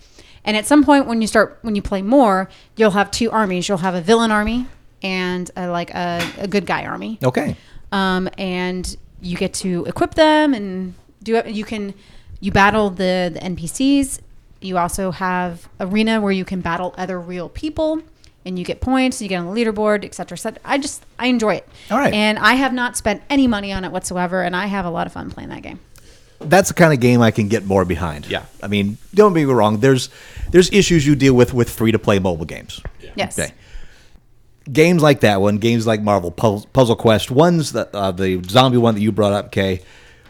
Speaker 4: And at some point, when you start, when you play more, you'll have two armies. You'll have a villain army and a, like a, a good guy army.
Speaker 6: Okay.
Speaker 4: Um, and you get to equip them and do it. You can you battle the the NPCs. You also have arena where you can battle other real people, and you get points. You get on the leaderboard, et cetera, et cetera. I just I enjoy it.
Speaker 6: All right.
Speaker 4: And I have not spent any money on it whatsoever, and I have a lot of fun playing that game.
Speaker 6: That's the kind of game I can get more behind. Yeah. I mean, don't be wrong. There's there's issues you deal with with free to play mobile games.
Speaker 4: Yes.
Speaker 6: Okay. Games like that one, games like Marvel Puzzle, Puzzle Quest, ones that uh, the zombie one that you brought up, Kay,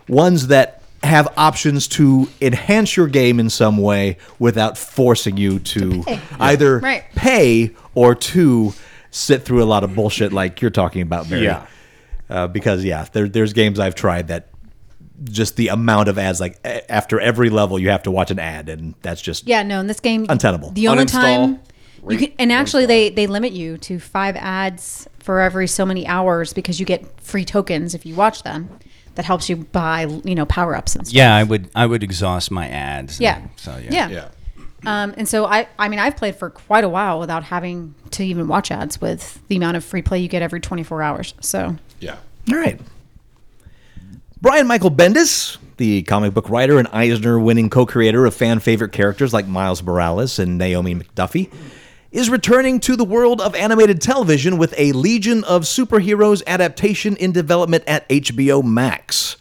Speaker 6: ones that have options to enhance your game in some way without forcing you to
Speaker 4: pay.
Speaker 6: *laughs* either
Speaker 4: Right.
Speaker 6: pay or to sit through a lot of bullshit like you're talking about, Barry.
Speaker 3: Yeah.
Speaker 6: Uh, because yeah, there, there's games I've tried that just the amount of ads like a- after every level you have to watch an ad and that's just
Speaker 4: Yeah, no, in this game,
Speaker 6: Untenable.
Speaker 4: The only
Speaker 6: Uninstall,
Speaker 4: time you
Speaker 6: re-
Speaker 4: can, and actually, they they limit you to five ads for every so many hours because you get free tokens if you watch them. That helps you buy, you know, power ups and stuff.
Speaker 2: Yeah, I would I would exhaust my ads. and-
Speaker 4: Yeah.
Speaker 2: So
Speaker 4: Yeah.
Speaker 2: yeah.
Speaker 4: Um, and so I, I mean, I've played for quite a while without having to even watch ads with the amount of free play you get every 24 hours. So
Speaker 5: Yeah.
Speaker 6: All right. Brian Michael Bendis, the comic book writer and Eisner winning co creator of fan favorite characters like Miles Morales and Naomi McDuffie, is returning to the world of animated television with a Legion of Superheroes adaptation in development at HBO Max.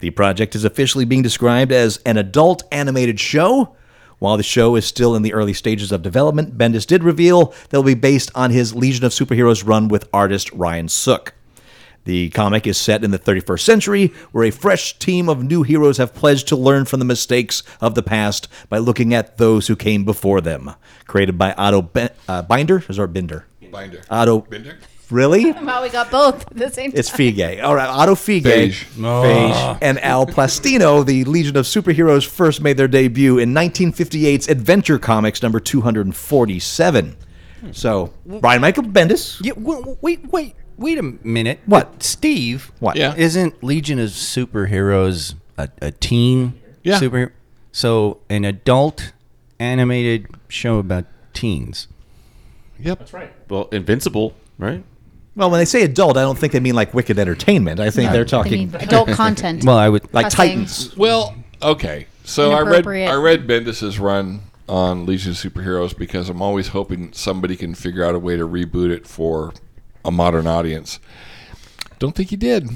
Speaker 6: The project is officially being described as an adult animated show. While the show is still in the early stages of development, Bendis did reveal they'll be based on his Legion of Superheroes run with artist Ryan Sook. The comic is set in the 31st century, where a fresh team of new heroes have pledged to learn from the mistakes of the past by looking at those who came before them. Created by Otto ben- uh, Binder, is or Binder?
Speaker 5: Binder.
Speaker 6: Otto
Speaker 5: Binder?
Speaker 6: Really?
Speaker 4: well, we got both at the same
Speaker 6: It's Fige. All right, Otto Fige,
Speaker 5: Feige.
Speaker 6: Feige. and Al Plastino, the Legion of Superheroes, first made their debut in 1958's Adventure Comics number 247. So, Brian Michael Bendis.
Speaker 2: Yeah, wait, wait, wait, wait a minute.
Speaker 6: What?
Speaker 2: Steve.
Speaker 6: What? Yeah.
Speaker 2: Isn't Legion of Superheroes a, a teen
Speaker 6: Yeah.
Speaker 2: superhero? So an adult animated show about teens.
Speaker 5: Yep.
Speaker 9: That's right.
Speaker 3: Well, Invincible, right?
Speaker 6: Well, when they say adult, I don't think they mean like Wicked Entertainment. I think
Speaker 2: No.
Speaker 6: they're
Speaker 2: They
Speaker 6: talking
Speaker 4: mean adult content.
Speaker 2: *laughs* Well, I would-
Speaker 6: like
Speaker 4: Cussing.
Speaker 6: Titans.
Speaker 5: Well, okay. So I read
Speaker 4: Inappropriate.
Speaker 5: I read Bendis's run on Legion of Superheroes because I'm always hoping somebody can figure out a way to reboot it for a modern audience. Don't think he did.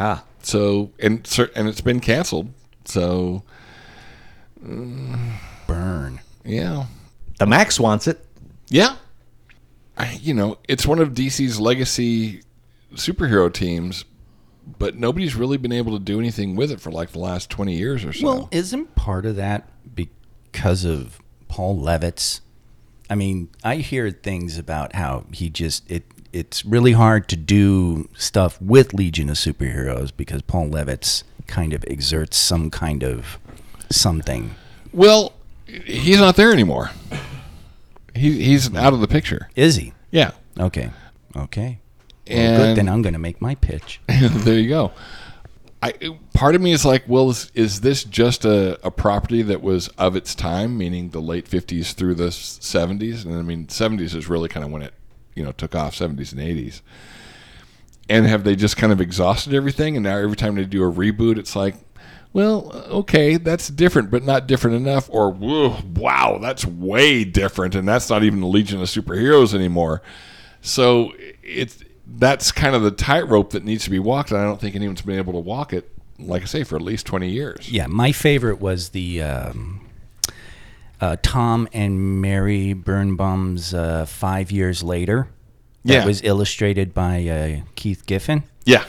Speaker 6: Ah.
Speaker 5: So and cer- and it's been canceled. So mm,
Speaker 2: burn.
Speaker 5: Yeah.
Speaker 6: The Max wants it.
Speaker 5: Yeah. I, you know, it's one of DC's legacy superhero teams, but nobody's really been able to do anything with it for like the last 20 years or so.
Speaker 2: Well, isn't part of that because of Paul Levitz? I mean, I hear things about how he just it it's really hard to do stuff with Legion of Superheroes because Paul Levitz kind of exerts some kind of something.
Speaker 5: Well, he's not there anymore. He, he's out of the picture.
Speaker 2: Is he?
Speaker 5: Yeah.
Speaker 2: Okay. Okay. Well, good.
Speaker 5: And-
Speaker 2: Then I'm going to make my
Speaker 5: *laughs*
Speaker 2: pitch.
Speaker 5: there you go. I part of me is like, well, is, is this just a, a property that was of its time, meaning the late fifties through the seventies? And I mean, seventies is really kind of when it, you know, took off seventies and eighties. And have they just kind of exhausted everything? And now every time they do a reboot, it's like, Well, okay, that's different, but not different enough. Or whoa, wow, that's way different, and that's not even the Legion of Superheroes anymore. So it's that's kind of the tightrope that needs to be walked, and I don't think anyone's been able to walk it. Like I say, for at least twenty years.
Speaker 2: Yeah, my favorite was the um, uh, Tom and Mary Birnbaum's uh, Five Years Later. That
Speaker 5: Yeah.
Speaker 2: was illustrated by uh, Keith Giffen.
Speaker 5: Yeah.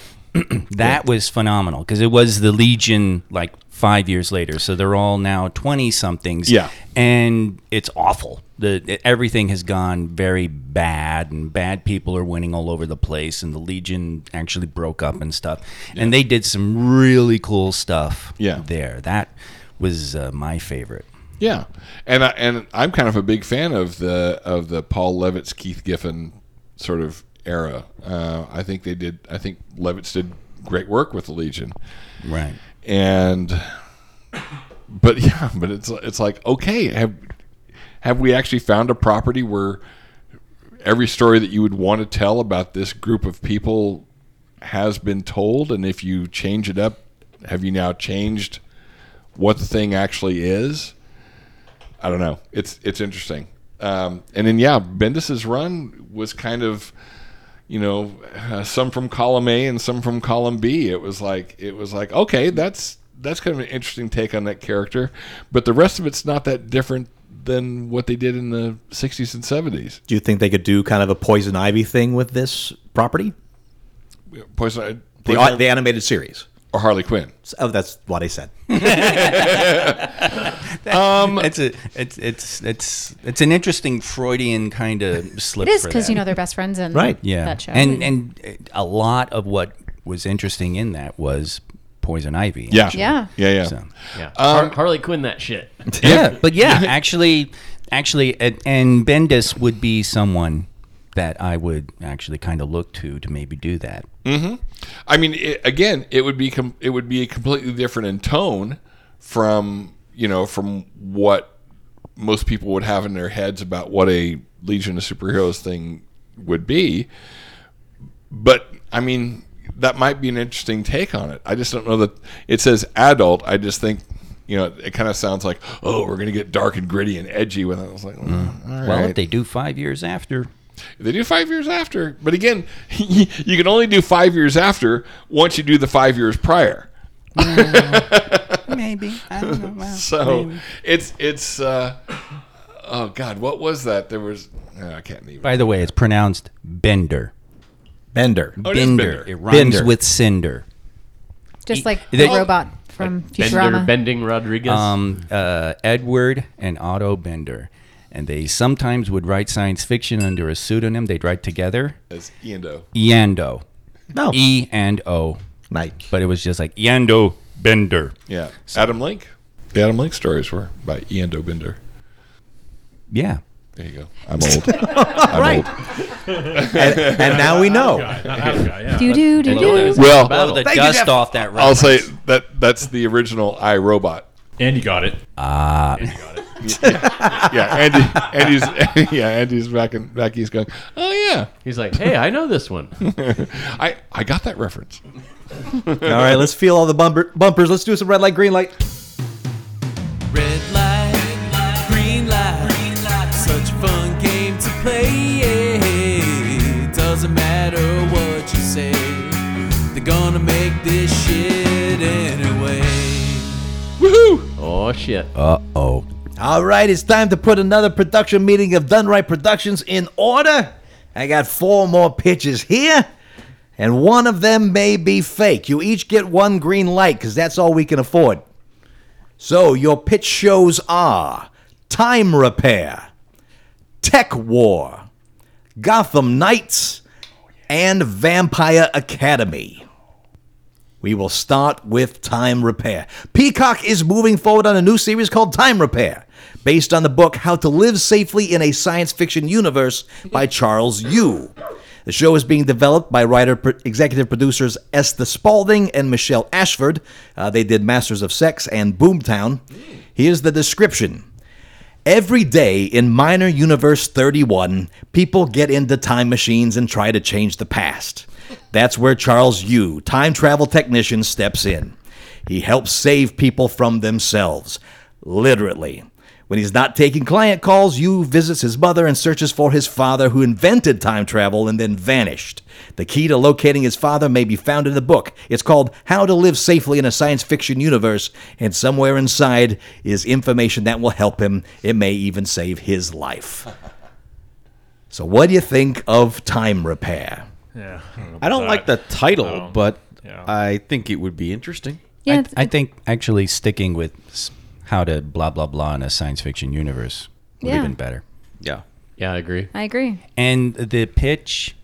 Speaker 2: that was phenomenal because it was the Legion like five years later. So they're all now 20 somethings.
Speaker 5: Yeah.
Speaker 2: And it's awful. The, e, everything has gone very bad, and bad people are winning all over the place. And the Legion actually broke up and stuff. And they did some really cool stuff
Speaker 5: Yeah.
Speaker 2: there. That was uh, my favorite.
Speaker 5: Yeah, and I, and I'm kind of a big fan of the of the Paul Levitz Keith Giffen sort of era. Uh, I think they did. I think Levitz did great work with the Legion,
Speaker 2: Right.
Speaker 5: And but *laughs* yeah, but it's it's like okay, have have we actually found a property where every story that you would want to tell about this group of people has been told, and if you change it up, have you now changed what the thing actually is? I don't know. It's it's interesting. Um, and then yeah, Bendis's run was kind of, you know, uh, some from column A and some from column B. It was like it was like okay, that's that's kind of an interesting take on that character, but the rest of it's not that different than what they did in the 60s and 70s.
Speaker 6: Do you think they could do kind of a poison ivy thing with this property?
Speaker 5: Poison,
Speaker 6: The,
Speaker 5: Poison Ivy-
Speaker 6: the animated series
Speaker 5: or Harley Quinn?
Speaker 6: Oh, that's what I said.
Speaker 2: um, it's a it's it's it's it's an interesting Freudian kind of slip.
Speaker 4: It is
Speaker 2: for
Speaker 4: because you
Speaker 2: that.
Speaker 4: know they're best friends and
Speaker 2: yeah
Speaker 4: that show.
Speaker 2: and and a lot of what was interesting in that was poison ivy
Speaker 5: Yeah.
Speaker 2: actually.
Speaker 4: Yeah.
Speaker 5: Yeah, yeah.
Speaker 2: So-
Speaker 10: Yeah. Har- Harley Quinn, that shit.
Speaker 2: yeah but
Speaker 5: *laughs*
Speaker 2: yeah actually actually and- and bendis would be someone that i would actually kind of look to to maybe do that
Speaker 5: hmm I mean, it, again, it would be com- it would be completely different in tone from you know from what most people would have in their heads about what a Legion of Superheroes thing would be. But I mean, that might be an interesting take on it. I just don't know that it says adult. I just think. You know, it kind of sounds like, oh, we're going to get dark and gritty and edgy with it. I was like, "Mm, well, all
Speaker 2: well
Speaker 5: right.
Speaker 2: if they do five years after
Speaker 5: They do five years after. But again, *laughs* you can only do five years after once you do the five years prior.
Speaker 2: maybe I don't know. Well,
Speaker 5: *laughs* so
Speaker 2: maybe.
Speaker 5: it's it's uh, oh god, what was that? There was oh, I can't even.
Speaker 2: by the way it's pronounced bender
Speaker 6: bender
Speaker 5: Oh, it is
Speaker 2: bender
Speaker 5: Bender.
Speaker 2: it rhymes
Speaker 5: Bender.
Speaker 2: with cinder
Speaker 4: just like
Speaker 2: They-
Speaker 4: the robot from Futurama.
Speaker 10: Bending Rodriguez.
Speaker 2: Um, uh, Edward and Otto Bender. And they sometimes would write science fiction under a pseudonym. They'd write together.
Speaker 5: As Yando.
Speaker 2: Yando.
Speaker 6: No.
Speaker 2: E and O.
Speaker 6: Mike.
Speaker 2: But it was just like Yando Bender.
Speaker 5: Yeah, Adam Link. The Adam Link stories were by Ian Dobinder.
Speaker 2: Yeah.
Speaker 5: There you go. I'm old. I'm
Speaker 6: Right.
Speaker 5: old.
Speaker 6: and, and
Speaker 5: *laughs*
Speaker 6: now we know.
Speaker 4: do, do, do.
Speaker 5: Well,
Speaker 2: Blow the
Speaker 6: Thank you,
Speaker 2: dust
Speaker 6: Jeff.
Speaker 2: off that
Speaker 5: I'll
Speaker 2: reference.
Speaker 5: say that that's the original iRobot.
Speaker 9: And you got it.
Speaker 2: Ah.
Speaker 5: Yeah, Andy. Andy's *laughs* yeah, Andy's back in back. He's going. Oh yeah,
Speaker 10: He's like, hey, I know this one.
Speaker 5: I I got that reference.
Speaker 6: All right, let's feel all the bumper, bumpers. Let's do some red light, green light.
Speaker 13: *laughs* Red light, green light, such a fun game to play. Doesn't matter what you say, they're gonna make this shit anyway.
Speaker 5: Woohoo!
Speaker 10: Oh, shit.
Speaker 2: Uh oh.
Speaker 6: All right, it's time to put another production meeting of Done Right Productions in order. I got four more pitches here, and one of them may be fake. You each get one green light because that's all we can afford. So, your pitch shows are Time Repair, Tech War, Gotham Knights, and Vampire Academy. We will start with Time Repair. Peacock is moving forward on a new series called Time Repair, based on the book How to Live Safely in a Science Fiction Universe by Charles Yu. The show is being developed by writer pro- executive producers Esther Spalding and Michelle Ashford. Uh, they did Masters of Sex and Boomtown. Here's the description. Every day in Minor Universe 31, people get into time machines and try to change the past. That's where Charles Yu, time travel technician, steps in. He helps save people from themselves, literally. When he's not taking client calls, Yu visits his mother and searches for his father, who invented time travel and then vanished. The key to locating his father may be found in the book. It's called How to Live Safely in a Science Fiction Universe, and somewhere inside is information that will help him. It may even save his *laughs* life. So, what do you think of time repair?
Speaker 9: Yeah.
Speaker 3: I don't like the title, but
Speaker 2: I think it would be interesting.
Speaker 4: Yeah,
Speaker 2: Yeah,
Speaker 4: it's-
Speaker 2: I, think actually sticking with s- how to blah blah blah in a science fiction universe would
Speaker 4: Yeah.
Speaker 2: have been better.
Speaker 3: Yeah.
Speaker 10: Yeah, I agree.
Speaker 4: I agree.
Speaker 2: And the pitch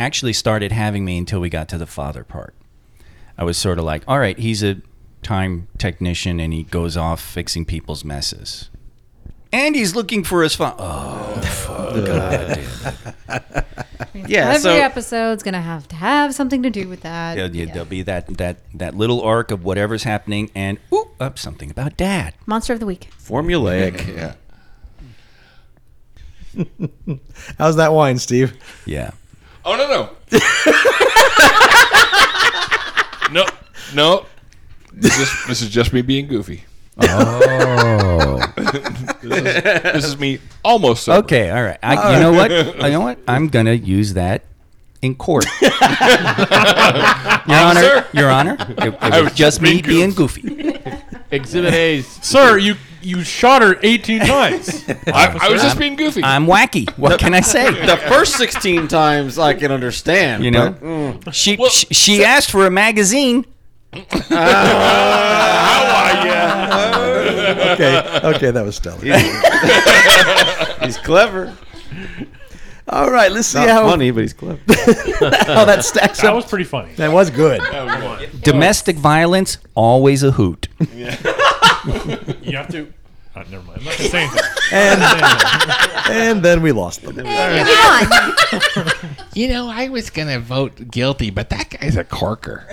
Speaker 2: actually started having me until we got to the father part. I was sort of like, all right, he's a time technician and he goes off fixing people's messes. And he's looking for his phone. Oh, fuck. *laughs* God damn it.
Speaker 4: Every episode's gonna have to have something to do with that.
Speaker 2: Yeah, yeah, there'll be that that that little arc of whatever's happening, and oop, up something about dad.
Speaker 4: Monster of the week.
Speaker 2: Formulaic.
Speaker 5: yeah.
Speaker 6: How's that wine, *laughs* Steve?
Speaker 2: *laughs* Yeah.
Speaker 5: Oh no no. no no. This is this is just me being goofy.
Speaker 2: Oh.
Speaker 5: this, is, *laughs* this is me almost sober.
Speaker 2: Okay, all right. I, you know what? You know what? I'm gonna use that in court. *laughs* Your
Speaker 10: Officer?
Speaker 2: Honor, Your Honor, it, it
Speaker 10: I
Speaker 2: was
Speaker 10: was
Speaker 2: just
Speaker 10: just
Speaker 2: me
Speaker 10: being
Speaker 2: being goofy.
Speaker 10: Exhibit A.
Speaker 9: Sir, you you shot her 18 *laughs* times.
Speaker 5: I, I was just
Speaker 2: I'm-
Speaker 5: being goofy.
Speaker 2: I'm wacky. What can I say?
Speaker 3: *laughs* the first 16 times I can understand.
Speaker 2: You know, she she, she asked for a magazine.
Speaker 9: Ah,
Speaker 6: okay, okay, that was stellar.
Speaker 3: *laughs* he's clever.
Speaker 6: All right, let's see
Speaker 3: Not
Speaker 6: how
Speaker 3: funny, but he's clever.
Speaker 6: how that stacks
Speaker 9: That
Speaker 6: up.
Speaker 9: was pretty funny.
Speaker 6: That was good.
Speaker 2: Domestic violence always a hoot.
Speaker 9: You have to. Oh, never mind. I'm not gonna say *laughs* anything.
Speaker 6: And, and then we lost them.
Speaker 14: You know, I was gonna vote guilty, but that guy's a corker.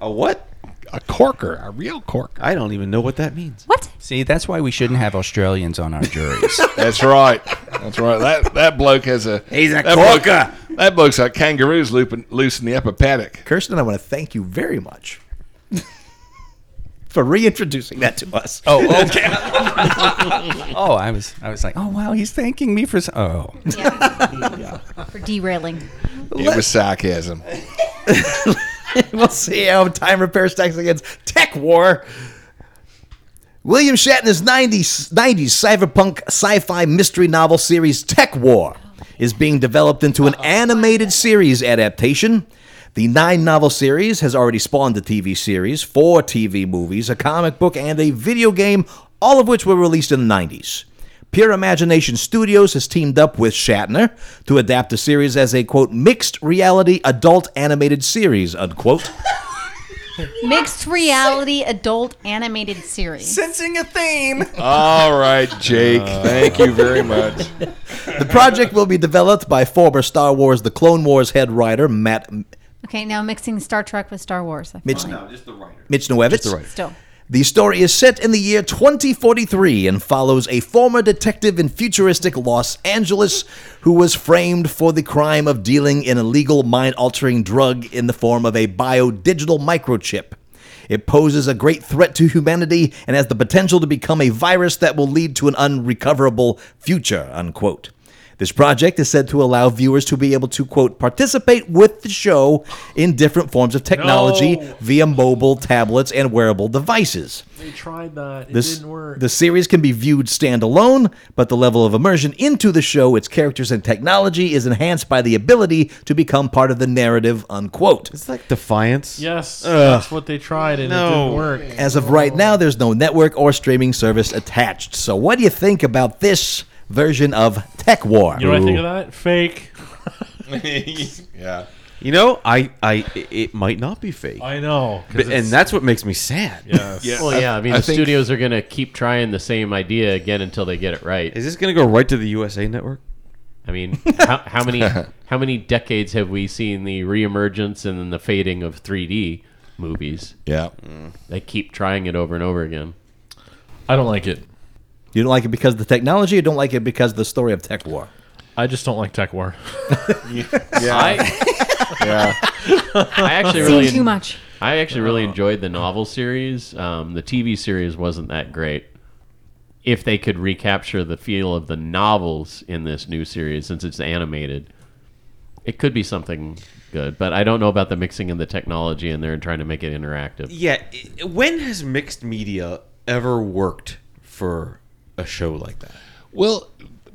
Speaker 3: A what?
Speaker 14: A corker, a real corker.
Speaker 3: I don't even know what that means.
Speaker 4: What?
Speaker 2: See, that's why we shouldn't have Australians on our *laughs* juries.
Speaker 5: That's right. That's right. That that bloke has a
Speaker 3: He's a
Speaker 5: that bloke-
Speaker 3: corker.
Speaker 5: that bloke's like kangaroos looping loose in the upper paddock.
Speaker 6: Kirsten, I want to thank you very much *laughs* for reintroducing that to us.
Speaker 2: Oh, okay. *laughs* oh, I was, I was like, oh wow, he's thanking me for. So- oh,
Speaker 4: For derailing.
Speaker 5: It was sarcasm.
Speaker 6: *laughs* we'll see how time repair stacks against tech war. William Shatner's 90s, 90s cyberpunk sci fi mystery novel series Tech War is being developed into an animated series adaptation. The nine novel series has already spawned a TV series, four TV movies, a comic book, and a video game, all of which were released in the 90s. Pure Imagination Studios has teamed up with Shatner to adapt the series as a quote mixed reality adult animated series unquote.
Speaker 4: *laughs* Mixed reality adult animated series.
Speaker 2: sensing a theme.
Speaker 5: All right, Jake. Thank you very much.
Speaker 6: The project will be developed by former Star Wars: The Clone Wars head writer Matt
Speaker 4: Okay, now mixing Star Trek with Star Wars. I feel
Speaker 6: Mitch,
Speaker 4: like.
Speaker 6: Michnowevitz.
Speaker 4: Still.
Speaker 6: The story is set in the year 2043 and follows a former detective in futuristic Los Angeles who was framed for the crime of dealing in illegal mind altering drug in the form of a biodigital microchip. It poses a great threat to humanity and has the potential to become a virus that will lead to an unrecoverable future, unquote. This project is said to allow viewers to be able to, quote, participate with the show in different forms of technology
Speaker 9: No.
Speaker 6: via mobile, tablets, and wearable devices.
Speaker 9: They tried that. It
Speaker 6: This,
Speaker 9: didn't work.
Speaker 6: the series can be viewed standalone, but the level of immersion into the show, its characters, and technology is enhanced by the ability to become part of the narrative, unquote.
Speaker 3: It's like defiance.
Speaker 9: yes,
Speaker 3: Ugh.
Speaker 9: that's what they tried, and it
Speaker 3: No.
Speaker 9: didn't work.
Speaker 6: As of right now, there's no network or streaming service attached. So, what do you think about this version of Tech War?
Speaker 9: You know what I think of that? Fake.
Speaker 5: yeah.
Speaker 3: You know, I, I, it might not be fake,
Speaker 9: I know. Uh, 'cause
Speaker 3: but, and
Speaker 9: it's-
Speaker 3: that's what makes me sad.
Speaker 9: Yes.
Speaker 5: Yeah.
Speaker 10: Well, yeah. I mean,
Speaker 5: I
Speaker 10: the
Speaker 5: think-
Speaker 10: studios are gonna keep trying the same idea again until they get it right.
Speaker 3: Is this gonna go right to the USA Network?
Speaker 10: I mean, how, how many how many decades have we seen the reemergence and then the fading of 3D movies? Mm.
Speaker 5: Yeah.
Speaker 10: They keep trying it over and over again.
Speaker 9: I don't like it.
Speaker 6: You don't like it because of the technology, you don't like it because of the story of Tech War?
Speaker 9: I just don't like
Speaker 10: *laughs*
Speaker 9: tech war.
Speaker 10: I,
Speaker 5: Yeah.
Speaker 10: I actually
Speaker 4: Seen
Speaker 10: really
Speaker 4: too much.
Speaker 10: I actually really enjoyed the novel series. Um, the TV series wasn't that great. If they could recapture the feel of the novels in this new series, since it's animated, it could be something good. But I don't know about the mixing of the technology in there and trying to make it interactive.
Speaker 3: Yeah, i- when has mixed media ever worked for a show like that?
Speaker 5: Well,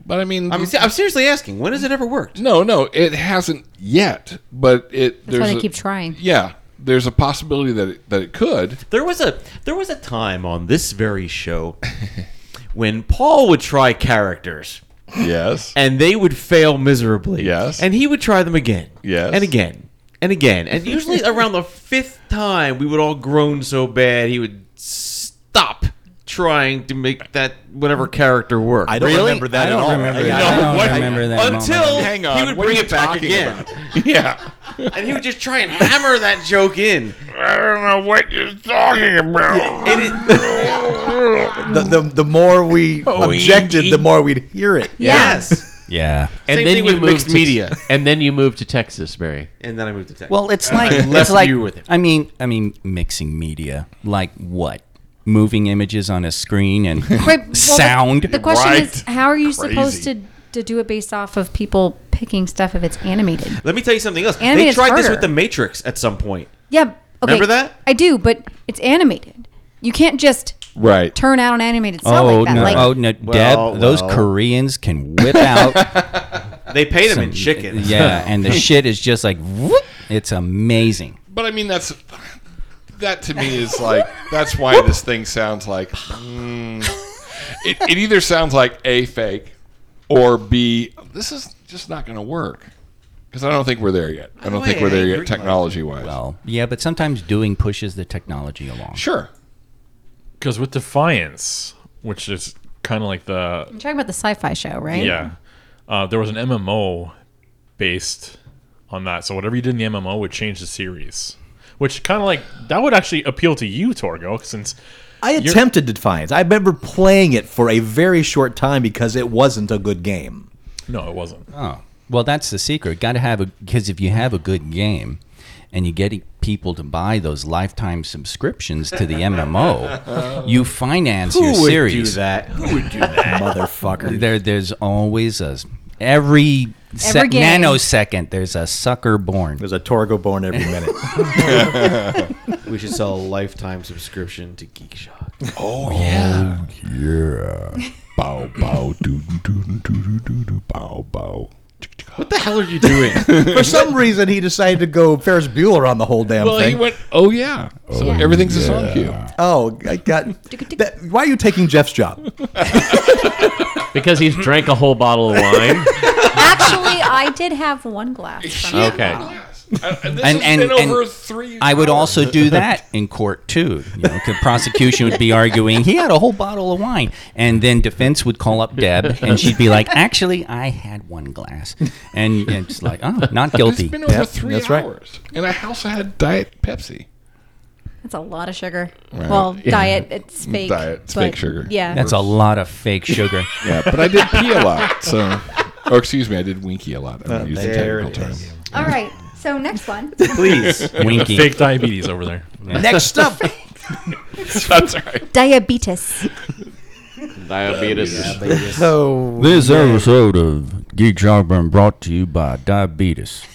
Speaker 5: but I mean,
Speaker 3: I'm, se- I'm seriously asking, when has it ever worked?
Speaker 5: No, no, it hasn't yet. But it
Speaker 4: That's why
Speaker 5: there's
Speaker 4: they
Speaker 5: a-
Speaker 4: keep trying.
Speaker 5: Yeah, there's a possibility that it, that it could.
Speaker 3: There was a there was a time on this very
Speaker 5: *laughs*
Speaker 3: show when Paul would try characters.
Speaker 2: *laughs*
Speaker 5: Yes.
Speaker 3: And they would fail miserably.
Speaker 5: Yes.
Speaker 3: And he would try them again.
Speaker 5: Yes.
Speaker 3: And again. And again. And
Speaker 5: *laughs*
Speaker 3: usually around the fifth time we would all groan so bad he would stop trying to make that whatever character work.
Speaker 2: I don't Really? remember that I at don't all. remember that. I don't remember that
Speaker 3: until
Speaker 2: moment.
Speaker 5: Hang on,
Speaker 3: he would
Speaker 5: what
Speaker 3: bring
Speaker 5: are you
Speaker 3: it back
Speaker 5: talking
Speaker 3: again. Yeah. and he would just try and hammer that joke in. I don't know what you're talking about.
Speaker 6: The, the, the
Speaker 2: *laughs*
Speaker 6: more we
Speaker 3: Oh,
Speaker 6: objected,
Speaker 3: he-
Speaker 6: the more we'd hear it.
Speaker 3: Yes.
Speaker 2: Yeah.
Speaker 10: And
Speaker 3: Same
Speaker 10: then
Speaker 3: thing
Speaker 10: you
Speaker 3: with
Speaker 10: moved
Speaker 3: mixed
Speaker 10: to-
Speaker 3: media.
Speaker 10: and then you moved to Texas, Barry.
Speaker 3: And then I moved to Texas.
Speaker 2: Well, it's
Speaker 3: And
Speaker 2: like
Speaker 3: I
Speaker 2: it's
Speaker 3: left
Speaker 2: like
Speaker 3: you with it.
Speaker 2: I mean, I mean, mixing media like what? Moving images on a screen
Speaker 4: *laughs*
Speaker 2: and
Speaker 4: Right, well, the-
Speaker 2: sound.
Speaker 4: The, question is, how are you supposed to to do it based off of people picking stuff if it's animated?
Speaker 3: Let me tell you something else.
Speaker 4: Animated's
Speaker 3: they tried this with
Speaker 4: harder.
Speaker 3: the Matrix at some point.
Speaker 4: Yeah. Okay,
Speaker 3: Remember that?
Speaker 4: I do, but it's animated. You can't just
Speaker 5: Right.
Speaker 4: turn out an animated cell
Speaker 2: Oh
Speaker 4: like that.
Speaker 2: no!
Speaker 4: Like,
Speaker 2: oh no!
Speaker 3: Well,
Speaker 2: Deb, those
Speaker 3: well.
Speaker 2: Koreans
Speaker 3: *laughs*
Speaker 2: can whip out.
Speaker 3: They pay them
Speaker 2: some-
Speaker 3: in chicken.
Speaker 2: *laughs* Yeah, and
Speaker 3: *laughs*
Speaker 2: the shit is just like, whoop, it's amazing.
Speaker 5: But I mean, that's that to me is like that's why this thing sounds like. mm, it, it either sounds like a fake, or b this is just not going to work because I don't think we're there yet. I don't think we're there yet technology wise.
Speaker 2: Well, Oh, yeah, but sometimes doing pushes the technology along.
Speaker 5: Sure.
Speaker 9: Because with Defiance, which is kind of like the
Speaker 4: You're talking about the sci-fi show, right?
Speaker 9: Yeah. Uh, there was an MMO based on that. So whatever you did in the MMO would change the series. Which kind of like that would actually appeal to you, Torgo, since
Speaker 6: I
Speaker 9: you're-
Speaker 6: attempted Defiance. I remember playing it for a very short time because it wasn't a good game.
Speaker 9: No, it wasn't.
Speaker 2: Oh, well, that's the secret. Got to have a because if you have a good game, and you get e, people to buy those lifetime subscriptions to the
Speaker 3: *laughs*
Speaker 2: MMO, you finance
Speaker 3: Who
Speaker 2: your
Speaker 3: would do
Speaker 2: series.
Speaker 3: that? Who would
Speaker 6: *laughs*
Speaker 3: do that?
Speaker 6: motherfucker?
Speaker 2: There, there's always a every. sec-
Speaker 6: Every game.
Speaker 2: nanosecond, there's a sucker born.
Speaker 6: There's a Torgo born every
Speaker 3: *laughs*
Speaker 2: minute.
Speaker 3: we should sell a lifetime subscription to Geek Shock.
Speaker 5: Oh yeah. yeah. bow bow *laughs* doo doo doo doo doo doo bow bow.
Speaker 3: What the hell are you doing?
Speaker 6: for some reason, he decided to go Ferris Bueller on the whole damn
Speaker 5: Well,
Speaker 6: thing.
Speaker 5: he went. Oh yeah. So everything's a song cue.
Speaker 6: Oh, I got. That, why are you taking
Speaker 3: *laughs*
Speaker 6: Jeff's job?
Speaker 10: Because he's drank a whole bottle of wine.
Speaker 4: Actually, I did have one glass. from it.
Speaker 10: okay.
Speaker 5: this
Speaker 2: and
Speaker 5: has
Speaker 2: and,
Speaker 5: been
Speaker 2: and
Speaker 5: over three
Speaker 2: I would
Speaker 5: hours.
Speaker 2: also do that in court too. You know, 'cause prosecution would be arguing he had a whole bottle of wine, and then defense would call up Deb, and she'd be like, "Actually, I had one glass," and, and it's like, "Oh, not guilty."
Speaker 5: It's been over
Speaker 2: Yep,
Speaker 5: three
Speaker 2: that's right.
Speaker 5: hours, and I also had Diet Pepsi.
Speaker 4: That's a lot of sugar.
Speaker 5: Right.
Speaker 4: Well,
Speaker 5: Yeah. Mm,
Speaker 4: diet, it's fake.
Speaker 5: Diet, it's
Speaker 4: but-
Speaker 5: fake sugar.
Speaker 4: Yeah.
Speaker 2: That's a lot of fake
Speaker 5: *laughs*
Speaker 2: sugar.
Speaker 5: Yeah, but I did pee a lot, so or excuse me, I did winky a lot. I don't use the
Speaker 6: there
Speaker 5: technical term.
Speaker 4: All right. So next
Speaker 10: *laughs*
Speaker 4: one.
Speaker 9: Please.
Speaker 5: Winky.
Speaker 9: Fake diabetes over there.
Speaker 6: Next up.
Speaker 5: *laughs* That's right.
Speaker 4: Diabetes.
Speaker 10: Diabetes.
Speaker 6: Oh,
Speaker 12: this
Speaker 6: man.
Speaker 12: episode of Geek Shock been brought to you by diabetes.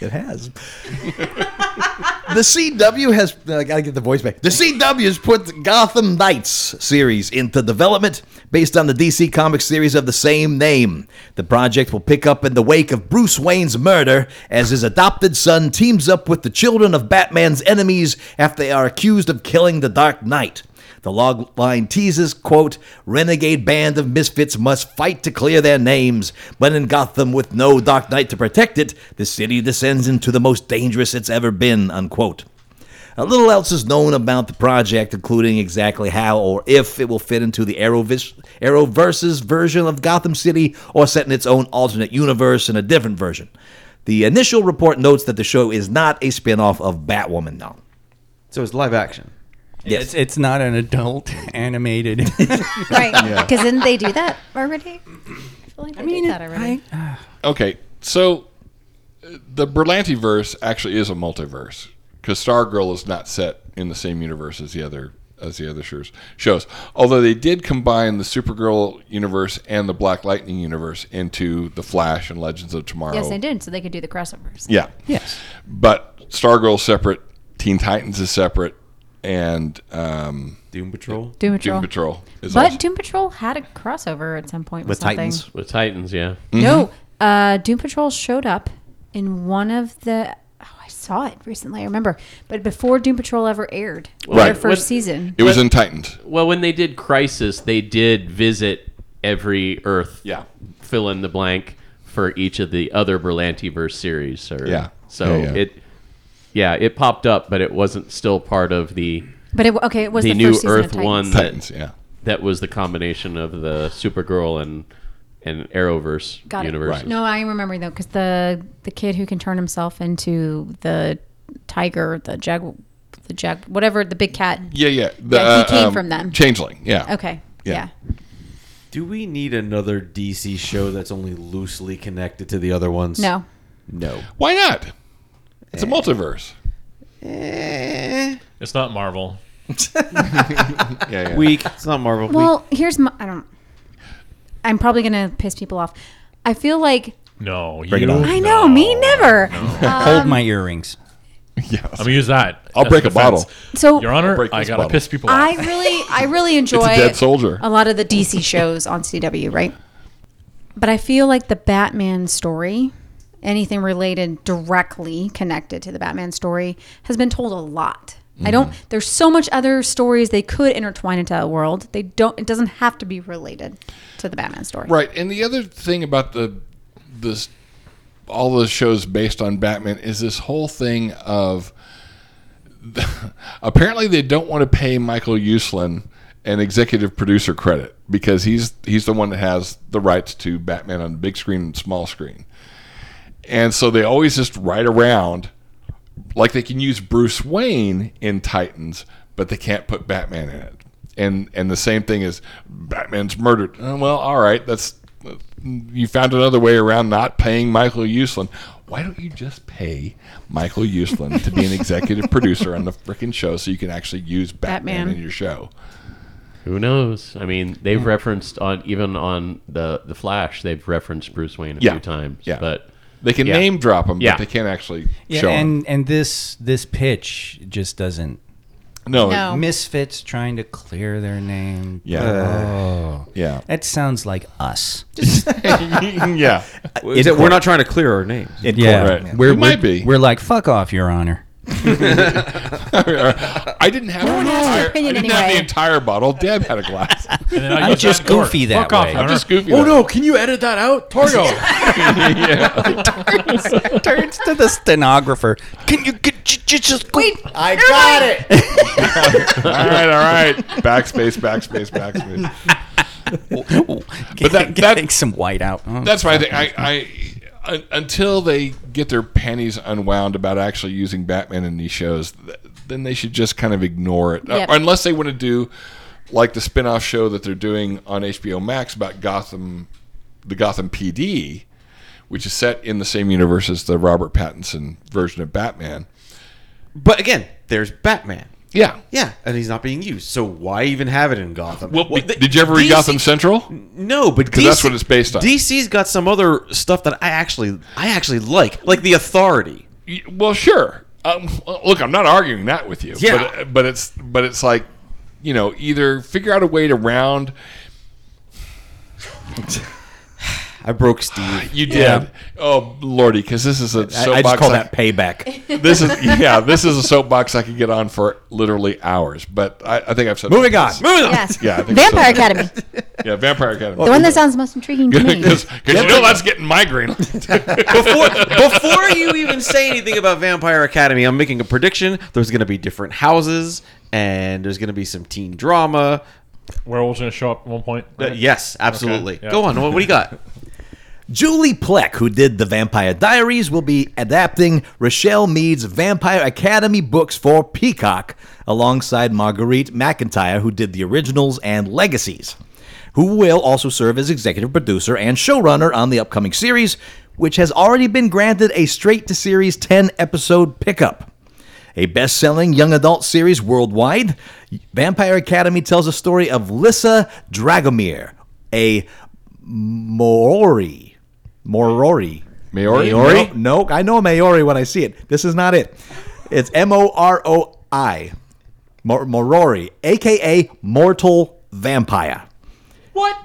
Speaker 6: It has. the CW has. uh, I gotta get the voice back. The CW has put the Gotham Knights series into development based on the DC Comics series of the same name. The project will pick up in the wake of Bruce Wayne's murder as his adopted son teams up with the children of Batman's enemies after they are accused of killing the Dark Knight. The log line teases, quote, renegade band of misfits must fight to clear their names, but in Gotham with no Dark Knight to protect it, the city descends into the most dangerous it's ever been, unquote. A little else is known about the project, including exactly how or if it will fit into the Arrowvis- Arrowverse's version of Gotham City or set in its own alternate universe in a different version. The initial report notes that the show is not a spin off of Batwoman, though.
Speaker 3: So it's live action.
Speaker 2: Yes. It's, it's not an adult *laughs* animated.
Speaker 4: Right. Because didn't they do that already? I feel like they did that already.
Speaker 5: Okay, so uh, the Berlanti verse actually is a multiverse because Stargirl is not set in the same universe as the other as the other shows. Shows, although they did combine the Supergirl universe and the Black Lightning universe into the Flash and Legends of Tomorrow.
Speaker 4: Yes, they did, so they could do the crossovers.
Speaker 5: Yeah.
Speaker 4: Yes.
Speaker 5: But Stargirl's separate, Teen Titans is separate, and um,
Speaker 3: Doom Patrol.
Speaker 4: Doom Patrol.
Speaker 5: is
Speaker 4: but
Speaker 5: also-
Speaker 4: Doom Patrol had a crossover at some point with, something.
Speaker 10: With Titans, yeah.
Speaker 5: Mm-hmm.
Speaker 4: No, uh, Doom Patrol showed up in one of the. Oh, I saw it recently. I remember, but before Doom Patrol ever aired, their first
Speaker 10: When-
Speaker 4: season.
Speaker 10: when-
Speaker 5: Titans.
Speaker 10: *laughs* Well, when they did Crisis, they did visit every Earth.
Speaker 5: Yeah.
Speaker 10: Fill in the blank for each of the other Berlantiverse series. Or,
Speaker 5: Yeah.
Speaker 10: So
Speaker 5: Yeah, yeah.
Speaker 10: it, yeah, it popped up, but it wasn't still part of the.
Speaker 4: But it- okay, it was the
Speaker 10: new
Speaker 4: first season of
Speaker 10: Earth
Speaker 4: Titans.
Speaker 10: one that
Speaker 5: Titans, yeah.
Speaker 10: that was the combination of the Supergirl and and Arrowverse
Speaker 4: Got
Speaker 10: universe.
Speaker 4: it. No, I remember though because the the kid who can turn himself into the tiger, the jag, the jag, whatever, the big cat.
Speaker 5: Yeah, yeah.
Speaker 4: yeah, he
Speaker 5: uh,
Speaker 4: came
Speaker 5: um,
Speaker 4: from them.
Speaker 5: Changeling, yeah.
Speaker 4: Okay.
Speaker 5: Yeah.
Speaker 4: yeah.
Speaker 3: Do we need another DC show that's only loosely connected to the other ones?
Speaker 4: No.
Speaker 3: No.
Speaker 5: Why not? It's
Speaker 4: Eh.
Speaker 5: a multiverse.
Speaker 9: It's not Marvel.
Speaker 5: yeah.
Speaker 3: Weak. It's not Marvel.
Speaker 4: Well, here's my. I don't. I'm probably gonna piss people off. I feel like
Speaker 9: No,
Speaker 2: Bring it
Speaker 9: you.
Speaker 2: on.
Speaker 4: I know me never.
Speaker 2: Hold
Speaker 4: Um,
Speaker 2: my earrings.
Speaker 5: Yes. I'm
Speaker 9: gonna use that.
Speaker 2: I'll break a bottle.
Speaker 4: So-
Speaker 9: Your Honor,
Speaker 2: break
Speaker 9: I
Speaker 2: this
Speaker 9: gotta
Speaker 2: bottle.
Speaker 9: piss people off.
Speaker 4: I really, I really enjoy
Speaker 9: dead soldier.
Speaker 4: a lot of the DC shows on CW, right? But I feel like the Batman story, anything related directly connected to the Batman story, has been told a lot. I don't.
Speaker 5: Mm-hmm.
Speaker 4: There's so much other stories they could intertwine into that world. They don't. It doesn't have to be related to the Batman story.
Speaker 5: Right, and the other thing about the this all the shows based on Batman is this whole thing of *laughs* apparently they don't want to pay Michael Uslan an executive producer credit because he's he's the one that has the rights to Batman on big screen and small screen, and so they always just write around like they can use Bruce Wayne in Titans, but they can't put Batman in it. And and the same thing is Batman's murdered. Oh, well, all right, that's you found another way around not paying Michael Uslan. Why don't you just pay Michael Uslan to be an executive producer on the freaking show so you can actually use Batman,
Speaker 10: Batman.
Speaker 5: in your show?
Speaker 10: Who knows? I mean, they've referenced on even on the the Flash, they've referenced Bruce Wayne a
Speaker 5: Yeah.
Speaker 10: few times.
Speaker 5: Yeah.
Speaker 10: but
Speaker 5: They can
Speaker 10: yeah.
Speaker 5: name drop him,
Speaker 10: Yeah.
Speaker 5: but they can't actually
Speaker 2: Yeah,
Speaker 5: show him.
Speaker 2: and and this this pitch just doesn't.
Speaker 5: No.
Speaker 2: Oh.
Speaker 5: No.
Speaker 2: misfits trying to clear their name.
Speaker 5: Yeah.
Speaker 2: oh,
Speaker 5: yeah.
Speaker 2: That sounds like us.
Speaker 5: yeah,
Speaker 3: Is it- we're not trying to clear our names. In
Speaker 2: yeah,
Speaker 3: court. Right.
Speaker 2: we're,
Speaker 3: We might
Speaker 2: we're-
Speaker 3: be.
Speaker 2: We're like fuck off, Your Honor.
Speaker 5: *laughs* I didn't have.
Speaker 4: No one has
Speaker 5: entire-
Speaker 4: an opinion
Speaker 5: I didn't have the
Speaker 4: anyway.
Speaker 5: entire bottle. Deb had a glass.
Speaker 9: And
Speaker 2: I'm just goofy that way.
Speaker 5: I'm *laughs* just goofy.
Speaker 2: Oh,
Speaker 5: that
Speaker 2: no,
Speaker 3: can you edit that out,
Speaker 2: *laughs*
Speaker 3: Torgo?
Speaker 2: turns, *laughs* turns to the stenographer. Can you get, j- j- just wait?
Speaker 15: I got it.
Speaker 5: *laughs* all right, all right. Backspace, backspace,
Speaker 2: *laughs*
Speaker 5: backspace.
Speaker 2: But that, getting some white out. Oh,
Speaker 5: That's why I think I, I un- until they get their panties unwound about actually using Batman in these shows, th- then they should just kind of ignore it, Uh,
Speaker 1: Yep.
Speaker 5: unless they want to do like the spin-off show that they're doing on HBO Max about Gotham, the Gotham PD, which is set in the same universe as the Robert Pattinson version of Batman.
Speaker 3: But again, there's Batman.
Speaker 5: Yeah.
Speaker 3: Yeah, and he's not being used. So why even have it in Gotham?
Speaker 5: Well, did- did you ever read Gotham Central?
Speaker 3: No, but
Speaker 5: 'Cause that's what it's based on.
Speaker 3: DC's got some other stuff that I actually I actually like, like The Authority.
Speaker 5: Y- Well, sure. Um, look, I'm not arguing that with you.
Speaker 3: Yeah.
Speaker 5: But, but it's but it's like, you know, either figure out a way to round.
Speaker 3: I broke Steve.
Speaker 5: You did.
Speaker 3: Yeah.
Speaker 5: Oh lordy, because this is a
Speaker 6: I-
Speaker 5: soapbox.
Speaker 6: I just call that
Speaker 5: payback. *laughs* This is yeah. This is a soapbox I could get on for literally hours. But I, I think I've said.
Speaker 6: Moving on.
Speaker 5: this.
Speaker 6: Moving on.
Speaker 4: Yes.
Speaker 5: *laughs* Yeah. I think I've said
Speaker 4: Vampire
Speaker 5: this.
Speaker 4: Academy,
Speaker 5: Yeah, Vampire Academy. *laughs*
Speaker 4: the one that sounds most intriguing to me.
Speaker 5: Because you know that's getting *laughs* migraine.
Speaker 3: before before you even say anything about Vampire Academy, I'm making a prediction. There's going to be different houses, and there's going to be some teen drama.
Speaker 9: Werewolves gonna show up at one point.
Speaker 3: Uh, yes, absolutely.
Speaker 9: Okay, yeah.
Speaker 3: Go on. What, what do you got?
Speaker 6: Julie Plec, who did The Vampire Diaries, will be adapting Rochelle Mead's Vampire Academy books for Peacock alongside Marguerite McIntyre, who did the originals and Legacies. who will also serve as executive producer and showrunner on the upcoming series, which has already been granted a straight to series 10 episode pickup. A best selling young adult series worldwide, Vampire Academy tells the story of Lissa Dragomir, a Maori. Maori.
Speaker 5: Maori?
Speaker 6: Maori? No, I know Maori when I see it. This is not it. It's M O R O I. Mor- Maori, aka Mortal Vampire.
Speaker 7: What?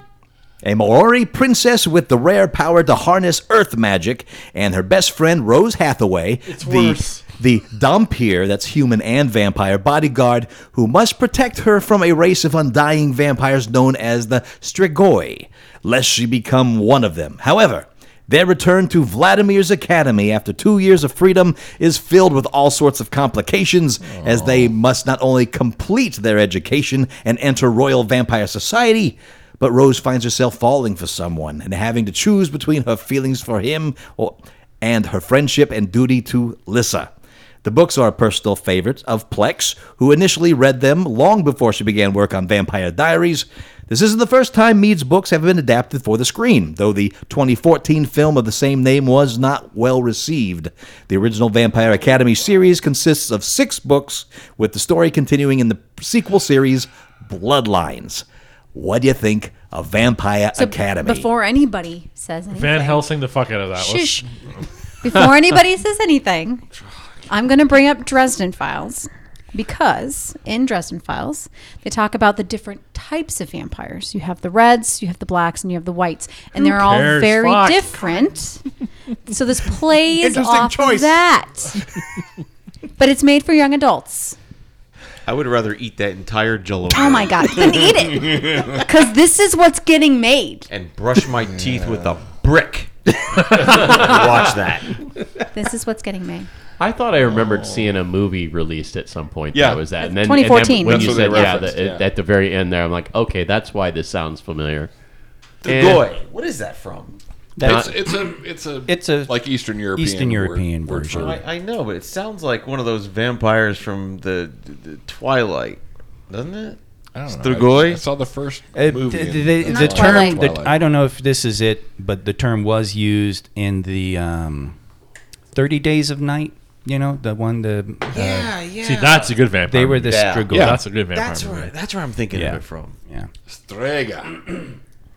Speaker 6: A Maori princess with the rare power to harness earth magic, and her best friend Rose Hathaway, the the Dompier, that's human and vampire bodyguard, who must protect her from a race of undying vampires known as the Strigoi, lest she become one of them. However, their return to Vladimir's academy after two years of freedom is filled with all sorts of complications, as they must not only complete their education and enter Royal Vampire Society, but Rose finds herself falling for someone and having to choose between her feelings for him or, and her friendship and duty to Lissa. The books are a personal favorite of Plex, who initially read them long before she began work on Vampire Diaries. This isn't the first time Mead's books have been adapted for the screen, though the 2014 film of the same name was not well received. The original Vampire Academy series consists of six books, with the story continuing in the sequel series, Bloodlines. What do you think of Vampire Academy?
Speaker 4: Before anybody says anything.
Speaker 9: Van Helsing the fuck out of that. Let's-
Speaker 4: Shush. Before
Speaker 10: *laughs*
Speaker 4: anybody says anything, I'm going to bring up Dresden Files because in Dresden Files, they talk about the different types of vampires. You have the reds, you have the blacks, and you have the whites, and
Speaker 7: Who
Speaker 4: they're all
Speaker 7: cares?
Speaker 4: very
Speaker 7: Fuck.
Speaker 4: different. so this plays
Speaker 7: Interesting
Speaker 4: off
Speaker 7: choice.
Speaker 4: of that. but it's made for young adults.
Speaker 3: I would rather eat that entire jello.
Speaker 4: Oh my
Speaker 10: *laughs*
Speaker 4: god, then eat it because this is what's getting made.
Speaker 3: and brush my teeth with a brick. *laughs* Watch that.
Speaker 4: This is what's getting made.
Speaker 10: I thought I remembered seeing a movie released at some point.
Speaker 3: Yeah.
Speaker 10: that was that. And then,
Speaker 4: 2014.
Speaker 10: And then when
Speaker 4: That's
Speaker 10: you
Speaker 4: what they
Speaker 10: said yeah,
Speaker 4: referenced,
Speaker 10: the,
Speaker 4: yeah.
Speaker 10: at the very end there, I'm like, okay, that's why this sounds familiar.
Speaker 3: The goy. What is that from?
Speaker 10: That's-
Speaker 5: it's a it's a
Speaker 3: It's a
Speaker 5: like Eastern European
Speaker 2: uh, Eastern European
Speaker 5: word- word for
Speaker 2: version.
Speaker 5: it.
Speaker 3: I, I know, but it sounds like one of those vampires from the, the, the Twilight, doesn't it?
Speaker 5: I don't know.
Speaker 3: Strigoi?
Speaker 5: I saw the first
Speaker 2: Uh,
Speaker 5: movie.
Speaker 2: th-
Speaker 5: and
Speaker 2: th-
Speaker 5: that's
Speaker 2: the
Speaker 5: all
Speaker 2: term,
Speaker 5: Twilight.
Speaker 2: the, I don't know if this is it, but the term was used in the um, 30 Days of Night. You know, the one, the. uh,
Speaker 3: Yeah, yeah.
Speaker 9: See, that's a good vampire
Speaker 2: They were the
Speaker 9: movie. Yeah.
Speaker 2: Strigoi.
Speaker 9: Yeah. That's a good vampire
Speaker 3: That's where, that's where I'm thinking
Speaker 2: Yeah.
Speaker 3: of it from.
Speaker 2: Yeah.
Speaker 5: Strega.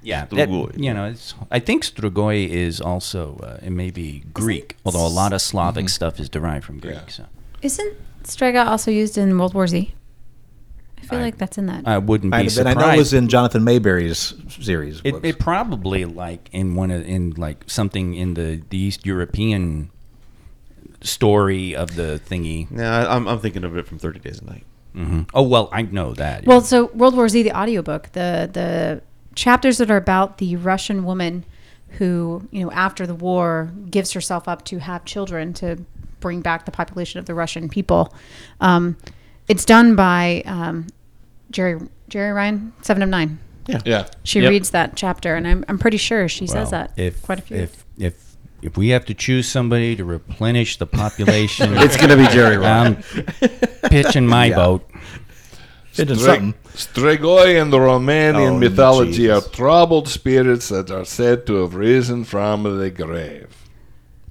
Speaker 2: Yeah, that-
Speaker 3: Strigoi.
Speaker 2: you know, it's, I think Strigoi is also, uh, it may be Greek, although a lot of
Speaker 5: Mm-hmm.
Speaker 2: Slavic stuff is derived from Greek. So
Speaker 4: Isn't Strega also used in World War Z? I feel like that's in that.
Speaker 2: I wouldn't be
Speaker 6: Might have been. I
Speaker 2: surprised.
Speaker 6: know it was in Jonathan Mayberry's series.
Speaker 2: It, it probably like in one of, in like something in the, the East European story of the thingy.
Speaker 3: No, I- I'm, I'm thinking of it from 30 Days a Night.
Speaker 2: hmm Oh well, I know that.
Speaker 4: Well, so World War Z, the audiobook, the the chapters that are about the Russian woman who, you know, after the war gives herself up to have children to bring back the population of the Russian people. Um, it's done by um, Jerry Jerry Ryan, Seven of Nine.
Speaker 3: Yeah.
Speaker 5: Yeah.
Speaker 4: She
Speaker 2: Yep.
Speaker 4: reads that chapter, and I'm, I'm pretty sure she says
Speaker 2: Well,
Speaker 4: that
Speaker 2: if,
Speaker 4: quite a few.
Speaker 2: If if if we have to choose somebody to replenish the population,
Speaker 5: It's gonna be Jerry Ryan.
Speaker 2: I'm pitching my
Speaker 5: Yeah.
Speaker 2: boat.
Speaker 5: Stre- Strigoi in the Romanian
Speaker 2: Oh,
Speaker 5: mythology are troubled spirits that are said to have risen from the grave.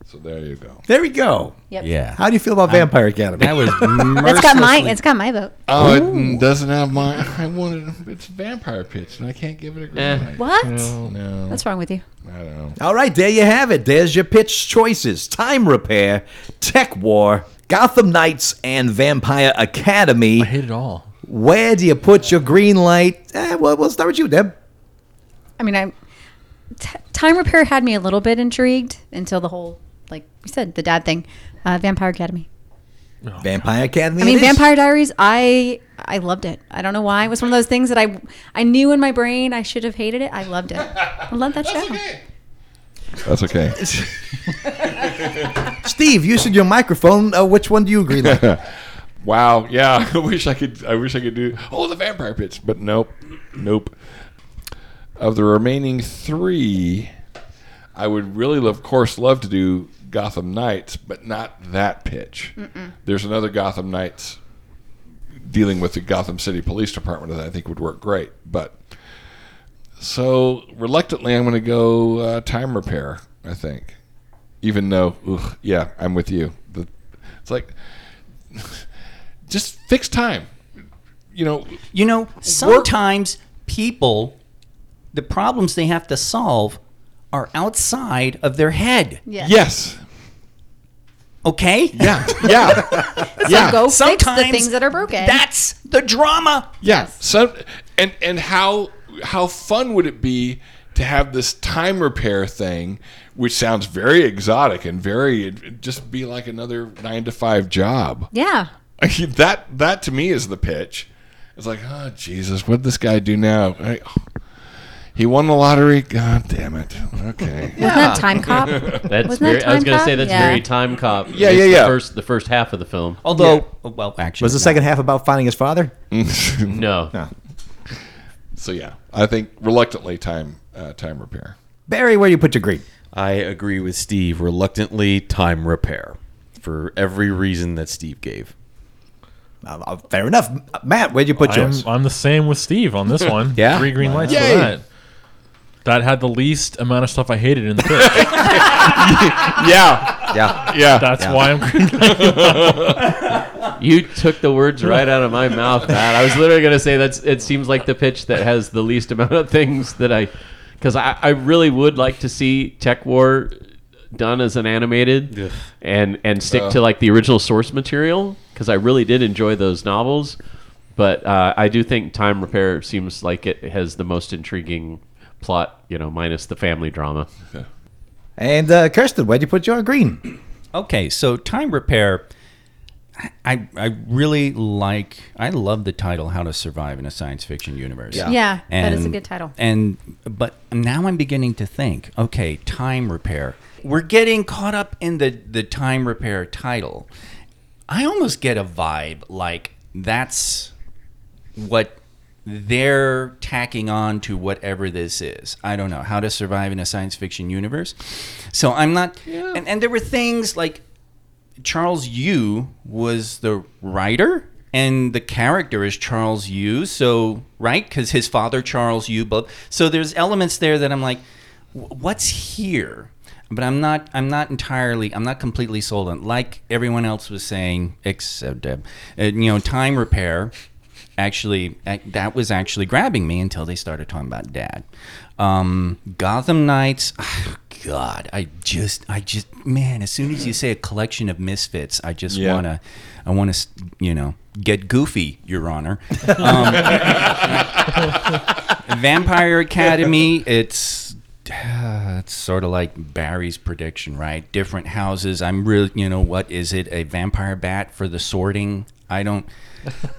Speaker 5: So there you go.
Speaker 6: There we go.
Speaker 4: Yep.
Speaker 2: Yeah.
Speaker 6: How do you feel about Vampire Academy?
Speaker 2: That was
Speaker 4: it's got my it's got my vote.
Speaker 5: Oh, it doesn't have my. I wanted. It's a vampire pitch, and I can't give it a
Speaker 14: Eh.
Speaker 5: green light.
Speaker 4: What?
Speaker 5: No, no.
Speaker 4: What's wrong with you?
Speaker 5: I don't know.
Speaker 6: All right, there you have it. There's your pitch choices Time Repair, Tech War, Gotham Knights, and Vampire Academy. I hate it all. Where do you put your green light? Eh, well, we'll start with you, Deb.
Speaker 4: I mean, I t- time repair had me a little bit intrigued until the whole, like you said, the dad thing, uh, Vampire Academy.
Speaker 6: Vampire Academy.
Speaker 4: I mean,
Speaker 6: it is.
Speaker 4: Vampire Diaries. I I loved it. I don't know why. It was one of those things that I I knew in my brain I should have hated it. I loved it. I
Speaker 2: *laughs*
Speaker 4: loved that show.
Speaker 5: That's *laughs* okay.
Speaker 6: *laughs* Steve, you said your microphone. Uh, which one do you agree with?
Speaker 5: *laughs* wow. Yeah. I wish I could. I wish I could do. Oh, the vampire pitch, but nope. Nope. Of the remaining three, I would really, love, of course, love to do Gotham Knights, but not that pitch.
Speaker 1: Mm-mm.
Speaker 5: There's another Gotham Knights dealing with the Gotham City Police Department that I think would work great, but So reluctantly, I'm going to go uh, time repair. I think, even though, ugh, yeah, I'm with you. The, it's like just fix time. You know,
Speaker 2: you know, sometimes people, the problems they have to solve are outside of their head.
Speaker 4: Yes.
Speaker 5: Yes.
Speaker 2: Okay?
Speaker 5: Yeah. Yeah.
Speaker 4: So go fix the things that are broken.
Speaker 2: That's the drama.
Speaker 5: Yeah. So and and how how fun would it be to have this time repair thing, which sounds very exotic and very it'd just be like another nine to five job. *laughs*
Speaker 4: Yeah.
Speaker 5: I mean, that that to me is the pitch. It's like, oh Jesus, what did this guy do now? I- he won the lottery. God damn it.
Speaker 4: *laughs*
Speaker 5: Okay.
Speaker 4: Wasn't that Time Cop?
Speaker 10: *laughs* That's
Speaker 4: Wasn't that
Speaker 10: very. I
Speaker 4: Time
Speaker 10: was going to
Speaker 4: Cop?
Speaker 10: say that's
Speaker 4: Yeah.
Speaker 10: very time cop.
Speaker 5: Yeah,
Speaker 10: At least
Speaker 5: yeah, yeah.
Speaker 10: The first, the first half of the film.
Speaker 2: Although, oh, well, actually,
Speaker 6: was the
Speaker 2: no.
Speaker 6: second half about finding his father?
Speaker 10: no.
Speaker 6: No.
Speaker 5: So yeah, I think reluctantly time uh, time repair.
Speaker 6: Barry, where do you put your green?
Speaker 3: I agree with Steve. Reluctantly, time repair for every reason that Steve gave.
Speaker 6: Uh, uh, fair enough. M- Matt, where'd you put
Speaker 9: I'm,
Speaker 6: yours?
Speaker 9: I'm the same with Steve
Speaker 10: *laughs*
Speaker 9: on this one.
Speaker 6: Yeah?
Speaker 9: Three green
Speaker 6: Wow.
Speaker 9: lights
Speaker 6: Yay.
Speaker 9: for that. That had the least amount of stuff I hated in the pitch.
Speaker 5: yeah.
Speaker 3: Yeah.
Speaker 5: Yeah.
Speaker 9: That's
Speaker 10: Yeah.
Speaker 9: why I'm green lighting that one.
Speaker 10: *laughs* You took the words right out of my mouth, Matt. I was literally going to say that's. It seems like the pitch that has the least amount of things that I, because I, I really would like to see Tech War done as an animated, and and stick
Speaker 11: Uh.
Speaker 10: to like the original source material because I really did enjoy those novels, but uh, I do think Time Repair seems like it has the most intriguing plot, you know, minus the family drama.
Speaker 6: And uh, Kirsten, where'd you put your green?
Speaker 2: Okay, so time repair. I I really like I love the title "How to Survive in a Science Fiction Universe."
Speaker 4: Yeah. Yeah, that is a good title.
Speaker 2: And but now I'm beginning to think. Okay, time repair. We're getting caught up in the the time repair title. I almost get a vibe like that's what they're tacking on to whatever this is. I don't know how to survive in a science fiction universe. So I'm not. And, and there were things like Charles Yu was the writer, and the character is Charles Yu. So right, because his father Charles Yu. But so there's elements there that I'm like, "Wh- what's here? But I'm not. I'm not entirely. I'm not completely sold on. Like everyone else was saying, except Deb. Uh, you know, time repair actually ac- that was actually grabbing me until they started talking about dad um, gotham knights *sighs* god i just i just man as soon as you say a collection of misfits i just
Speaker 5: Yeah.
Speaker 2: want to i want to you know get goofy your honor um, vampire academy it's *sighs* uh, it's sort of like Barry's prediction, right? Different houses. I'm really, you know, what is it? A vampire bat for the sorting? I don't.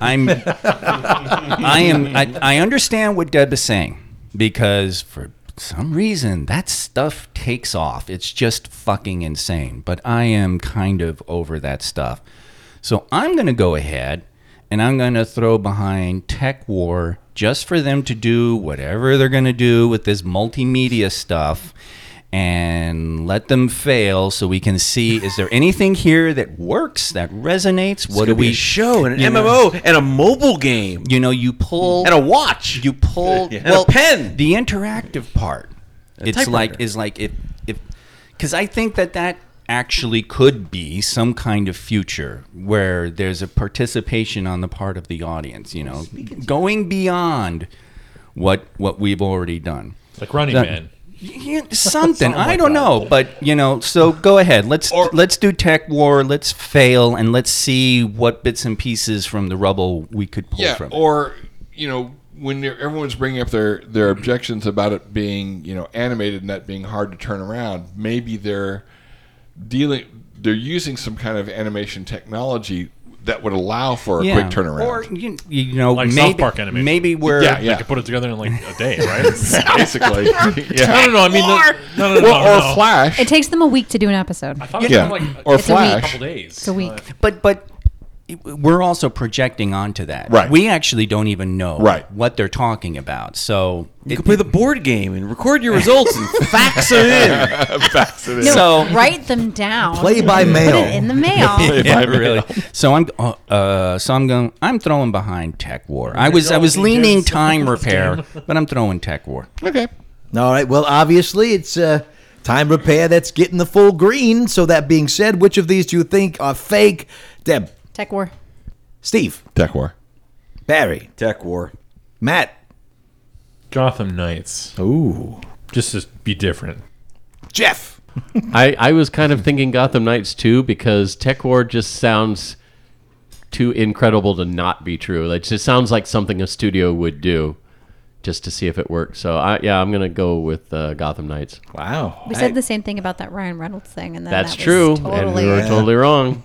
Speaker 2: I'm. I am. I, I understand what Deb is saying because for some reason that stuff takes off. It's just fucking insane. But I am kind of over that stuff. So I'm going to go ahead and I'm going to throw behind Tech War just for them to do whatever they're going to do with this multimedia stuff and let them fail so we can see is there anything here that works that resonates what do
Speaker 3: gonna be
Speaker 2: we
Speaker 3: a show and an
Speaker 2: you know?
Speaker 3: MMO and a mobile game
Speaker 2: you know you pull
Speaker 3: and a watch.
Speaker 2: You
Speaker 3: *laughs*
Speaker 2: pull
Speaker 3: and a pen.
Speaker 2: The interactive part,
Speaker 3: A
Speaker 2: it's like
Speaker 3: typewriter.
Speaker 2: is like if if because I think that that actually could be some kind of future where there's a participation on the part of the audience. You know, going beyond what what we've already done,
Speaker 9: like Running
Speaker 2: That-
Speaker 9: Man.
Speaker 2: Yeah,
Speaker 3: *laughs*
Speaker 2: something.
Speaker 9: Something
Speaker 2: I
Speaker 9: like
Speaker 2: don't
Speaker 9: that.
Speaker 2: know, but you know. So go ahead. Let's let's do tech war. Let's fail, and let's see what bits and pieces from the rubble we could pull
Speaker 5: yeah,
Speaker 2: from. it.
Speaker 5: or you know when they're- everyone's bringing up their their objections about it being you know animated and that being hard to turn around, maybe they're dealing they're using some kind of animation technology that would allow for a
Speaker 2: Yeah.
Speaker 5: quick turnaround.
Speaker 2: Or you, you know,
Speaker 9: Like
Speaker 2: maybe,
Speaker 9: South Park animation.
Speaker 2: Maybe we're
Speaker 5: Yeah, yeah.
Speaker 9: They could put it together in like a day, right?
Speaker 5: *laughs* Basically,
Speaker 9: *laughs* No, no, no. I mean, the, no, no, no,
Speaker 5: Well,
Speaker 9: no,
Speaker 5: or
Speaker 9: no.
Speaker 5: Flash.
Speaker 4: It takes them a week to do an episode.
Speaker 9: I thought it was
Speaker 5: Yeah.
Speaker 9: like
Speaker 5: Or
Speaker 9: a
Speaker 4: Flash.
Speaker 9: couple days.
Speaker 4: It's a week.
Speaker 2: But but we're also projecting onto that.
Speaker 3: Right.
Speaker 2: We actually don't even know
Speaker 3: Right.
Speaker 2: what they're talking about. So
Speaker 3: You could play the board game and record your results and fax them in.
Speaker 2: fax
Speaker 4: No,
Speaker 2: So
Speaker 4: write them down.
Speaker 2: Play by
Speaker 4: Put
Speaker 2: mail.
Speaker 4: it in the mail.
Speaker 2: *laughs* Yeah, really. So I'm uh, uh, so I'm going. I'm throwing behind Tech War. I was I was leaning time
Speaker 9: *laughs*
Speaker 2: repair, but I'm throwing Tech War.
Speaker 6: Okay. All right. Well, obviously, it's uh, time repair that's getting the full green. So, that being said, which of these do you think are fake? Deb,
Speaker 4: Tech war.
Speaker 6: Steve,
Speaker 5: Tech War.
Speaker 6: Barry,
Speaker 3: Tech War.
Speaker 6: Matt,
Speaker 9: Gotham Knights.
Speaker 6: Ooh,
Speaker 9: just to be different.
Speaker 6: Jeff.
Speaker 10: I, I was kind of thinking Gotham Knights too because Tech War just sounds too incredible to not be true. Like, It just sounds like something a studio would do just to see if it works. So I, yeah, I'm gonna go with uh, Gotham Knights.
Speaker 6: Wow,
Speaker 4: We said the same thing about that Ryan Reynolds thing, and then
Speaker 10: that's
Speaker 4: that was
Speaker 10: true, and
Speaker 4: Totally
Speaker 10: we were
Speaker 4: Yeah.
Speaker 10: totally wrong.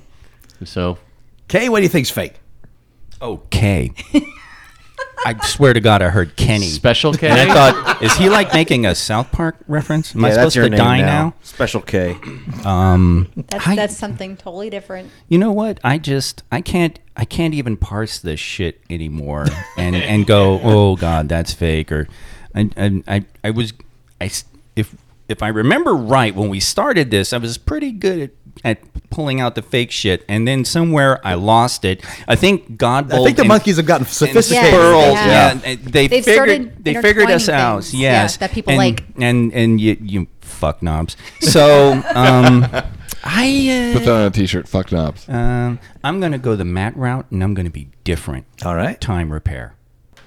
Speaker 10: So,
Speaker 6: Kay, Uh, what do you think's fake?
Speaker 2: Okay. I swear to God, I heard Kenny
Speaker 10: Special K.
Speaker 2: And I thought, is he like making a South Park reference? Am I
Speaker 15: Yeah, that's
Speaker 2: supposed
Speaker 15: your
Speaker 2: to
Speaker 15: name
Speaker 2: die
Speaker 15: now.
Speaker 2: now?
Speaker 15: Special K.
Speaker 2: Um,
Speaker 4: That's, that's something totally different.
Speaker 2: you know what? I just I can't I can't even parse this shit anymore and and
Speaker 6: *laughs*
Speaker 2: go oh god that's fake or and and I I was I s- if if I remember right when we started this I was pretty good at, at pulling out the fake shit and then somewhere I lost it. I think God
Speaker 6: I think the monkeys have gotten sophisticated.
Speaker 2: Pearls,
Speaker 6: Yeah.
Speaker 2: yeah. and They
Speaker 6: They've
Speaker 2: figured
Speaker 6: started
Speaker 2: they figured us
Speaker 6: intertwining
Speaker 2: out.
Speaker 6: things, yeah,
Speaker 2: Yes,
Speaker 6: that people
Speaker 2: And-
Speaker 6: like.
Speaker 2: And and you you fuck knobs. So
Speaker 6: *laughs*
Speaker 2: um, I uh,
Speaker 5: Put that on a T-shirt. Fuck knobs.
Speaker 2: um, I'm going to go the Matt route, and I'm going to be different.
Speaker 6: All right.
Speaker 2: Time repair.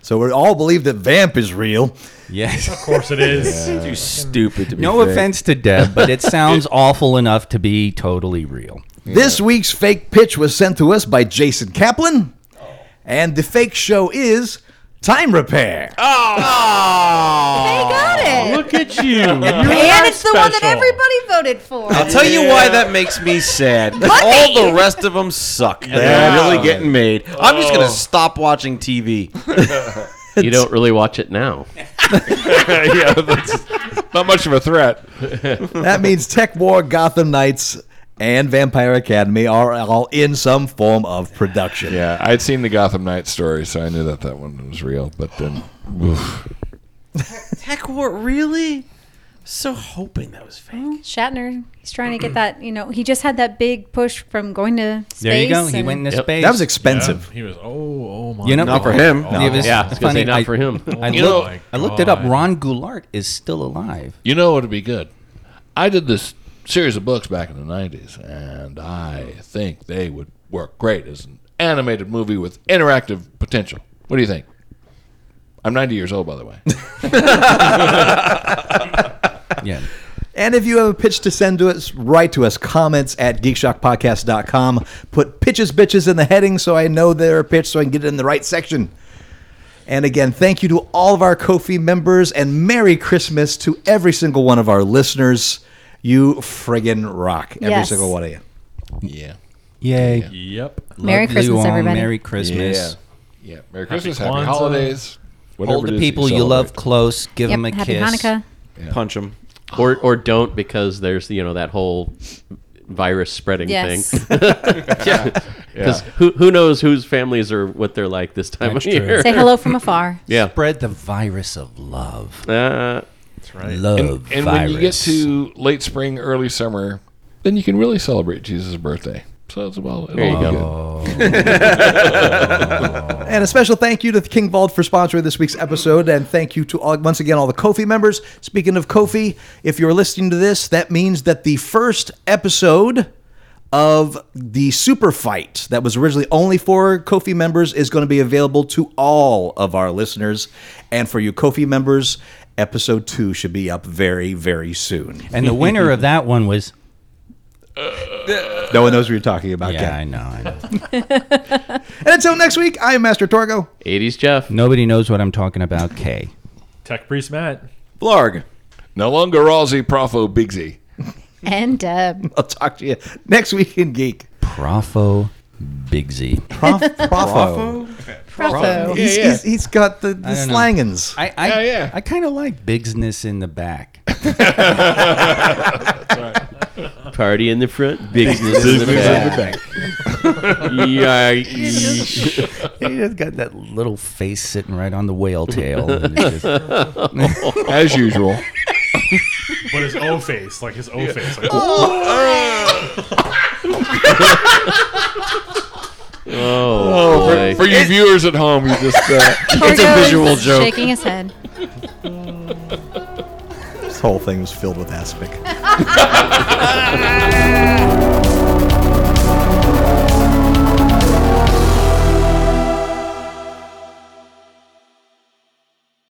Speaker 6: So we all believe that Vamp is real.
Speaker 2: Yes.
Speaker 9: Of course it is. Yeah.
Speaker 3: Too stupid to be
Speaker 2: No
Speaker 3: fake.
Speaker 2: offense to Deb, but it sounds awful enough to be totally real.
Speaker 6: This week's fake pitch was sent to us by Jason Kaplan, and the fake show is Time Repair.
Speaker 4: They got it.
Speaker 9: Look at you. and
Speaker 4: and it's the one that everybody voted for.
Speaker 3: I'll tell you why that makes me sad.
Speaker 4: Money.
Speaker 3: All the rest of them suck. And
Speaker 10: Yeah.
Speaker 3: They're really getting made. I'm just
Speaker 10: Oh.
Speaker 3: gonna stop watching TV.
Speaker 10: you don't really watch it now.
Speaker 5: yeah, that's not much of a threat.
Speaker 6: that means Tech War, Gotham Knights, and Vampire Academy are all in some form of production.
Speaker 5: Yeah, I'd seen the Gotham Knight story, so I knew that that one was real. But then, oof.
Speaker 3: Tech War, really? So hoping that was fake.
Speaker 4: Shatner, he's trying to get that. You know, he just had that big push from going to space.
Speaker 2: There you go, he went into Yep. space. That was expensive.
Speaker 9: Yeah, he was. Oh, oh my.
Speaker 2: You know,
Speaker 9: God. Oh,
Speaker 2: It was
Speaker 9: my God.
Speaker 2: funny. *laughs* I- I,
Speaker 9: You
Speaker 2: looked,
Speaker 9: know-
Speaker 2: I looked it up. Ron Goulart is still alive.
Speaker 14: You know what would be good? I did this series of books back in the 90s, and I think they would work great as an animated movie with interactive potential. What do you think? I'm 90 years old, by the way.
Speaker 2: yeah.
Speaker 6: And if you have a pitch to send to us, write to us comments at geekshockpodcast.com. Put pitches, bitches in the heading so I know they're a pitch so I can get it in the right section. And again, thank you to all of our Kofi members and Merry Christmas to every single one of our listeners. You friggin' rock, every
Speaker 5: Yes.
Speaker 6: single one of you.
Speaker 5: yeah,
Speaker 2: Yay.
Speaker 9: Yep.
Speaker 4: Merry
Speaker 2: Love you
Speaker 4: Christmas,
Speaker 2: all.
Speaker 4: everybody.
Speaker 2: Merry Christmas.
Speaker 5: yeah. Merry
Speaker 14: Happy
Speaker 5: Christmas, happy,
Speaker 14: Kwanzaa.
Speaker 5: holidays. whatever
Speaker 2: Hold
Speaker 5: it
Speaker 2: the
Speaker 5: is that
Speaker 2: people you,
Speaker 5: celebrate.
Speaker 2: love close. Give
Speaker 4: Yep,
Speaker 2: them a
Speaker 4: happy
Speaker 2: kiss.
Speaker 4: Hanukkah.
Speaker 3: Punch them.
Speaker 10: or or don't because there's you know that whole virus spreading
Speaker 4: Yes. *laughs*
Speaker 10: thing.
Speaker 4: Yeah.
Speaker 10: Because who who knows whose families are what they're like this time
Speaker 2: That's
Speaker 10: of
Speaker 2: true.
Speaker 10: year.
Speaker 4: Say hello
Speaker 10: *laughs*
Speaker 4: from afar.
Speaker 10: yeah.
Speaker 2: Spread the virus of love.
Speaker 10: Uh,
Speaker 9: That's
Speaker 2: right. Love
Speaker 5: And, and when
Speaker 2: virus.
Speaker 5: you get to late spring, early summer, then you can really celebrate Jesus' birthday. So it's about
Speaker 10: There you
Speaker 5: it'll be
Speaker 10: go.
Speaker 5: good.
Speaker 6: And a special thank you to King Bald for sponsoring this week's episode, and thank you to all, once again all the Kofi members. Speaking of Kofi, if you're listening to this, that means that the first episode of the super fight that was originally only for Kofi members is going to be available to all of our listeners, and for you Kofi members, episode two should be up very, very soon.
Speaker 2: And the winner of that one was.
Speaker 6: no one knows what you're talking about.
Speaker 2: Yeah,
Speaker 6: Ken.
Speaker 2: I know. I know.
Speaker 6: And until next week, I am Master Torgo.
Speaker 10: 80s Jeff.
Speaker 2: Nobody knows what I'm talking about. K.
Speaker 9: Tech priest Matt.
Speaker 3: Blarg.
Speaker 5: No longer Aussie Profo Bigsy.
Speaker 4: And uh,
Speaker 6: I'll talk to you next week in Geek.
Speaker 2: Profo Bigsy.
Speaker 6: Prof, profo.
Speaker 2: Profo.
Speaker 6: He's,
Speaker 2: Yeah, yeah.
Speaker 6: he's- he's got the, the
Speaker 2: I don't know.
Speaker 6: slangins.
Speaker 2: I, I, I kind of like bigsness in the back.
Speaker 10: Party in the front,
Speaker 2: Big
Speaker 10: business in
Speaker 3: *laughs*
Speaker 10: the
Speaker 2: business in the
Speaker 10: back.
Speaker 2: back. Yikes. They just got that little face sitting right on the whale tail. and it's just-
Speaker 5: As usual.
Speaker 2: *laughs*
Speaker 9: But his O face, like his O
Speaker 2: Yeah.
Speaker 9: face. Like,
Speaker 5: Oh,
Speaker 10: boy.
Speaker 5: for, for you viewers at home, you just uh, it's a
Speaker 4: Torgo is
Speaker 5: visual joke.
Speaker 4: Shaking his head.
Speaker 6: This whole thing was filled with aspic.